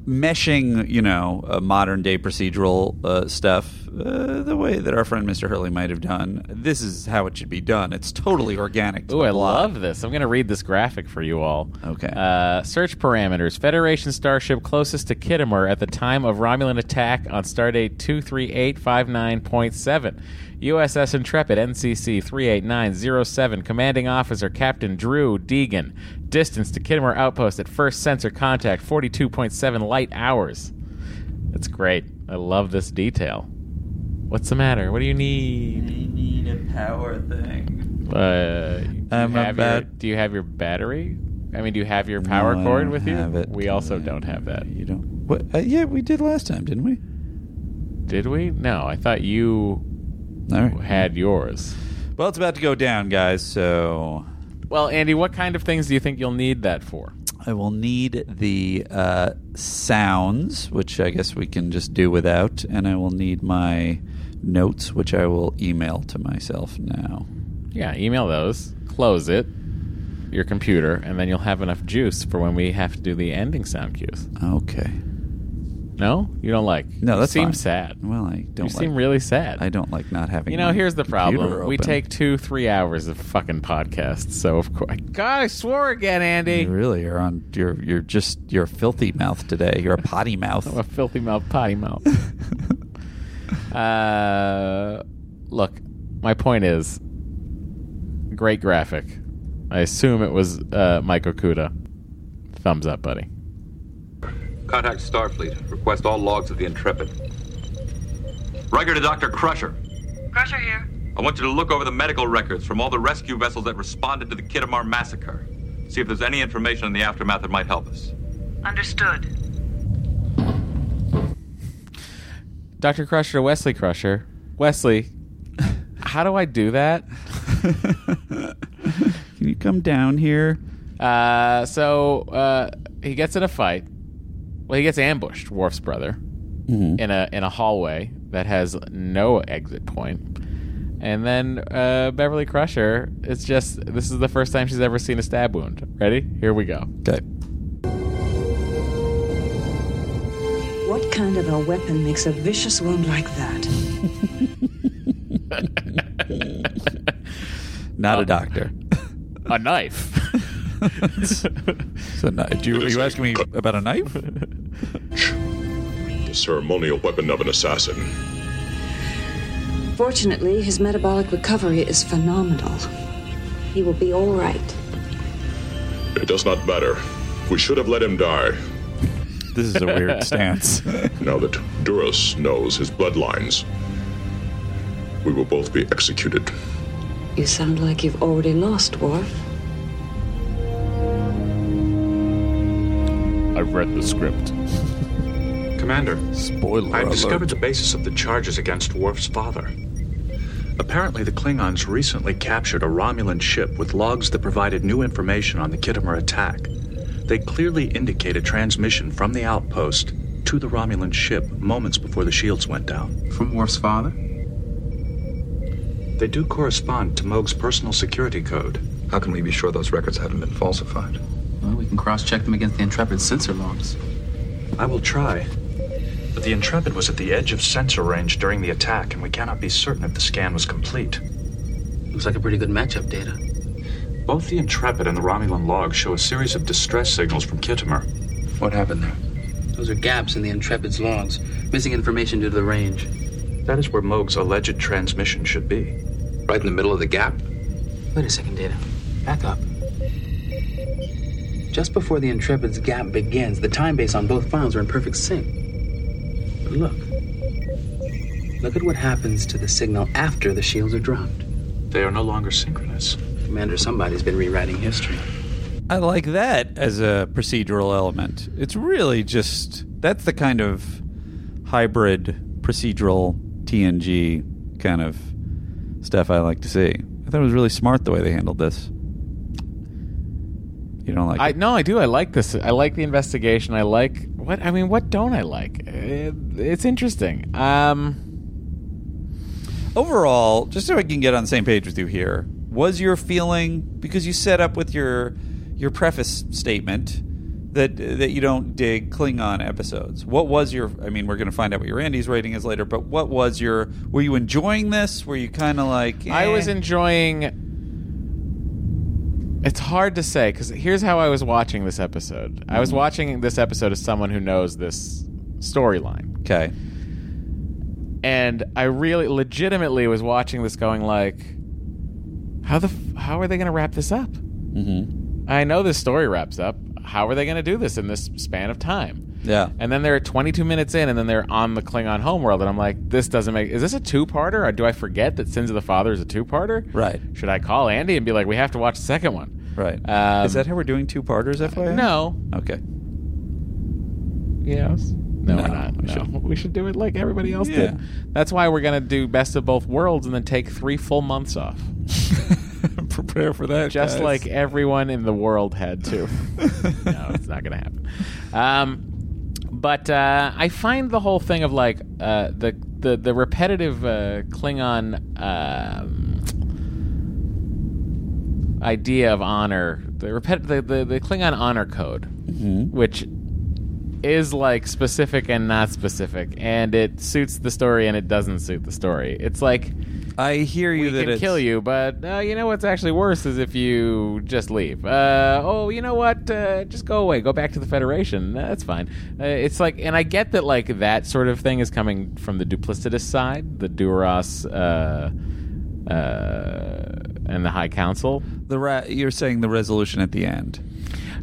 Speaker 2: meshing, you know, uh, modern day procedural uh, stuff uh, the way that our friend Mr. Hurley might have done. This is how it should be done. It's totally organic. To
Speaker 1: Ooh,
Speaker 2: the
Speaker 1: I
Speaker 2: plot.
Speaker 1: love this. I'm going to read this graphic for you all.
Speaker 2: Okay.
Speaker 1: Uh, search parameters. Federation starship closest to Kittimer at the time of Romulan attack on stardate 23859.7. USS Intrepid, NCC 38907. Commanding officer, Captain Drew Deegan. Distance to Kittimer outpost at first sensor contact, 42.7 light hours. That's great. I love this detail. What's the matter? What do you need?
Speaker 2: I need a power thing.
Speaker 1: Uh, do you
Speaker 2: I'm a
Speaker 1: have your,
Speaker 2: bad-
Speaker 1: do you have your battery? I mean, do you have your power
Speaker 2: No, I
Speaker 1: cord
Speaker 2: don't
Speaker 1: with you?
Speaker 2: have it. Uh,
Speaker 1: We also don't have that.
Speaker 2: You don't. What? Uh, yeah, we did last time, didn't we?
Speaker 1: Did we? No, I thought you had yours.
Speaker 2: Well, it's about to go down, guys. So
Speaker 1: Well, Andy, what kind of things do you think you'll need that for?
Speaker 2: I will need the uh, sounds, which I guess we can just do without, and I will need my notes, which I will email to myself now.
Speaker 1: Yeah, email those, close it, your computer, and then you'll have enough juice for when we have to do the ending sound cues.
Speaker 2: Okay.
Speaker 1: No, you don't like.
Speaker 2: No,
Speaker 1: you
Speaker 2: that's
Speaker 1: seem
Speaker 2: fine.
Speaker 1: sad.
Speaker 2: Well, I don't.
Speaker 1: You seem
Speaker 2: like-
Speaker 1: really sad.
Speaker 2: I don't like not having.
Speaker 1: You know,
Speaker 2: my
Speaker 1: here's the
Speaker 2: computer
Speaker 1: problem. We
Speaker 2: open.
Speaker 1: take two, three hours of fucking podcasts, so of course. God, I swore again, Andy.
Speaker 2: You really are on. You're you're just you're a filthy mouth today. You're a
Speaker 1: <laughs>
Speaker 2: potty mouth.
Speaker 1: I'm a filthy mouth, potty mouth. <laughs> uh, look, my point is, great graphic. I assume it was uh, Mike Okuda. Thumbs up, buddy.
Speaker 14: Contact Starfleet. Request all logs of the Intrepid. Riker to Dr. Crusher.
Speaker 22: Crusher here.
Speaker 14: I want you to look over the medical records from all the rescue vessels that responded to the Kittimar massacre. See if there's any information in the aftermath that might help us.
Speaker 22: Understood.
Speaker 1: Dr. Crusher, Wesley Crusher. Wesley, <laughs> how do I do <laughs> that?
Speaker 2: Can <laughs> you come down here?
Speaker 1: Uh, so uh, he gets in a fight. Well, he gets ambushed, Worf's brother,
Speaker 2: Mhm.
Speaker 1: in a in a hallway that has no exit point. And then uh, Beverly Crusher, it's just this is the first time she's ever seen a stab wound. Ready? Here we go.
Speaker 2: Okay.
Speaker 23: What kind of a weapon makes a vicious wound like that?
Speaker 2: Not a doctor.
Speaker 1: Uh, A knife.
Speaker 2: <laughs> so, no, do you, are you asking me about a
Speaker 1: <laughs>
Speaker 2: knife?
Speaker 12: The ceremonial weapon of an assassin.
Speaker 23: Fortunately, his metabolic recovery is phenomenal. He will be all right.
Speaker 12: It does not matter. We should have let him die.
Speaker 2: This is a weird stance.
Speaker 12: now that Duras knows his bloodlines, we will both be executed.
Speaker 23: You sound like you've already lost, Worf.
Speaker 24: I've read the script.
Speaker 25: Commander.
Speaker 2: Spoiler
Speaker 25: I've
Speaker 24: alert.
Speaker 25: discovered the basis of the charges against Worf's father. Apparently, the Klingons recently captured a Romulan ship with logs that provided new information on the Kittimer attack. They clearly indicate a transmission from the outpost to the Romulan ship moments before the shields went down.
Speaker 17: From Worf's father?
Speaker 25: They do correspond to Moog's personal security code.
Speaker 4: How can we be sure those records haven't been falsified?
Speaker 17: Well, we can cross check them against the Intrepid's sensor logs.
Speaker 25: I will try. But the Intrepid was at the edge of sensor range during the attack, and we cannot be certain if the scan was complete.
Speaker 17: Looks like a pretty good matchup, Data.
Speaker 25: Both the Intrepid and the Romulan log show a series of distress signals from Kittimer.
Speaker 17: What happened there? Those are gaps in the Intrepid's logs. Missing information due to the range.
Speaker 25: That is where Moog's alleged transmission should be.
Speaker 4: Right in the middle of the gap?
Speaker 17: Wait a second, Data. Back up. Just before the Intrepid's gap begins, the time base on both files are in perfect sync. But look. Look at what happens to the signal after the shields are dropped.
Speaker 25: They are no longer synchronous.
Speaker 17: Commander, somebody's been rewriting history.
Speaker 2: I like that as a procedural element. It's really just that's the kind of hybrid procedural TNG kind of stuff I like to see. I thought it was really smart the way they handled this. You don't like
Speaker 1: I no, I do. I like this. I like the investigation. I like what I mean. What don't I like? It, it's interesting. Um,
Speaker 2: overall, just so I can get on the same page with you here, was your feeling because you set up with your your preface statement that that you don't dig Klingon episodes. What was your? I mean, we're going to find out what your Andy's rating is later, but what was your? Were you enjoying this? Were you kind of like
Speaker 1: I was
Speaker 2: eh?
Speaker 1: enjoying. It's hard to say because here's how I was watching this episode. I was watching this episode as someone who knows this storyline.
Speaker 2: Okay.
Speaker 1: And I really, legitimately, was watching this, going like, "How the? F- how are they going to wrap this up? Mm-hmm. I know this story wraps up. How are they going to do this in this span of time?"
Speaker 2: Yeah.
Speaker 1: And then they're 22 minutes in, and then they're on the Klingon homeworld, and I'm like, this doesn't make. Is this a two-parter? Or do I forget that Sins of the Father is a two-parter?
Speaker 2: Right.
Speaker 1: Should I call Andy and be like, we have to watch the second one?
Speaker 2: Right.
Speaker 1: Um,
Speaker 2: is that how we're doing two parters? FYI.
Speaker 1: No.
Speaker 2: Okay.
Speaker 1: Yes. No,
Speaker 2: No,
Speaker 1: we're not.
Speaker 2: we
Speaker 1: no.
Speaker 2: shouldn't.
Speaker 1: We should do it like everybody else
Speaker 2: Yeah.
Speaker 1: did. That's why we're gonna do best of both worlds and then take three full months off,
Speaker 2: <laughs> Prepare for that.
Speaker 1: just
Speaker 2: guys.
Speaker 1: like everyone in the world had
Speaker 2: <laughs>
Speaker 1: to. no, it's not gonna happen. Um, but uh, I find the whole thing of like uh, the the the repetitive uh, Klingon um, idea of honor, the repet- the, the the Klingon honor code,
Speaker 2: Mm-hmm.
Speaker 1: which is like specific and not specific, and it suits the story and it doesn't suit the story. It's like
Speaker 2: I hear you
Speaker 1: we
Speaker 2: that
Speaker 1: can
Speaker 2: it's-
Speaker 1: kill you, but uh, you know what's actually worse is if you just leave. Uh, oh, you know what? Uh, just go away. Go back to the Federation. Uh, That's fine. Uh, it's like, and I get that like that sort of thing is coming from the duplicitous side, the Duras uh, uh, and the High Council.
Speaker 2: the ra- you're saying the resolution at the end.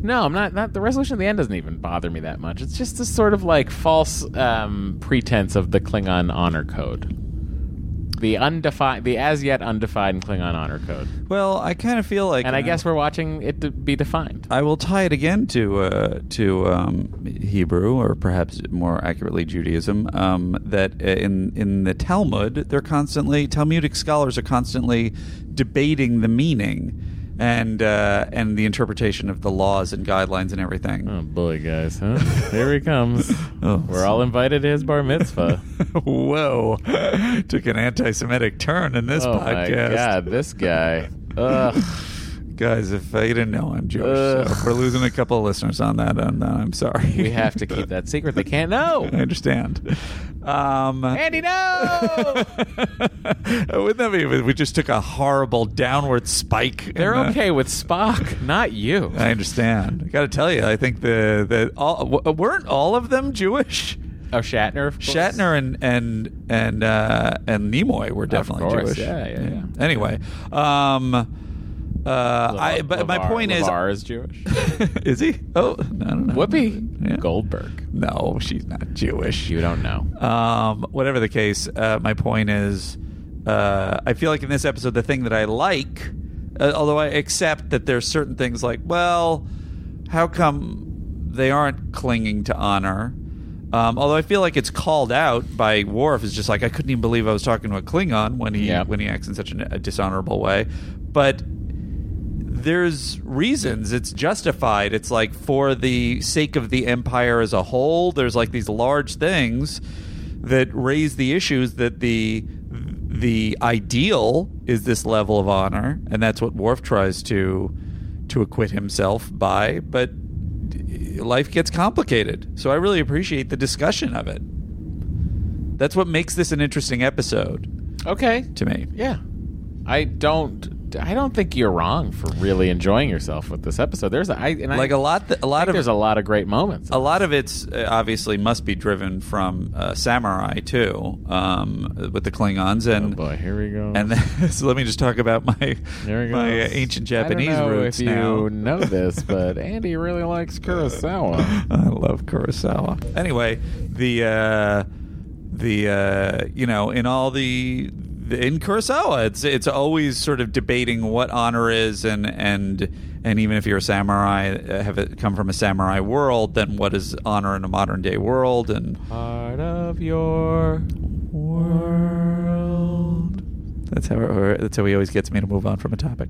Speaker 1: No, I'm not. Not the resolution at the end doesn't even bother me that much. It's just this sort of like false um, pretense of the Klingon honor code, the undefined, the as yet undefined Klingon honor code.
Speaker 2: Well, I kind of feel like, uh,
Speaker 1: and I guess we're watching it to be defined.
Speaker 2: I will tie it again to uh, to um, Hebrew, or perhaps more accurately Judaism. Um, that in in the Talmud, they're constantly Talmudic scholars are constantly debating the meaning and uh, and the interpretation of the laws and guidelines and everything.
Speaker 1: Oh boy, guys, huh? Here he comes.
Speaker 2: <laughs> Oh,
Speaker 1: We're all invited to his bar mitzvah.
Speaker 2: <laughs> Whoa! Took an anti-Semitic turn in this
Speaker 1: oh
Speaker 2: podcast.
Speaker 1: my god, this guy. Ugh.
Speaker 2: <laughs> Guys, if uh, you didn't know, I'm Jewish. So if we're losing a couple of listeners on that, I'm, I'm sorry.
Speaker 1: We have to keep that secret. They can't know.
Speaker 2: <laughs> I understand. Um,
Speaker 1: Andy, no.
Speaker 2: Uh, wouldn't that be? We just took a horrible downward spike. in
Speaker 1: They're
Speaker 2: the-
Speaker 1: okay with Spock, not you.
Speaker 2: I understand. I got to tell you, I think the the all w- uh, weren't all of them Jewish.
Speaker 1: Oh, Shatner. Of course.
Speaker 2: Shatner and and and uh, and Nimoy were definitely
Speaker 1: course,
Speaker 2: Jewish.
Speaker 1: yeah, yeah, yeah.
Speaker 2: Anyway, um, uh, I but my
Speaker 1: Levar-
Speaker 2: point is,
Speaker 1: Levar is Jewish.
Speaker 2: <laughs> is he? Oh, I don't know.
Speaker 1: Whoopi
Speaker 2: Yeah.
Speaker 1: Goldberg.
Speaker 2: No, she's not Jewish.
Speaker 1: You don't know.
Speaker 2: Um, whatever the case, uh, my point is, uh, I feel like in this episode, the thing that I like, uh, although I accept that there's certain things like, well, how come they aren't clinging to honor? Um, although I feel like it's called out by Worf is just like I couldn't even believe I was talking to a Klingon when he
Speaker 1: Yeah.
Speaker 2: when he acts in such an, a dishonorable way, but there's reasons it's justified it's like for the sake of the empire as a whole there's like these large things that raise the issues that the the ideal is this level of honor, and that's what Worf tries to to acquit himself by. But life gets complicated, so I really appreciate the discussion of it. That's what makes this an interesting episode.
Speaker 1: Okay,
Speaker 2: to me,
Speaker 1: yeah. I don't. I don't think you're wrong for really enjoying yourself with this episode. There's a, I, and I-
Speaker 2: Like a lot th- a lot
Speaker 1: think
Speaker 2: of-
Speaker 1: there's a lot of great moments.
Speaker 2: A lot of it's uh, obviously must be driven from uh, samurai too, um, with the Klingons and.
Speaker 1: Oh, boy, here we go.
Speaker 2: And then, <laughs> so let me just talk about my
Speaker 1: There he
Speaker 2: my uh,
Speaker 1: goes.
Speaker 2: ancient Japanese
Speaker 1: I don't know
Speaker 2: roots
Speaker 1: if
Speaker 2: now.
Speaker 1: you know
Speaker 2: <laughs>
Speaker 1: this, but Andy really likes Kurosawa.
Speaker 2: I love Kurosawa. Anyway, the uh, the uh, you know in all the, the in Kurosawa, it's it's always sort of debating what honor is, and and and even if you're a samurai, uh, have it come from a samurai world, then what is honor in a modern day world? And
Speaker 1: Part of your
Speaker 2: world. that's how it, that's how he always gets me to move on from a topic.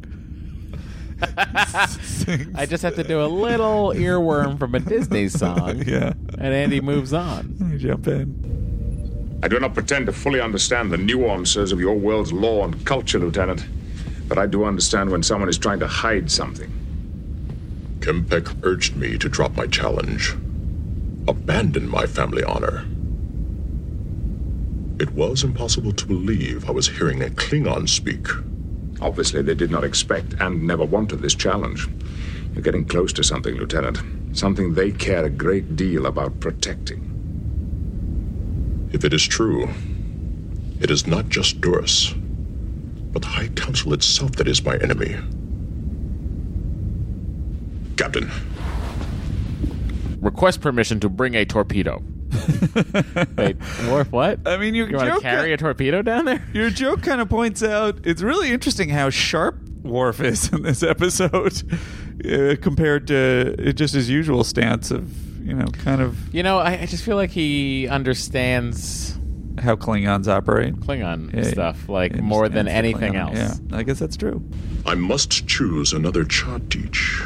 Speaker 1: I just have to do a little earworm from
Speaker 2: <laughs>
Speaker 1: a Disney song.
Speaker 2: yeah.
Speaker 1: And Andy moves on.
Speaker 2: Jump in.
Speaker 13: I do not pretend to fully understand the nuances of your world's law and culture, Lieutenant, but I do understand when someone is trying to hide something.
Speaker 12: Kempek urged me to drop my challenge, abandon my family honor. It was impossible to believe I was hearing a Klingon speak.
Speaker 13: Obviously, they did not expect and never wanted this challenge. You're getting close to something, Lieutenant. Something they care a great deal about protecting.
Speaker 12: If it is true, it is not just Duras, but the High Council itself that is my enemy. Captain,
Speaker 1: Request permission to bring
Speaker 2: <laughs>
Speaker 1: a torpedo. Wait, Worf, what?
Speaker 2: I mean, you're
Speaker 1: you want to
Speaker 2: joking.
Speaker 1: carry a torpedo down there?
Speaker 2: Your joke kind of points out it's really interesting how sharp Worf is in this episode <laughs> uh, compared to uh, just his usual stance of, you know, kind of
Speaker 1: You know, I, I just feel like he understands
Speaker 2: how Klingons operate.
Speaker 1: Klingon
Speaker 2: Yeah,
Speaker 1: stuff like
Speaker 2: yeah,
Speaker 1: more than
Speaker 2: understands the
Speaker 1: anything
Speaker 2: Klingon,
Speaker 1: else.
Speaker 2: Yeah, I guess that's true.
Speaker 12: I must choose another chart teach.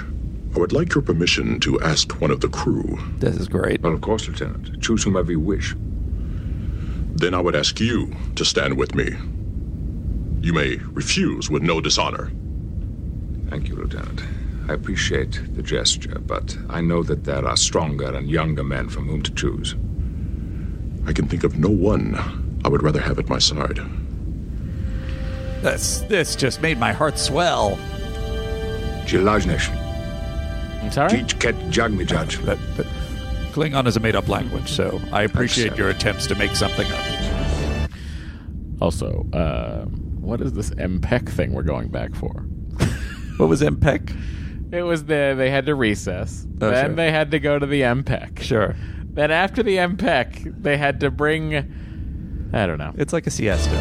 Speaker 12: I would like your permission to ask one of the crew.
Speaker 2: This is great.
Speaker 13: Well, of course, Lieutenant. Choose whomever you wish.
Speaker 12: Then I would ask you to stand with me. You may refuse with no dishonor.
Speaker 13: Thank you, Lieutenant. I appreciate the gesture, but I know that there are stronger and younger men from whom to choose.
Speaker 12: I can think of no one I would rather have at my side.
Speaker 2: That's, this just made my heart swell.
Speaker 13: Jilajnesh.
Speaker 1: I'm sorry?
Speaker 13: Teach Ket Jagmi Judge.
Speaker 2: That, that- Klingon is a made up language, so I appreciate your attempts to make something up.
Speaker 1: Also, uh, what is this MPEC thing we're going back for?
Speaker 2: <laughs> What was E MPEC?
Speaker 1: It was the they had to recess.
Speaker 2: Oh,
Speaker 1: then
Speaker 2: sure.
Speaker 1: they had to go to the MPEC.
Speaker 2: Sure.
Speaker 1: Then after the MPEC, they had to bring. I don't know.
Speaker 2: It's like a siesta.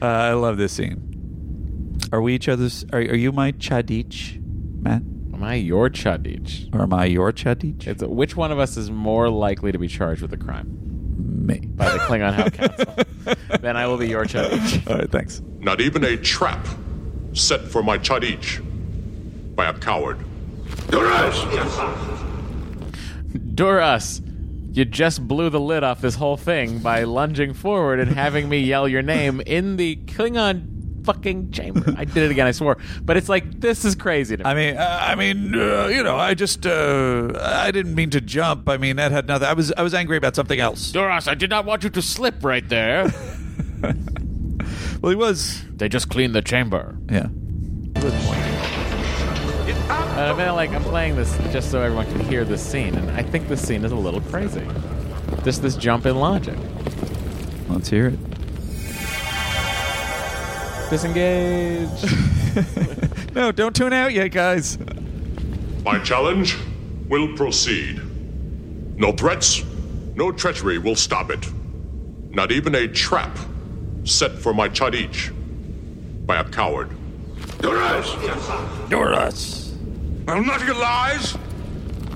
Speaker 2: Uh, I love this scene. Are we each other's? Are, are you my chadich, Matt?
Speaker 1: Am I your Chadich?
Speaker 2: Or am I your chadich?
Speaker 1: It's which one of us is more likely to be charged with a crime
Speaker 2: Me.
Speaker 1: by the
Speaker 2: <laughs>
Speaker 1: Klingon High Council? <laughs> then I will be your Chadich.
Speaker 2: All right, thanks.
Speaker 12: Not even a trap set for my Chadich by a coward.
Speaker 1: Duras, you just blew the lid off this whole thing by lunging forward and having me yell your name in the Klingon fucking chamber. I did it again, I swore. But it's like this is <laughs> crazy to me.
Speaker 2: I mean, uh, I mean, uh, you know, I just, uh, I didn't mean to jump. I mean, that had nothing. I was, I was angry about something else.
Speaker 1: Duras, I did not want you to slip right there.
Speaker 2: Well, he was.
Speaker 1: they just cleaned the chamber.
Speaker 2: Yeah.
Speaker 1: And I mean, Uh, like, I'm playing this just so everyone can hear this scene, and I think this scene is a little crazy. Just this jump in logic.
Speaker 2: Let's hear it.
Speaker 1: Disengage.
Speaker 2: <laughs> No, don't tune out yet, guys.
Speaker 12: My challenge will proceed. No threats, no treachery will stop it. Not even a trap set for my Chadich by a coward.
Speaker 2: Doras.
Speaker 5: Well, not your lies!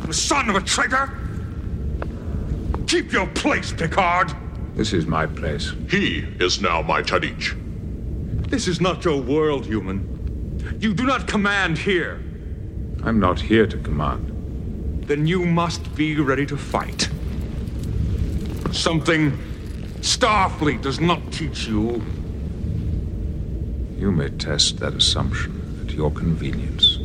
Speaker 5: The son of a traitor! Keep your place, Picard!
Speaker 13: This is my place.
Speaker 12: He is now my Chadich.
Speaker 5: This is not your world, human. You do not command here.
Speaker 13: I'm not here to command.
Speaker 5: Then you must be ready to fight. Something Starfleet does not teach you.
Speaker 13: You may test that assumption at your convenience.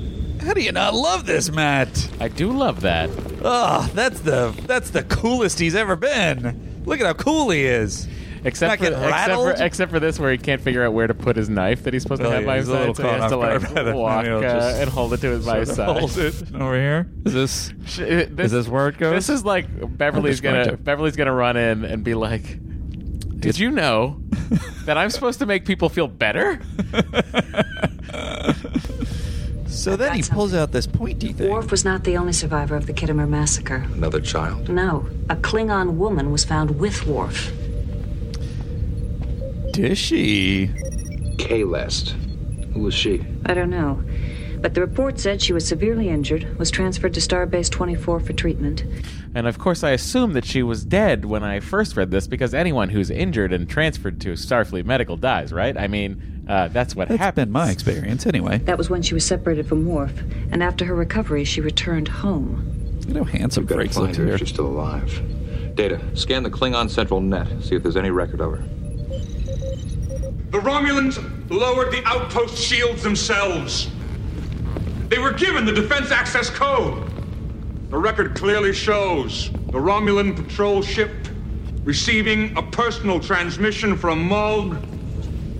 Speaker 2: How do you not love this, Matt?
Speaker 1: I do love that.
Speaker 2: Oh, that's the that's the coolest he's ever been. Look at how cool he is.
Speaker 1: Except
Speaker 2: Not
Speaker 1: for,
Speaker 2: getting
Speaker 1: except, for,
Speaker 2: rattled?
Speaker 1: except for this, where he can't figure out where to put his knife that he's supposed to
Speaker 2: Oh,
Speaker 1: have
Speaker 2: yeah,
Speaker 1: by
Speaker 2: he's
Speaker 1: his
Speaker 2: a little
Speaker 1: side, so he has to
Speaker 2: caught off guard
Speaker 1: like
Speaker 2: by that. <laughs>
Speaker 1: walk
Speaker 2: Maybe I'll
Speaker 1: uh,
Speaker 2: just
Speaker 1: and hold it to his by his
Speaker 2: sort of
Speaker 1: side.
Speaker 2: hold it over here. Is this
Speaker 1: Sh- uh,
Speaker 2: is this where it goes?
Speaker 1: This is like Beverly's
Speaker 2: just going
Speaker 1: gonna
Speaker 2: to-
Speaker 1: Beverly's gonna run in and be like, "Did
Speaker 2: <laughs>
Speaker 1: you know that I'm supposed to make people feel better?"
Speaker 2: so then he pulls out this pointy thing.
Speaker 23: Worf was not the only survivor of the Kittimer massacre.
Speaker 4: Another child.
Speaker 23: No, a Klingon woman was found with Worf.
Speaker 2: Dishy.
Speaker 4: Kay Lest. Who was she?
Speaker 23: I don't know. But the report said she was severely injured, was transferred to Starbase 24 for treatment.
Speaker 1: And of course, I assumed that she was dead when I first read this because anyone who's injured and transferred to Starfleet Medical dies, right? I mean, uh, that's what
Speaker 2: That's
Speaker 1: happened.
Speaker 2: been my experience anyway.
Speaker 23: That was when she was separated from Worf, and after her recovery, she returned home.
Speaker 2: Look at how handsome Frakes
Speaker 4: Find
Speaker 2: looks
Speaker 4: her
Speaker 2: here.
Speaker 4: if she's still alive.
Speaker 14: Data, scan the Klingon Central net, see if there's any record of her.
Speaker 5: The Romulans lowered the outpost shields themselves. They were given the defense access code. The record clearly shows the Romulan patrol ship receiving a personal transmission from Mulg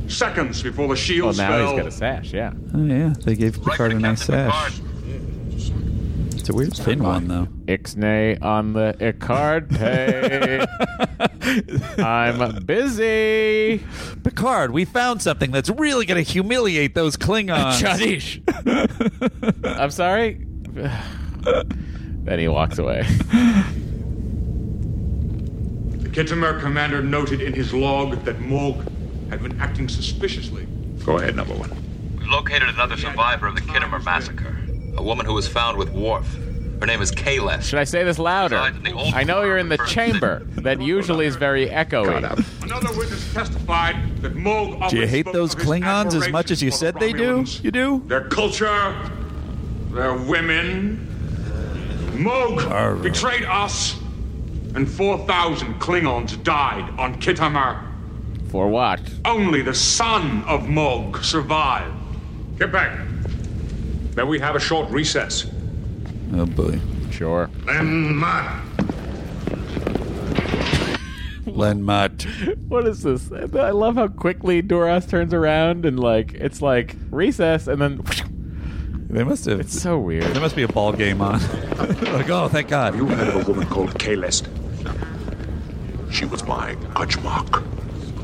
Speaker 5: seconds before the
Speaker 1: Well,
Speaker 5: shields
Speaker 1: now he's
Speaker 5: fell.
Speaker 1: got a sash, yeah.
Speaker 2: Oh yeah, they gave Picard a nice sash. It's a weird thin one though.
Speaker 1: Ixnay on the
Speaker 2: <laughs>
Speaker 1: Icard Uh, pay. I'm busy.
Speaker 2: Picard, we found something that's really going to humiliate those
Speaker 1: <laughs>
Speaker 2: Klingons.
Speaker 1: Chadish. I'm sorry. then he
Speaker 2: <laughs>
Speaker 1: walks away.
Speaker 5: The Kittimer commander noted in his log that Morg had been acting suspiciously.
Speaker 12: Go ahead, number one.
Speaker 14: We've located another survivor of the Kittimer massacre, a woman who was found with Worf. Her name is Kayles.
Speaker 1: Should I say this louder? I know you're in the chamber. That usually is very echoey.
Speaker 5: Another witness testified that Morg
Speaker 2: Do you
Speaker 5: always
Speaker 2: hate
Speaker 5: spoke
Speaker 2: those
Speaker 5: of his
Speaker 2: Klingons as
Speaker 5: admiration
Speaker 2: much as you
Speaker 5: for the
Speaker 2: said they do?
Speaker 5: Romulans,
Speaker 2: You do?
Speaker 5: Their culture, their women. Morg
Speaker 2: Arr.
Speaker 5: betrayed us, and 4,000 Klingons died on Kittimer.
Speaker 1: For what?
Speaker 5: Only the son of Morg survived.
Speaker 13: Get back. Then we have a short recess.
Speaker 2: Oh boy,
Speaker 1: Sure.
Speaker 21: Then Mott.
Speaker 2: Len Mutt.
Speaker 1: <laughs> What is this? I love how quickly Duras turns around and like it's like recess and then
Speaker 2: They must have.
Speaker 1: It's so weird.
Speaker 2: There must be a ball game on. <laughs> like, oh, thank God.
Speaker 13: You heard of a woman called Kaylest? She was my Archmark,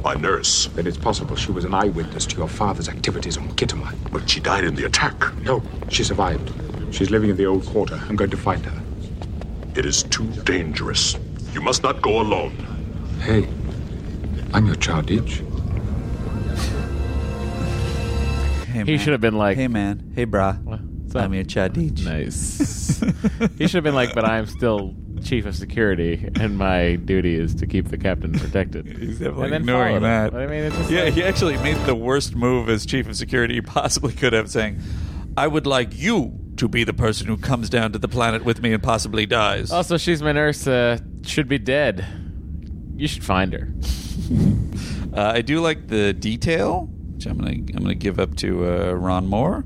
Speaker 13: my nurse. Then it's possible she was an eyewitness to your father's activities on Kittimer. But she died in the attack.
Speaker 5: No,
Speaker 13: she survived. She's living in the old quarter. I'm going to find her.
Speaker 12: It is too dangerous. You must not go alone.
Speaker 4: Hey, I'm your child, each.
Speaker 2: Hey,
Speaker 1: He
Speaker 2: man.
Speaker 1: should have been like,
Speaker 2: Hey man, hey brah.
Speaker 1: up?
Speaker 2: I'm your Chadich. <laughs>
Speaker 1: Nice. he should have been like, but I'm still chief of security, and my duty is to keep the captain protected.
Speaker 2: <laughs> He's definitely
Speaker 1: And then
Speaker 2: ignoring
Speaker 1: follow
Speaker 2: that.
Speaker 1: them. I mean, it's just
Speaker 2: yeah,
Speaker 1: like-
Speaker 2: he actually made the worst move as chief of security he possibly could have, saying, "I would like you to be the person who comes down to the planet with me and possibly dies."
Speaker 1: Also, she's my nurse. Uh, should be dead. You should find her.
Speaker 2: <laughs> Uh, I do like the detail, which I'm gonna I'm gonna give up to uh, Ron Moore.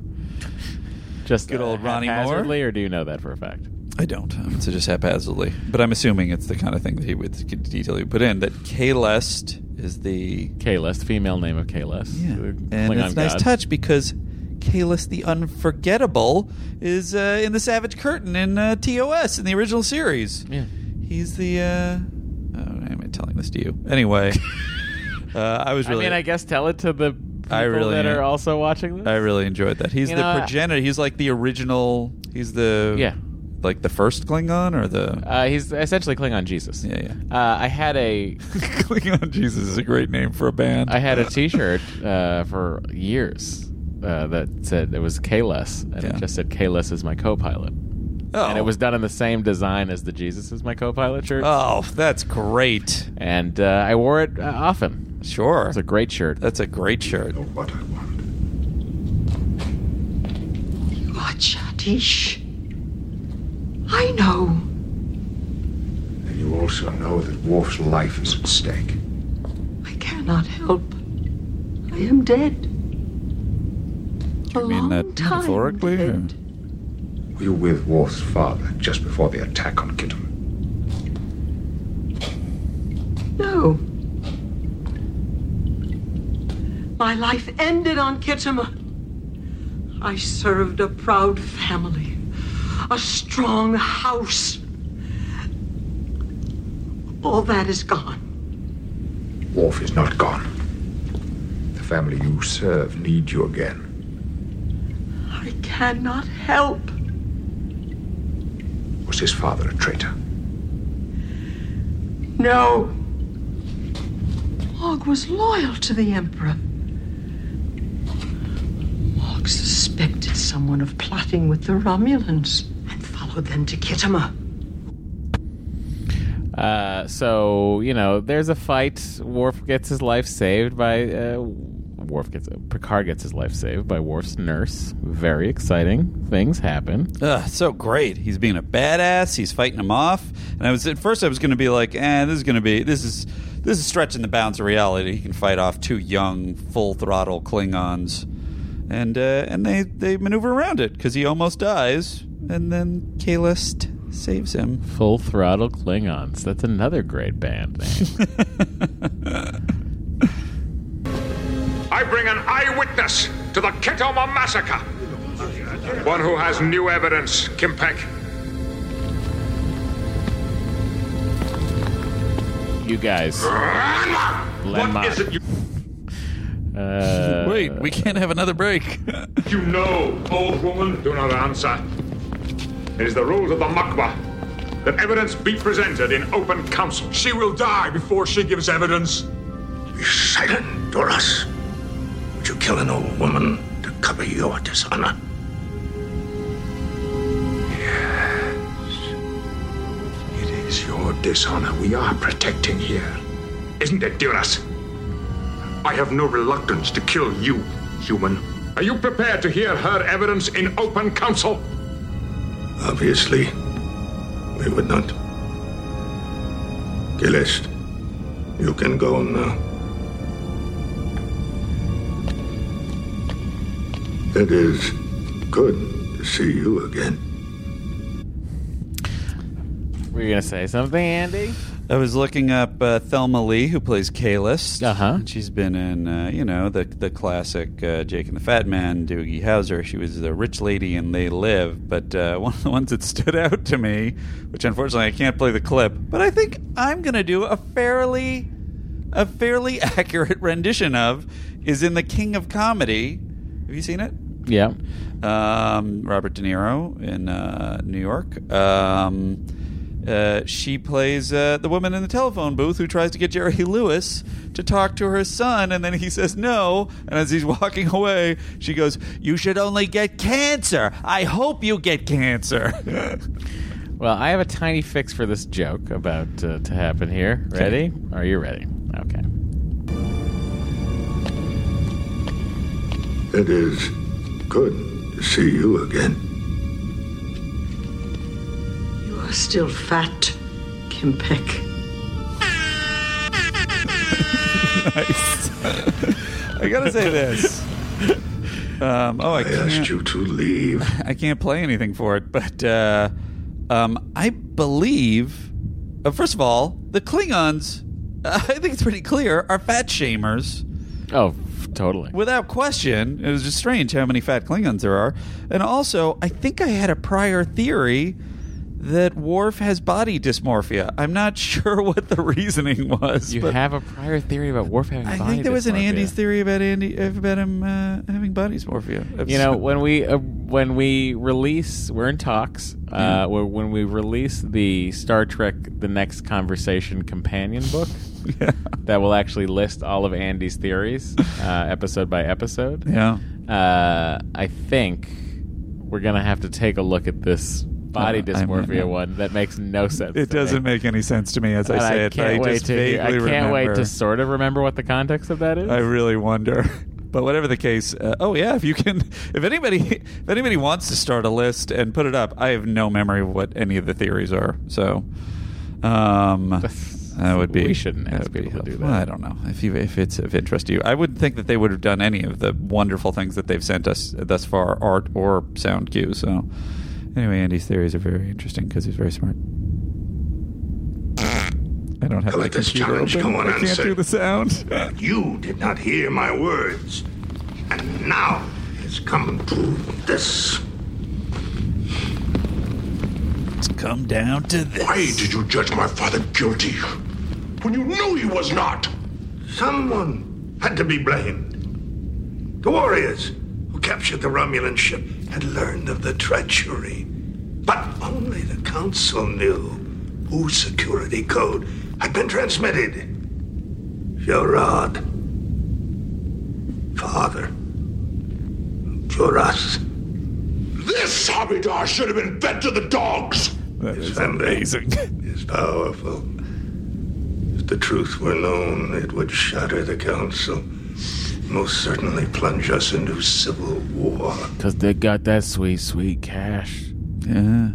Speaker 1: Just
Speaker 2: Good
Speaker 1: uh,
Speaker 2: old Ronnie Moore.
Speaker 1: haphazardly, or do you know that for a fact?
Speaker 2: I don't. Um, It's just haphazardly, but I'm assuming it's the kind of thing that he would the detail he put in. That K Lest is the
Speaker 1: Kalis, female name of Kalis.
Speaker 2: yeah,
Speaker 1: The
Speaker 2: and
Speaker 1: Klingon
Speaker 2: it's a nice
Speaker 1: god.
Speaker 2: touch because Kalis the Unforgettable is uh, in the Savage Curtain in uh, TOS in the original series.
Speaker 1: Yeah.
Speaker 2: He's the. Uh, oh, am I telling this to you?
Speaker 1: <laughs>
Speaker 2: Anyway, uh, I was really.
Speaker 1: I mean, I guess tell it to the people
Speaker 2: I really
Speaker 1: that
Speaker 2: am.
Speaker 1: are also watching this.
Speaker 2: I really enjoyed that. He's
Speaker 1: You
Speaker 2: the
Speaker 1: know,
Speaker 2: progenitor. He's like the original. He's the
Speaker 1: Yeah.
Speaker 2: like the first Klingon or the
Speaker 1: Uh, he's essentially Klingon Jesus.
Speaker 2: yeah yeah.
Speaker 1: Uh, I had
Speaker 2: <laughs>
Speaker 1: a
Speaker 2: Klingon Jesus is a great name for a band.
Speaker 1: I had a T-shirt uh, for years uh, that said it was Kalis, and
Speaker 2: Yeah.
Speaker 1: it just said Kalis is my co-pilot,
Speaker 2: oh.
Speaker 1: and it was done in the same design as the Jesus is my co-pilot shirt.
Speaker 2: Oh, that's great.
Speaker 1: And uh, I wore it uh, often.
Speaker 2: Sure,
Speaker 1: It's a great shirt.
Speaker 2: that's a great shirt.
Speaker 5: What I want.
Speaker 10: You are Chadish. I know.
Speaker 5: And you also know that Worf's life is at stake.
Speaker 10: cannot help. I am dead.
Speaker 2: You mean that
Speaker 10: time
Speaker 2: metaphorically? or-
Speaker 4: Were you with Worf's father just before the attack on Kittim?
Speaker 10: No. My life ended on Kittimer. I served a proud family, a strong house. All that is gone.
Speaker 4: Worf is not gone. The family you serve need you again.
Speaker 10: I cannot help.
Speaker 4: Was his father a traitor?
Speaker 10: No. Morg was loyal to the Emperor. Morg suspected someone of plotting with the Romulans and followed them to Kittimer.
Speaker 1: Uh, so you know, there's a fight. Worf gets his life saved by uh, Worf gets Picard gets his life saved by Worf's nurse. Very exciting things happen.
Speaker 2: Ugh, so great. He's being a badass. He's fighting him off. And I was at first I was going to be like, "Eh, this is going to be this is this is stretching the bounds of reality. He can fight off two young, full throttle Klingons." And uh, and they they maneuver around it cuz he almost dies and then Kalist saves him.
Speaker 1: Full throttle Klingons. That's another great band name.
Speaker 2: <laughs>
Speaker 5: I bring an eyewitness to the Kitoma massacre. One who has new evidence, Kimpek.
Speaker 1: you guys. Lenma.
Speaker 5: What is it you
Speaker 1: <laughs> Uh,
Speaker 2: <laughs> Wait, we can't have another break.
Speaker 5: <laughs> You know, old woman, do not answer. It is the rules of the Makba that evidence be presented in open council. She will die before she gives evidence.
Speaker 7: Be silent, Doras. Would you kill an old woman to cover your dishonor?
Speaker 4: It is your dishonor we are protecting here.
Speaker 5: Isn't it, Duras? I have no reluctance to kill you, human. Are you prepared to hear her evidence in open council?
Speaker 7: Obviously, we would not. Gilest, you can go now. It is good to see you again.
Speaker 1: Were you gonna say something, Andy?
Speaker 2: I was looking up uh, Thelma Lee, who plays Kalis.
Speaker 1: Uh-huh.
Speaker 2: Uh huh. She's been in, uh, you know, the the classic uh, Jake and the Fat Man, Doogie Howser. She was the rich lady in They Live. But uh, <laughs> one of the ones that stood out to me, which unfortunately I can't play the clip, but I think I'm gonna do a fairly, a fairly <laughs> accurate rendition of, is in the King of Comedy. Have you seen it?
Speaker 1: Yeah.
Speaker 2: um, Robert De Niro in uh, New York. Um, uh, she plays uh, the woman in the telephone booth who tries to get Jerry <laughs> Lewis to talk to her son, and then he says no. And as he's walking <laughs> away, she goes, "You should only get cancer. I hope you get cancer."
Speaker 1: Well, I have a tiny fix for this joke about uh, to happen here.
Speaker 2: Okay.
Speaker 1: Ready? Are you ready? Okay.
Speaker 7: It is good to see you again.
Speaker 10: You are still fat, Kimpek.
Speaker 2: nice. <laughs> I gotta say this. Um, oh, I, asked you to leave. <laughs> I can't play anything for it, but uh, um, I believe. Uh, first of all, the Klingons. <laughs> I think it's pretty clear are fat shamers.
Speaker 1: Oh, totally.
Speaker 2: Without question, it was just strange how many fat Klingons there are. And also, I think I had a prior theory that Worf has body dysmorphia. I'm not <laughs> sure what the reasoning was.
Speaker 1: You
Speaker 2: but
Speaker 1: have a prior theory about Worf having
Speaker 2: I
Speaker 1: body
Speaker 2: think there was an
Speaker 1: dysmorphia.
Speaker 2: Andy's theory about Andy about him uh, having body dysmorphia.
Speaker 1: You know, when we uh, when we release, we're in talks. Uh, where when we release the Star Trek: The Next Conversation companion
Speaker 2: <laughs>
Speaker 1: book, that will actually list all of Andy's
Speaker 2: <laughs>
Speaker 1: theories, uh, episode by episode.
Speaker 2: Yeah.
Speaker 1: Uh, I think we're gonna have to take a look at this body
Speaker 2: Uh, I mean,
Speaker 1: dysmorphia
Speaker 2: yeah.
Speaker 1: one that
Speaker 2: <laughs>
Speaker 1: makes no
Speaker 2: <laughs>
Speaker 1: sense.
Speaker 2: it
Speaker 1: to me.
Speaker 2: doesn't make any sense to me as I
Speaker 1: And
Speaker 2: say it.
Speaker 1: can't
Speaker 2: but I
Speaker 1: wait
Speaker 2: just
Speaker 1: to hear-
Speaker 2: vaguely
Speaker 1: I can't
Speaker 2: remember.
Speaker 1: wait to sort of remember what the context of that is.
Speaker 2: I really wonder. <laughs> But whatever the case, uh, oh yeah, if you can, <laughs> if anybody, if anybody wants to start a list and
Speaker 1: <laughs>
Speaker 2: put it up, I have no memory of what any of the theories are. So, um, That would be.
Speaker 1: We shouldn't ask
Speaker 2: would be
Speaker 1: people to do
Speaker 2: helpful. Well, I don't know if you if it's of interest to you. I wouldn't think that they would have done any of the wonderful things that they've sent us thus far, art or sound cues. So, anyway, Andy's theories are very interesting because he's very smart. I don't have
Speaker 21: Now
Speaker 2: my
Speaker 21: Let this
Speaker 2: computer
Speaker 21: challenge
Speaker 2: open.
Speaker 21: go
Speaker 2: I can't
Speaker 21: unanswered.
Speaker 2: do the sound.
Speaker 21: <laughs> you did not hear my words. And now it's come to this.
Speaker 2: It's come down to this.
Speaker 21: Why did you judge my father guilty when you knew he was not? Someone had to be blamed. The warriors who captured the Romulan ship had learned of the treachery. But only the Council knew whose security code had been transmitted. Gerard. Father. Duras.
Speaker 5: This Habidar should have been fed to the dogs!
Speaker 2: That
Speaker 21: is <laughs> amazing. It's powerful. If the truth were known, it would shatter the council. Most certainly plunge us into civil war.
Speaker 1: Because they got that sweet, sweet cash.
Speaker 2: Yeah.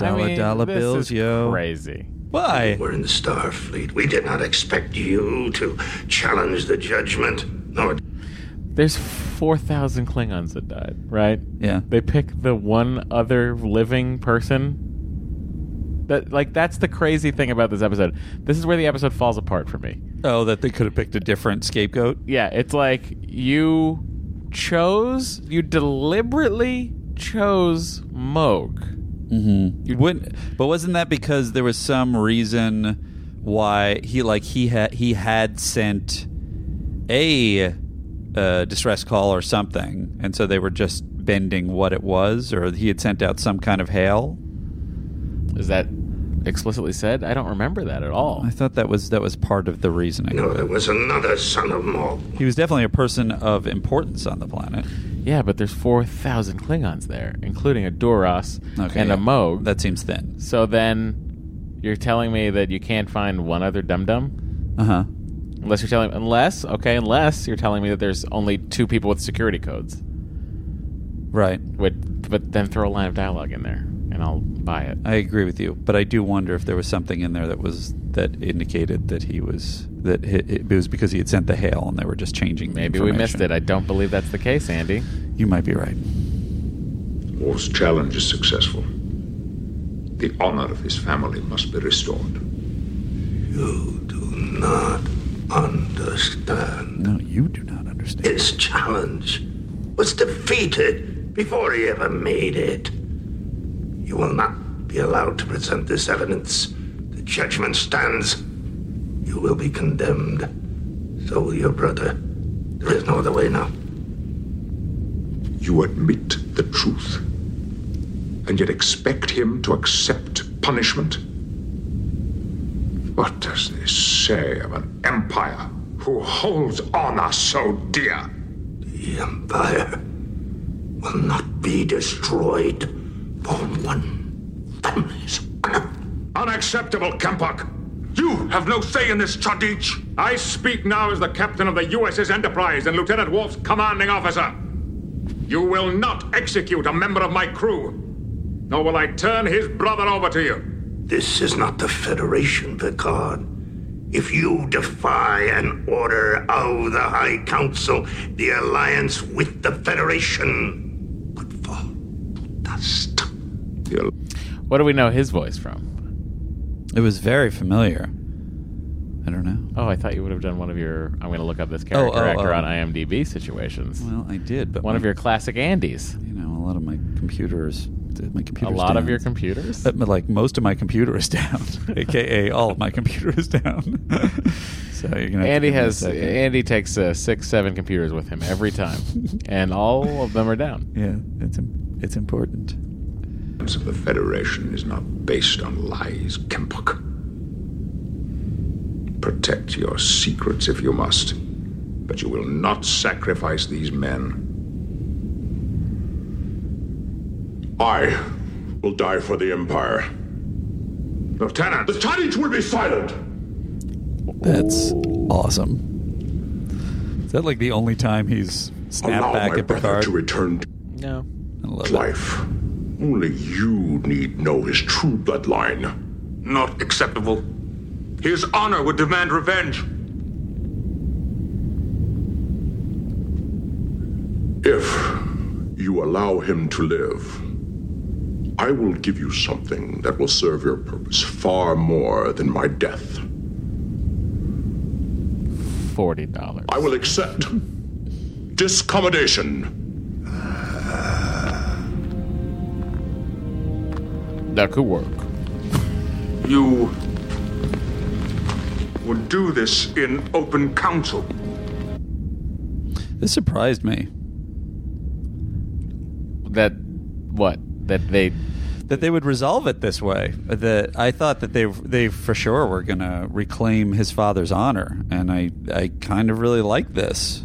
Speaker 1: I mean, this is
Speaker 21: Crazy.
Speaker 2: Why?
Speaker 21: We're in the Starfleet. We did not expect you to challenge the judgment. No,
Speaker 1: There's 4,000 Klingons that died, right?
Speaker 2: Yeah.
Speaker 1: They pick the one other living person. That like that's the crazy thing about this episode. This is where the episode falls apart for me.
Speaker 2: Oh, that they could have picked a different scapegoat.
Speaker 1: Yeah, it's like you chose, you deliberately chose Moog.
Speaker 2: Mm-hmm. You wouldn't, but wasn't that because there was some reason why he like he had he had sent a uh, distress call or something, and so they were just bending what it was, or he had sent out some kind of hail.
Speaker 1: Is that explicitly said? I don't remember that at all.
Speaker 2: I thought that was that was part of the reasoning.
Speaker 21: no,
Speaker 2: of
Speaker 21: there
Speaker 2: it.
Speaker 21: was another son of Morg.
Speaker 2: He was definitely a person of importance on the planet.
Speaker 1: Yeah, but there's 4,000 Klingons there, including a Duras
Speaker 2: Okay,
Speaker 1: and
Speaker 2: yeah.
Speaker 1: a Moog.
Speaker 2: That seems thin.
Speaker 1: So then you're telling me that you can't find one other dum dum?
Speaker 2: Uh huh.
Speaker 1: Unless you're telling unless, okay, unless you're telling me that there's only two people with security codes.
Speaker 2: Right.
Speaker 1: With, but then throw a line of dialogue in there and I'll buy it.
Speaker 2: I agree with you, but I do wonder if there was something in there that was that indicated that he was that hi- it was because he had sent the hail and they were just changing. The
Speaker 1: Maybe we missed it.
Speaker 2: information.
Speaker 1: I don't believe that's the case, Andy.
Speaker 2: You might be right.
Speaker 4: Wolf's challenge is successful. The honor of his family must be restored.
Speaker 21: You do not understand.
Speaker 2: No, you do not understand.
Speaker 21: His challenge was defeated before he ever made it. You will not be allowed to present this evidence. The judgment stands. You will be condemned. So will your brother. There is no other way now.
Speaker 4: You admit the truth, and yet expect him to accept punishment? What does this say of an empire who holds honor so dear?
Speaker 21: The Empire will not be destroyed for one family's
Speaker 5: Unacceptable, Kempak! You have no say in this, Chadich!
Speaker 13: I speak now as the captain of the USS Enterprise and Lieutenant Worf's commanding officer. You will not execute a member of my crew, nor will I turn his brother over to you.
Speaker 21: This is not the Federation, Picard. If you defy an order of the High Council, the alliance with the Federation would fall to dust.
Speaker 1: What do we know his voice from?
Speaker 2: It was very familiar. I don't know.
Speaker 1: Oh, I thought you would have done one of your I'm gonna look up this character
Speaker 2: oh,
Speaker 1: actor
Speaker 2: oh.
Speaker 1: on IMDb situations.
Speaker 2: Well, I did, but
Speaker 1: one of
Speaker 2: my-
Speaker 1: your classic Andes.
Speaker 2: You know, a lot of my computers. My computer.
Speaker 1: lot of your computers?
Speaker 2: like most of my computer is <laughs> down, aka all of my computer is down. <laughs> so you're gonna. have to
Speaker 1: Andy
Speaker 2: give me a
Speaker 1: has
Speaker 2: second.
Speaker 1: Andy takes uh, six, seven computers with him every time, and all of them are down.
Speaker 2: Yeah, it's im- it's important.
Speaker 4: of the Federation is not based on lies, Kempok. Protect your secrets if you must, but you will not sacrifice these men.
Speaker 12: I will die for the Empire.
Speaker 21: Lieutenant!
Speaker 12: The Chinese will be silent!
Speaker 2: That's awesome. Is that like the only time he's snapped
Speaker 12: Allow
Speaker 2: back
Speaker 12: my
Speaker 2: at
Speaker 12: brother
Speaker 2: Picard?
Speaker 12: to return to
Speaker 1: No.
Speaker 12: life. Only you need know his true bloodline.
Speaker 5: Not acceptable. His honor would demand revenge.
Speaker 12: If you allow him to live, I will give you something that will serve your purpose far more than my death.
Speaker 1: Forty dollars.
Speaker 12: I will accept discommodation.
Speaker 1: That could work.
Speaker 5: You would do this in open council.
Speaker 2: This surprised me.
Speaker 1: That what? That they
Speaker 2: that they would resolve it this way. That I thought that they they for sure were going to reclaim his father's honor, and I I kind of really like this.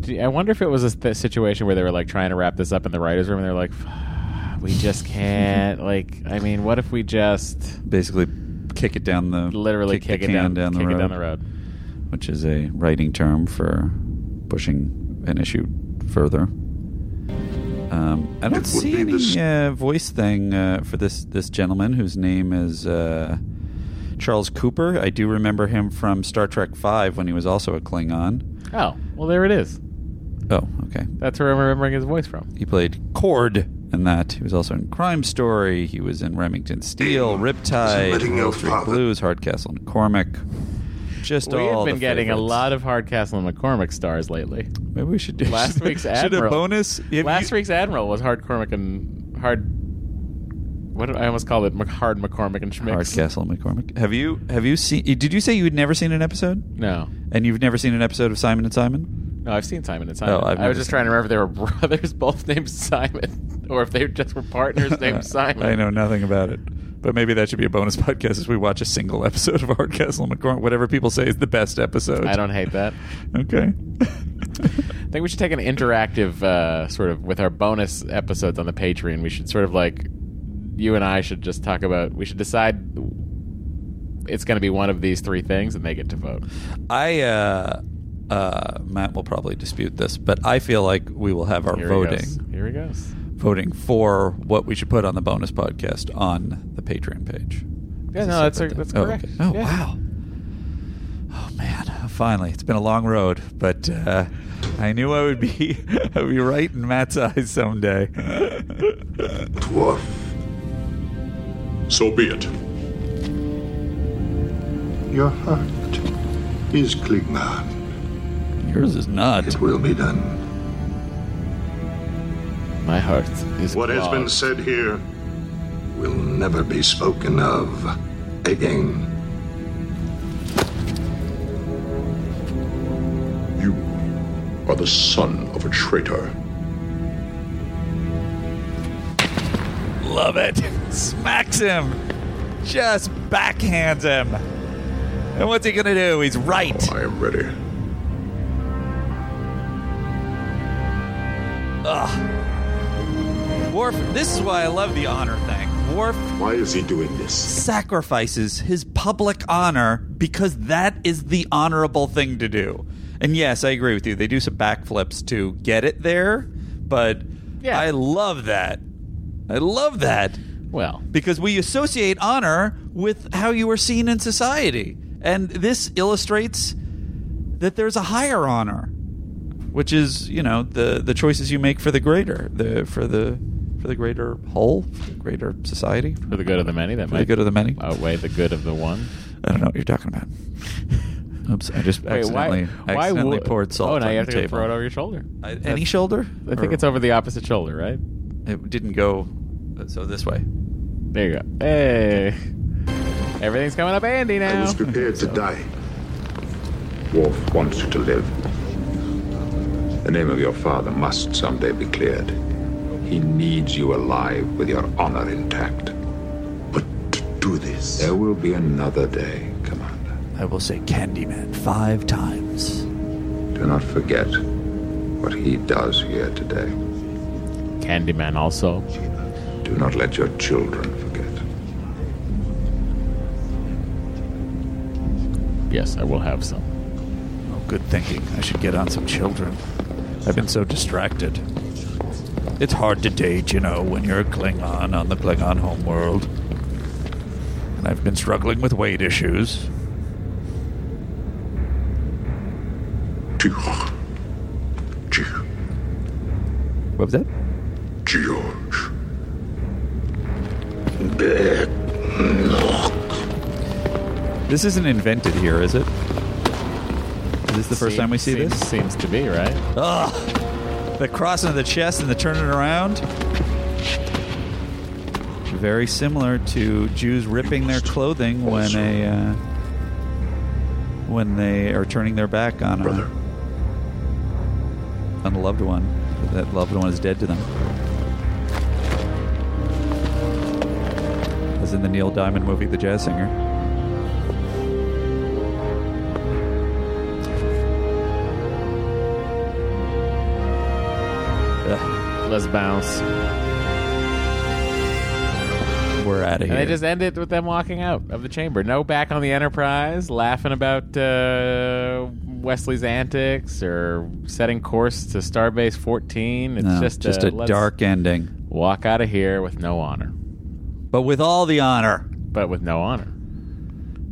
Speaker 1: Do you- I wonder if it was a th- situation where they were like trying to wrap this up in the writers' room, and they're like, "F- "We
Speaker 2: <laughs>
Speaker 1: just can't." like, I mean, what if we just
Speaker 2: basically kick it down the
Speaker 1: Literally kick
Speaker 2: the
Speaker 1: it down-
Speaker 2: can
Speaker 1: kick it down the road.
Speaker 2: which is a writing term for pushing an issue further. Um, I don't see any uh, voice thing uh, for this this gentleman whose name is uh, Charles Cooper. I do remember him from Star Trek Five when he was also a Klingon.
Speaker 1: Oh, well, there it is.
Speaker 2: Oh, okay.
Speaker 1: That's where I'm remembering his voice from.
Speaker 2: He played Cord in that. He was also in Crime Story. He was in Remington Steel, Riptide,
Speaker 21: letting
Speaker 2: Wall
Speaker 21: your
Speaker 2: Street
Speaker 21: father-
Speaker 2: Blues, Hardcastle and Cormac. Just
Speaker 1: We've
Speaker 2: all
Speaker 1: been
Speaker 2: the
Speaker 1: getting a
Speaker 2: favorites.
Speaker 1: lot of Hardcastle and McCormick stars lately.
Speaker 2: Maybe we should do <laughs>
Speaker 1: last week's
Speaker 2: should a
Speaker 1: admiral.
Speaker 2: bonus-
Speaker 1: Last week's admiral was Hard Cormac and Hard. What did I almost call it? Mc- Hard McCormick and Schmick.
Speaker 2: Hardcastle and McCormick. Have you have you seen? Did you say you had never seen an episode?
Speaker 1: No.
Speaker 2: And you've never seen an episode of Simon and
Speaker 1: <laughs>
Speaker 2: Simon?
Speaker 1: No, I've seen Simon and Simon.
Speaker 2: Oh, I've
Speaker 1: I was
Speaker 2: never
Speaker 1: just
Speaker 2: seen
Speaker 1: trying to remember if they were <laughs> brothers, both named Simon, or if they just were partners named
Speaker 2: <laughs>
Speaker 1: Simon.
Speaker 2: I know nothing about it, but maybe that should be a bonus <laughs> podcast as we watch a single episode of Hardcastle and McCormick. Whatever people say is the best episode.
Speaker 1: I don't hate that.
Speaker 2: <laughs> Okay.
Speaker 1: I think we should take an interactive uh, sort of with our bonus episodes on the Patreon. We should sort of like you and I should just talk about. We should decide it's going to be one of these three things, and they get to vote.
Speaker 2: I uh, uh, Matt will probably dispute this, but I feel like we will have our
Speaker 1: Here he
Speaker 2: voting.
Speaker 1: goes. Here he goes.
Speaker 2: Voting for what we should put on the bonus podcast on the Patreon page.
Speaker 1: Yeah,
Speaker 2: It's
Speaker 1: no, that's
Speaker 2: separate
Speaker 1: that's
Speaker 2: thing. Oh,
Speaker 1: correct.
Speaker 2: okay.
Speaker 1: yeah.
Speaker 2: wow. Finally, it's been a long road, but uh, I knew I would be <laughs> I would be right in Matt's eyes someday.
Speaker 12: Dwarf. So be it.
Speaker 21: Your heart is Kligman.
Speaker 2: Yours is not. It
Speaker 21: will be done.
Speaker 1: My heart is.
Speaker 21: What has been said here will never be spoken of again.
Speaker 12: Are the son of a traitor.
Speaker 2: Love it. Smacks him. Just backhands him. And what's he gonna do? He's right.
Speaker 12: I am ready.
Speaker 2: Ugh. Worf, this is why I love the honor thing. Worf
Speaker 15: Why is he doing this?
Speaker 2: sacrifices his public honor because that is the honorable thing to do. And yes, I agree with you. They do some backflips to get it there, but I love that. I love that.
Speaker 1: Well,
Speaker 2: because we associate honor with how you are seen in society. And this illustrates that there's a higher honor, which is, you know, the the choices you make for the greater, the for the for the greater whole, for the greater society,
Speaker 1: for the good of the many. That
Speaker 2: for the
Speaker 1: might
Speaker 2: good of the many.
Speaker 1: outweigh the good of the one.
Speaker 2: I don't know what you're talking about. Oops, I just
Speaker 1: Wait, why-
Speaker 2: accidentally,
Speaker 1: why
Speaker 2: accidentally
Speaker 1: would-
Speaker 2: poured salt
Speaker 1: Oh,
Speaker 2: on
Speaker 1: now you have
Speaker 2: the
Speaker 1: to
Speaker 2: table.
Speaker 1: throw it over your shoulder.
Speaker 2: I- any
Speaker 1: That's-
Speaker 2: shoulder?
Speaker 1: I think
Speaker 2: Or-
Speaker 1: it's over the opposite shoulder, right?
Speaker 2: It didn't go. uh, So this way.
Speaker 1: There you go. Hey, everything's coming up Andy now.
Speaker 4: I was prepared to die. Worf wants you to live. The name of your father must someday be cleared. He needs you alive with your honor intact. But to do this, there will be another day.
Speaker 2: I will say Candyman five times.
Speaker 4: Do not forget what he does here today.
Speaker 1: Candyman also.
Speaker 4: Do not let your children forget.
Speaker 1: Yes, I will have some.
Speaker 2: Oh, good thinking. I should get on some children. I've been so distracted. It's hard to date, you know, when you're a Klingon on the Klingon homeworld. And I've been struggling with weight issues.
Speaker 4: George.
Speaker 2: What was that?
Speaker 4: George.
Speaker 2: This isn't invented here, is it? Is this the first
Speaker 1: Seem-
Speaker 2: time we see
Speaker 1: seems-
Speaker 2: this?
Speaker 1: Seems to be, right?
Speaker 2: Ugh. The crossing of the chest and the turning around. Very similar to Jews ripping their clothing when a uh, when they are turning their back on a, on a loved one. That loved one is dead to them. As in the Neil Diamond movie, The Jazz Singer.
Speaker 1: Let's bounce.
Speaker 2: We're out of
Speaker 1: And
Speaker 2: here.
Speaker 1: they just end it with them walking out of the chamber. No back on the Enterprise, laughing about uh, Wesley's antics or setting course to Starbase 14. It's
Speaker 2: No,
Speaker 1: just,
Speaker 2: just
Speaker 1: uh,
Speaker 2: a
Speaker 1: let's
Speaker 2: dark ending.
Speaker 1: Walk out of here with
Speaker 2: <laughs>
Speaker 1: no honor.
Speaker 2: But with all the honor.
Speaker 1: But with no honor.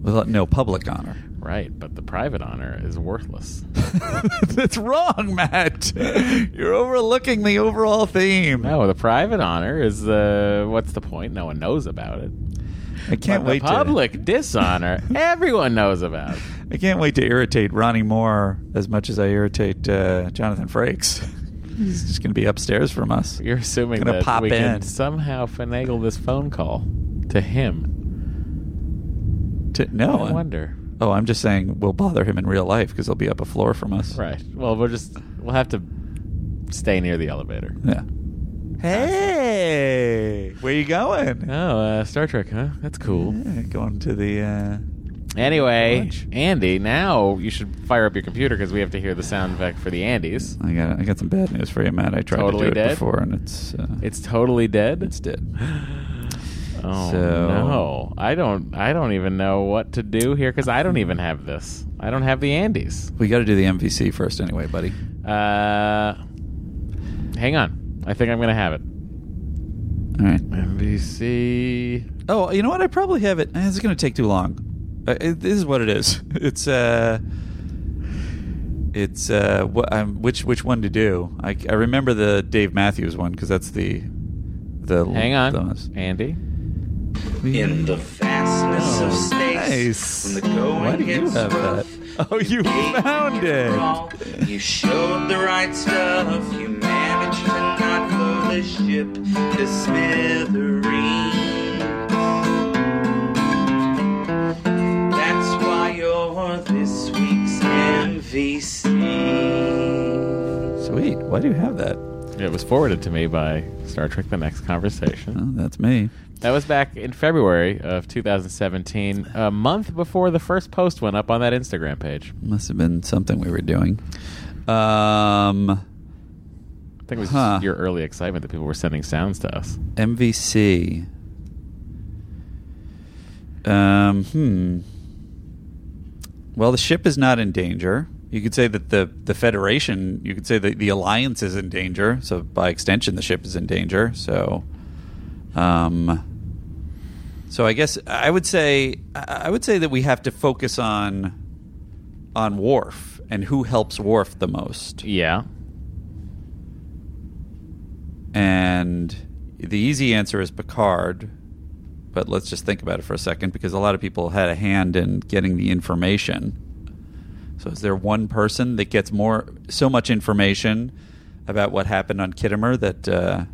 Speaker 2: With no public honor.
Speaker 1: Right, but the private honor
Speaker 2: <laughs>
Speaker 1: is worthless. <laughs>
Speaker 2: That's wrong, Matt. You're overlooking the overall theme.
Speaker 1: No, the private honor is uh, what's the point? No one knows about it.
Speaker 2: I can't
Speaker 1: But the
Speaker 2: wait to-
Speaker 1: public
Speaker 2: <laughs>
Speaker 1: dishonor. Everyone knows about. it.
Speaker 2: I can't wait to irritate Ronnie Moore as much as I irritate uh, Jonathan Frakes. He's just going to be upstairs from us.
Speaker 1: You're assuming
Speaker 2: gonna
Speaker 1: that
Speaker 2: pop
Speaker 1: we
Speaker 2: in.
Speaker 1: can somehow finagle this phone call to him.
Speaker 2: To, no,
Speaker 1: I
Speaker 2: I'm-
Speaker 1: wonder.
Speaker 2: Oh, I'm just saying we'll bother him in real life because he'll be up a floor from us.
Speaker 1: Right. Well, we'll just we'll have to stay near the elevator.
Speaker 2: Yeah. Hey, where you going?
Speaker 1: Oh, uh, Star Trek, huh? That's cool.
Speaker 2: going to the. Uh,
Speaker 1: Anyway, Andy, now you should fire up your computer because we have to hear the sound effect for the Andes.
Speaker 2: I got I got some bad news for you, Matt. I tried
Speaker 1: Totally
Speaker 2: to do
Speaker 1: dead?
Speaker 2: it before, and it's uh,
Speaker 1: It's totally dead.
Speaker 2: It's dead.
Speaker 1: <gasps> Oh
Speaker 2: So-
Speaker 1: no! I don't. I don't even know what to do here because I don't even have this. I don't have the Andes.
Speaker 2: we got to do the MVC first anyway, buddy.
Speaker 1: Uh, hang on. I think I'm gonna have it.
Speaker 2: All right.
Speaker 1: MVC.
Speaker 2: Oh, you know what? I probably have it. Eh, It's going to take too long. Uh, it, this is what it is. <laughs> It's uh, it's uh, wh- um, which which one to do? I, I remember the Dave Matthews one because that's the the
Speaker 1: Hang on,
Speaker 2: the-
Speaker 1: Andy.
Speaker 19: In the vastness of space,
Speaker 2: Oh, Nice.
Speaker 19: when the going
Speaker 2: Why do you
Speaker 19: gets
Speaker 2: have
Speaker 19: rough,
Speaker 2: that? Oh, you found it.
Speaker 19: You showed the right stuff. You managed to not blow the ship to smithereens. That's why you're this week's MVC.
Speaker 2: Sweet. Why do you have that?
Speaker 1: It was forwarded to me by Star Trek: The Next Conversation.
Speaker 2: Oh, that's me.
Speaker 1: That was back in February of 2017, a month before the first post went up on that Instagram page.
Speaker 2: Must have been something we were doing. Um,
Speaker 1: I think it was
Speaker 2: Huh.
Speaker 1: just your early excitement that people were sending sounds to us.
Speaker 2: MVC. Um, hmm. Well, the ship is not in danger. You could say that the, the Federation, you could say that the Alliance is in danger. So, by extension, the ship is in danger. So, um, so I guess I would say I I would say that we have to focus on on Worf and who helps Worf the most.
Speaker 1: Yeah.
Speaker 2: And the easy answer is Picard, but let's just think about it for a second because a lot of people had a hand in getting the information. So is there one person that gets more so much information about what happened on Kittimer that uh,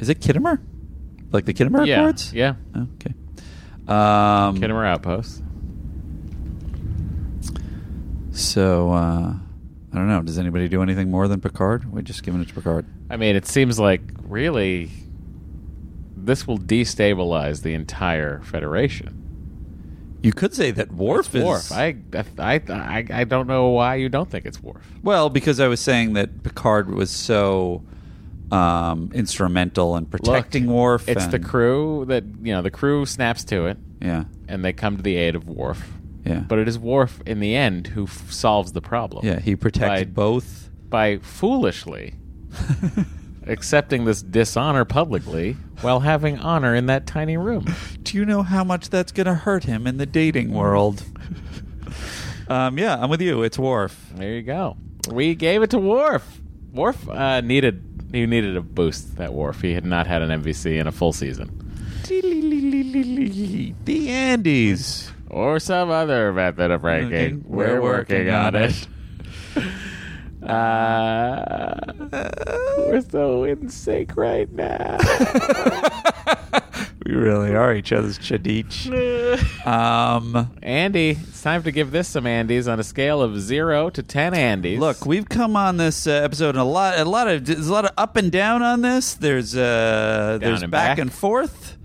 Speaker 2: is it Kittimer? Like the Kittimer
Speaker 1: yeah.
Speaker 2: reports?
Speaker 1: Yeah.
Speaker 2: Okay. Um,
Speaker 1: Kittimer Outpost.
Speaker 2: So uh, I don't know. Does anybody do anything more than Picard? We're just giving it to Picard.
Speaker 1: I mean, it seems like really this will destabilize the entire Federation.
Speaker 2: You could say that Worf
Speaker 1: It's
Speaker 2: is
Speaker 1: Worf. I, I, I, I don't know why you don't think it's Worf.
Speaker 2: Well, because I was saying that Picard was so um, instrumental in protecting
Speaker 1: Look,
Speaker 2: Worf.
Speaker 1: It's the
Speaker 2: and-
Speaker 1: crew that you know. The crew snaps to it.
Speaker 2: Yeah.
Speaker 1: and they come to the aid of Worf.
Speaker 2: Yeah.
Speaker 1: but it is Worf in the end who f- solves the problem.
Speaker 2: Yeah, he protects both
Speaker 1: by
Speaker 2: <laughs>
Speaker 1: foolishly accepting this dishonor publicly while having honor in that tiny room.
Speaker 2: Do you know how much that's going to hurt him in the dating world? <laughs> Um, yeah, I'm with you. It's Worf.
Speaker 1: There you go. We gave it to Worf. Worf uh, needed he needed a boost. That Worf he had not had an MVC in a full season.
Speaker 2: The Andes
Speaker 1: or some other method of ranking. We're, working, on <laughs> it. uh, we're so in sync right now.
Speaker 2: <laughs> We really are each other's chadich.
Speaker 1: <laughs>
Speaker 2: um,
Speaker 1: Andy, it's time to give this some Andes on a scale of zero to ten Andes.
Speaker 2: Look, we've come on this uh, episode and a lot, a lot of there's a lot of up and down on this. There's uh, there's
Speaker 1: and
Speaker 2: back,
Speaker 1: back.
Speaker 2: and forth.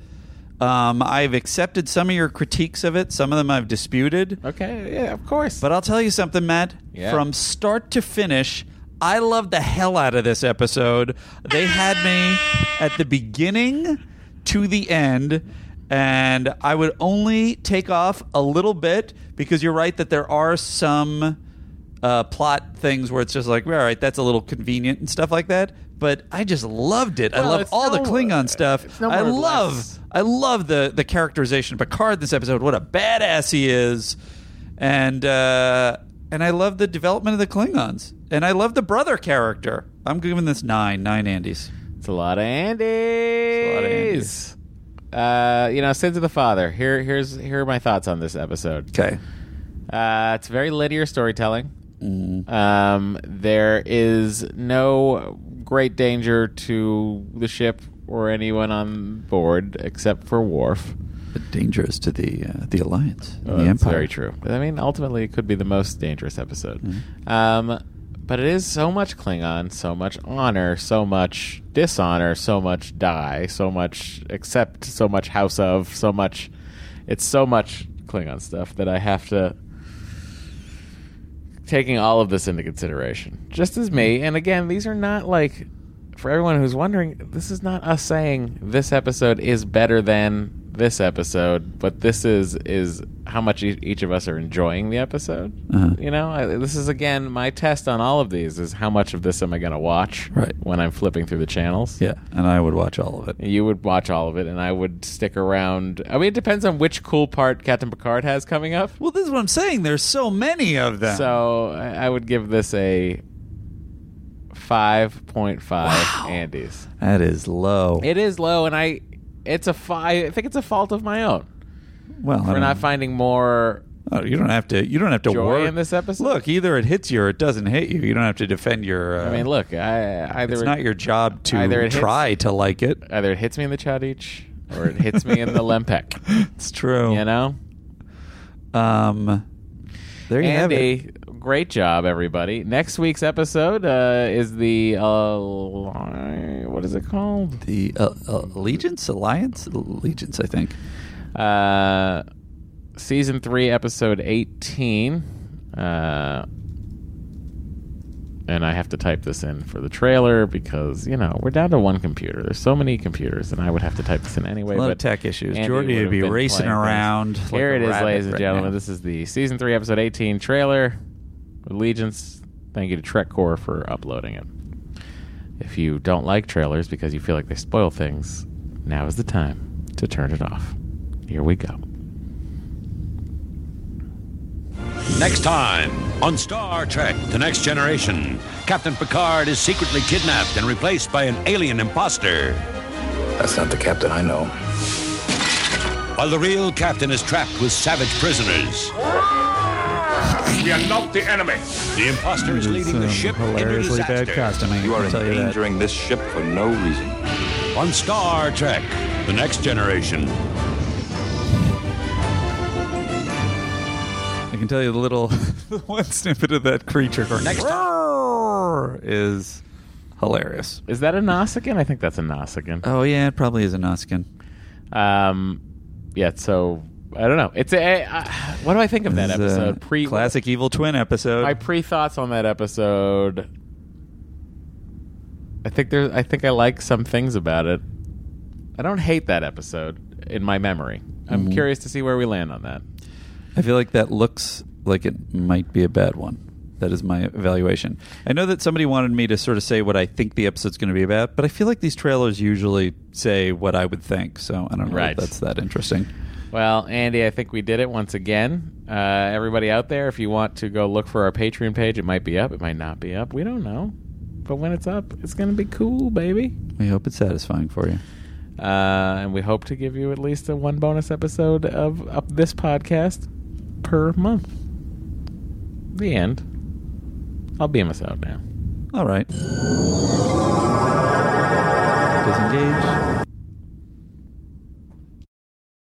Speaker 2: Um, I've accepted some of your critiques of it. Some of them I've disputed.
Speaker 1: Okay, yeah, of course.
Speaker 2: But I'll tell you something, Matt.
Speaker 1: Yeah.
Speaker 2: From start to finish, I love the hell out of this episode. They had me at the beginning to the end, and I would only take off a little bit because you're right that there are some uh, plot things where it's just like, all right, that's a little convenient and stuff like that. But I just loved it. I
Speaker 1: Well,
Speaker 2: love
Speaker 1: it's uh,
Speaker 2: all the
Speaker 1: no-
Speaker 2: Klingon stuff.
Speaker 1: no
Speaker 2: I
Speaker 1: more or
Speaker 2: love
Speaker 1: less.
Speaker 2: I love the the characterization of Picard this episode. What a badass he is, and uh, and I love the development of the Klingons, and I love the brother character. I'm giving this nine nine Andes.
Speaker 1: It's a lot of Andes. It's
Speaker 2: a lot of Andes.
Speaker 1: Uh, you know, sins of the father. Here, here's here are my thoughts on this episode.
Speaker 2: Okay,
Speaker 1: uh, it's very linear storytelling. Um, there is no great danger to the ship or anyone on board except for Worf.
Speaker 2: But dangerous to the uh, the Alliance, and
Speaker 1: Oh,
Speaker 2: the
Speaker 1: that's
Speaker 2: Empire.
Speaker 1: very true. I mean, ultimately, it could be the most dangerous episode.
Speaker 2: Mm-hmm.
Speaker 1: Um, but it is so much Klingon, so much honor, so much dishonor, so much die, so much accept, so much house of, so much. It's so much Klingon stuff that I have to taking all of this into consideration. Just as me, and again, these are not like for everyone who's wondering, this is not us saying this episode is better than this episode, but this is is how much e- each of us are enjoying the episode.
Speaker 2: Uh-huh.
Speaker 1: You know, I, this is again my test on all of these is how much of this am I going to watch
Speaker 2: Right.
Speaker 1: when I'm flipping through the channels.
Speaker 2: Yeah, and I would watch all of it.
Speaker 1: You would watch all of it, and I would stick around. I mean, it depends on which cool part Captain Picard has coming up.
Speaker 2: Well, this is what I'm saying. There's so many of them.
Speaker 1: So I I would give this a 5.5 Andes.
Speaker 2: that is low.
Speaker 1: It is low, and I it's a fi- I think it's a fault of my own
Speaker 2: well, I
Speaker 1: for
Speaker 2: don't-
Speaker 1: not finding more.
Speaker 2: Oh, you don't have to. You don't have to
Speaker 1: Joy
Speaker 2: worry
Speaker 1: in this episode?
Speaker 2: Look, either it hits you or it doesn't hit you. You don't have to defend your. Uh,
Speaker 1: I mean, look, I, either
Speaker 2: it's
Speaker 1: it-
Speaker 2: not your job to
Speaker 1: either it hits-
Speaker 2: try to like it.
Speaker 1: either it hits me in the chadich or it hits me in the lempec.
Speaker 2: It's true.
Speaker 1: You know,
Speaker 2: Um, there you have
Speaker 1: Andy,
Speaker 2: it.
Speaker 1: great job, everybody. Next week's episode uh, is the uh, what is it called?
Speaker 2: The uh, uh, allegiance, alliance, allegiance. I think.
Speaker 1: Uh, season three, episode eighteen. Uh, and I have to type this in for the trailer because you know we're down to one computer. There's so many computers, and I would have to type this in anyway.
Speaker 2: A lot of
Speaker 1: but
Speaker 2: tech issues.
Speaker 1: Andy
Speaker 2: Jordy
Speaker 1: would've
Speaker 2: would be
Speaker 1: been
Speaker 2: racing
Speaker 1: playing things.
Speaker 2: around like
Speaker 1: Here
Speaker 2: a
Speaker 1: it is,
Speaker 2: rabbit
Speaker 1: ladies and
Speaker 2: right
Speaker 1: gentlemen.
Speaker 2: now.
Speaker 1: This is the season three, episode eighteen trailer. Allegiance. Thank you to Trek Core for uploading it. If you don't like trailers because you feel like they spoil things, now is the time to turn it off. Here we go.
Speaker 6: Next time on Star Trek The Next Generation, Captain Picard is secretly kidnapped and replaced by an alien imposter. That's not the captain I know. While the real captain is trapped with savage prisoners,
Speaker 5: We are not the enemy.
Speaker 6: the imposter is leading the ship into
Speaker 2: Mm, hilariously
Speaker 6: disaster.
Speaker 2: bad costuming,
Speaker 6: You
Speaker 2: I
Speaker 6: are
Speaker 2: can tell you that.
Speaker 6: endangering this ship for no reason. On Star Trek The Next Generation.
Speaker 2: <laughs> I can tell you the little <laughs> one snippet of that creature going
Speaker 6: Next-
Speaker 2: "Roar" is hilarious.
Speaker 1: Is that a Nausicaan? I think that's a Nausicaan.
Speaker 2: Oh yeah, it probably is a Noskin.
Speaker 1: Um, yeah. So I don't know. It's a. Uh, what do I think of that
Speaker 2: This is a
Speaker 1: episode? Pre
Speaker 2: classic evil twin episode.
Speaker 1: my pre thoughts on that episode. I think there. I think I like some things about it. I don't hate that episode in my memory. I'm
Speaker 2: Mhm.
Speaker 1: curious to see where we land on that.
Speaker 2: I feel like that looks like it might be a bad one. That is my evaluation. I know that somebody wanted me to sort of say what I think the episode's going to be about, but I feel like these trailers usually say what I would think. So I don't know
Speaker 1: Right.
Speaker 2: if that's that interesting.
Speaker 1: Well, Andy, I think we did it once again. Uh, everybody out there, if you want to go look for our Patreon page, it might be up, it might not be up. We don't know. But when it's up, it's going to be cool, baby.
Speaker 2: We hope it's satisfying for you.
Speaker 1: Uh, and we hope to give you at least a one bonus episode of, of this podcast per month. The end. I'll beam us out now.
Speaker 2: All right. Disengage.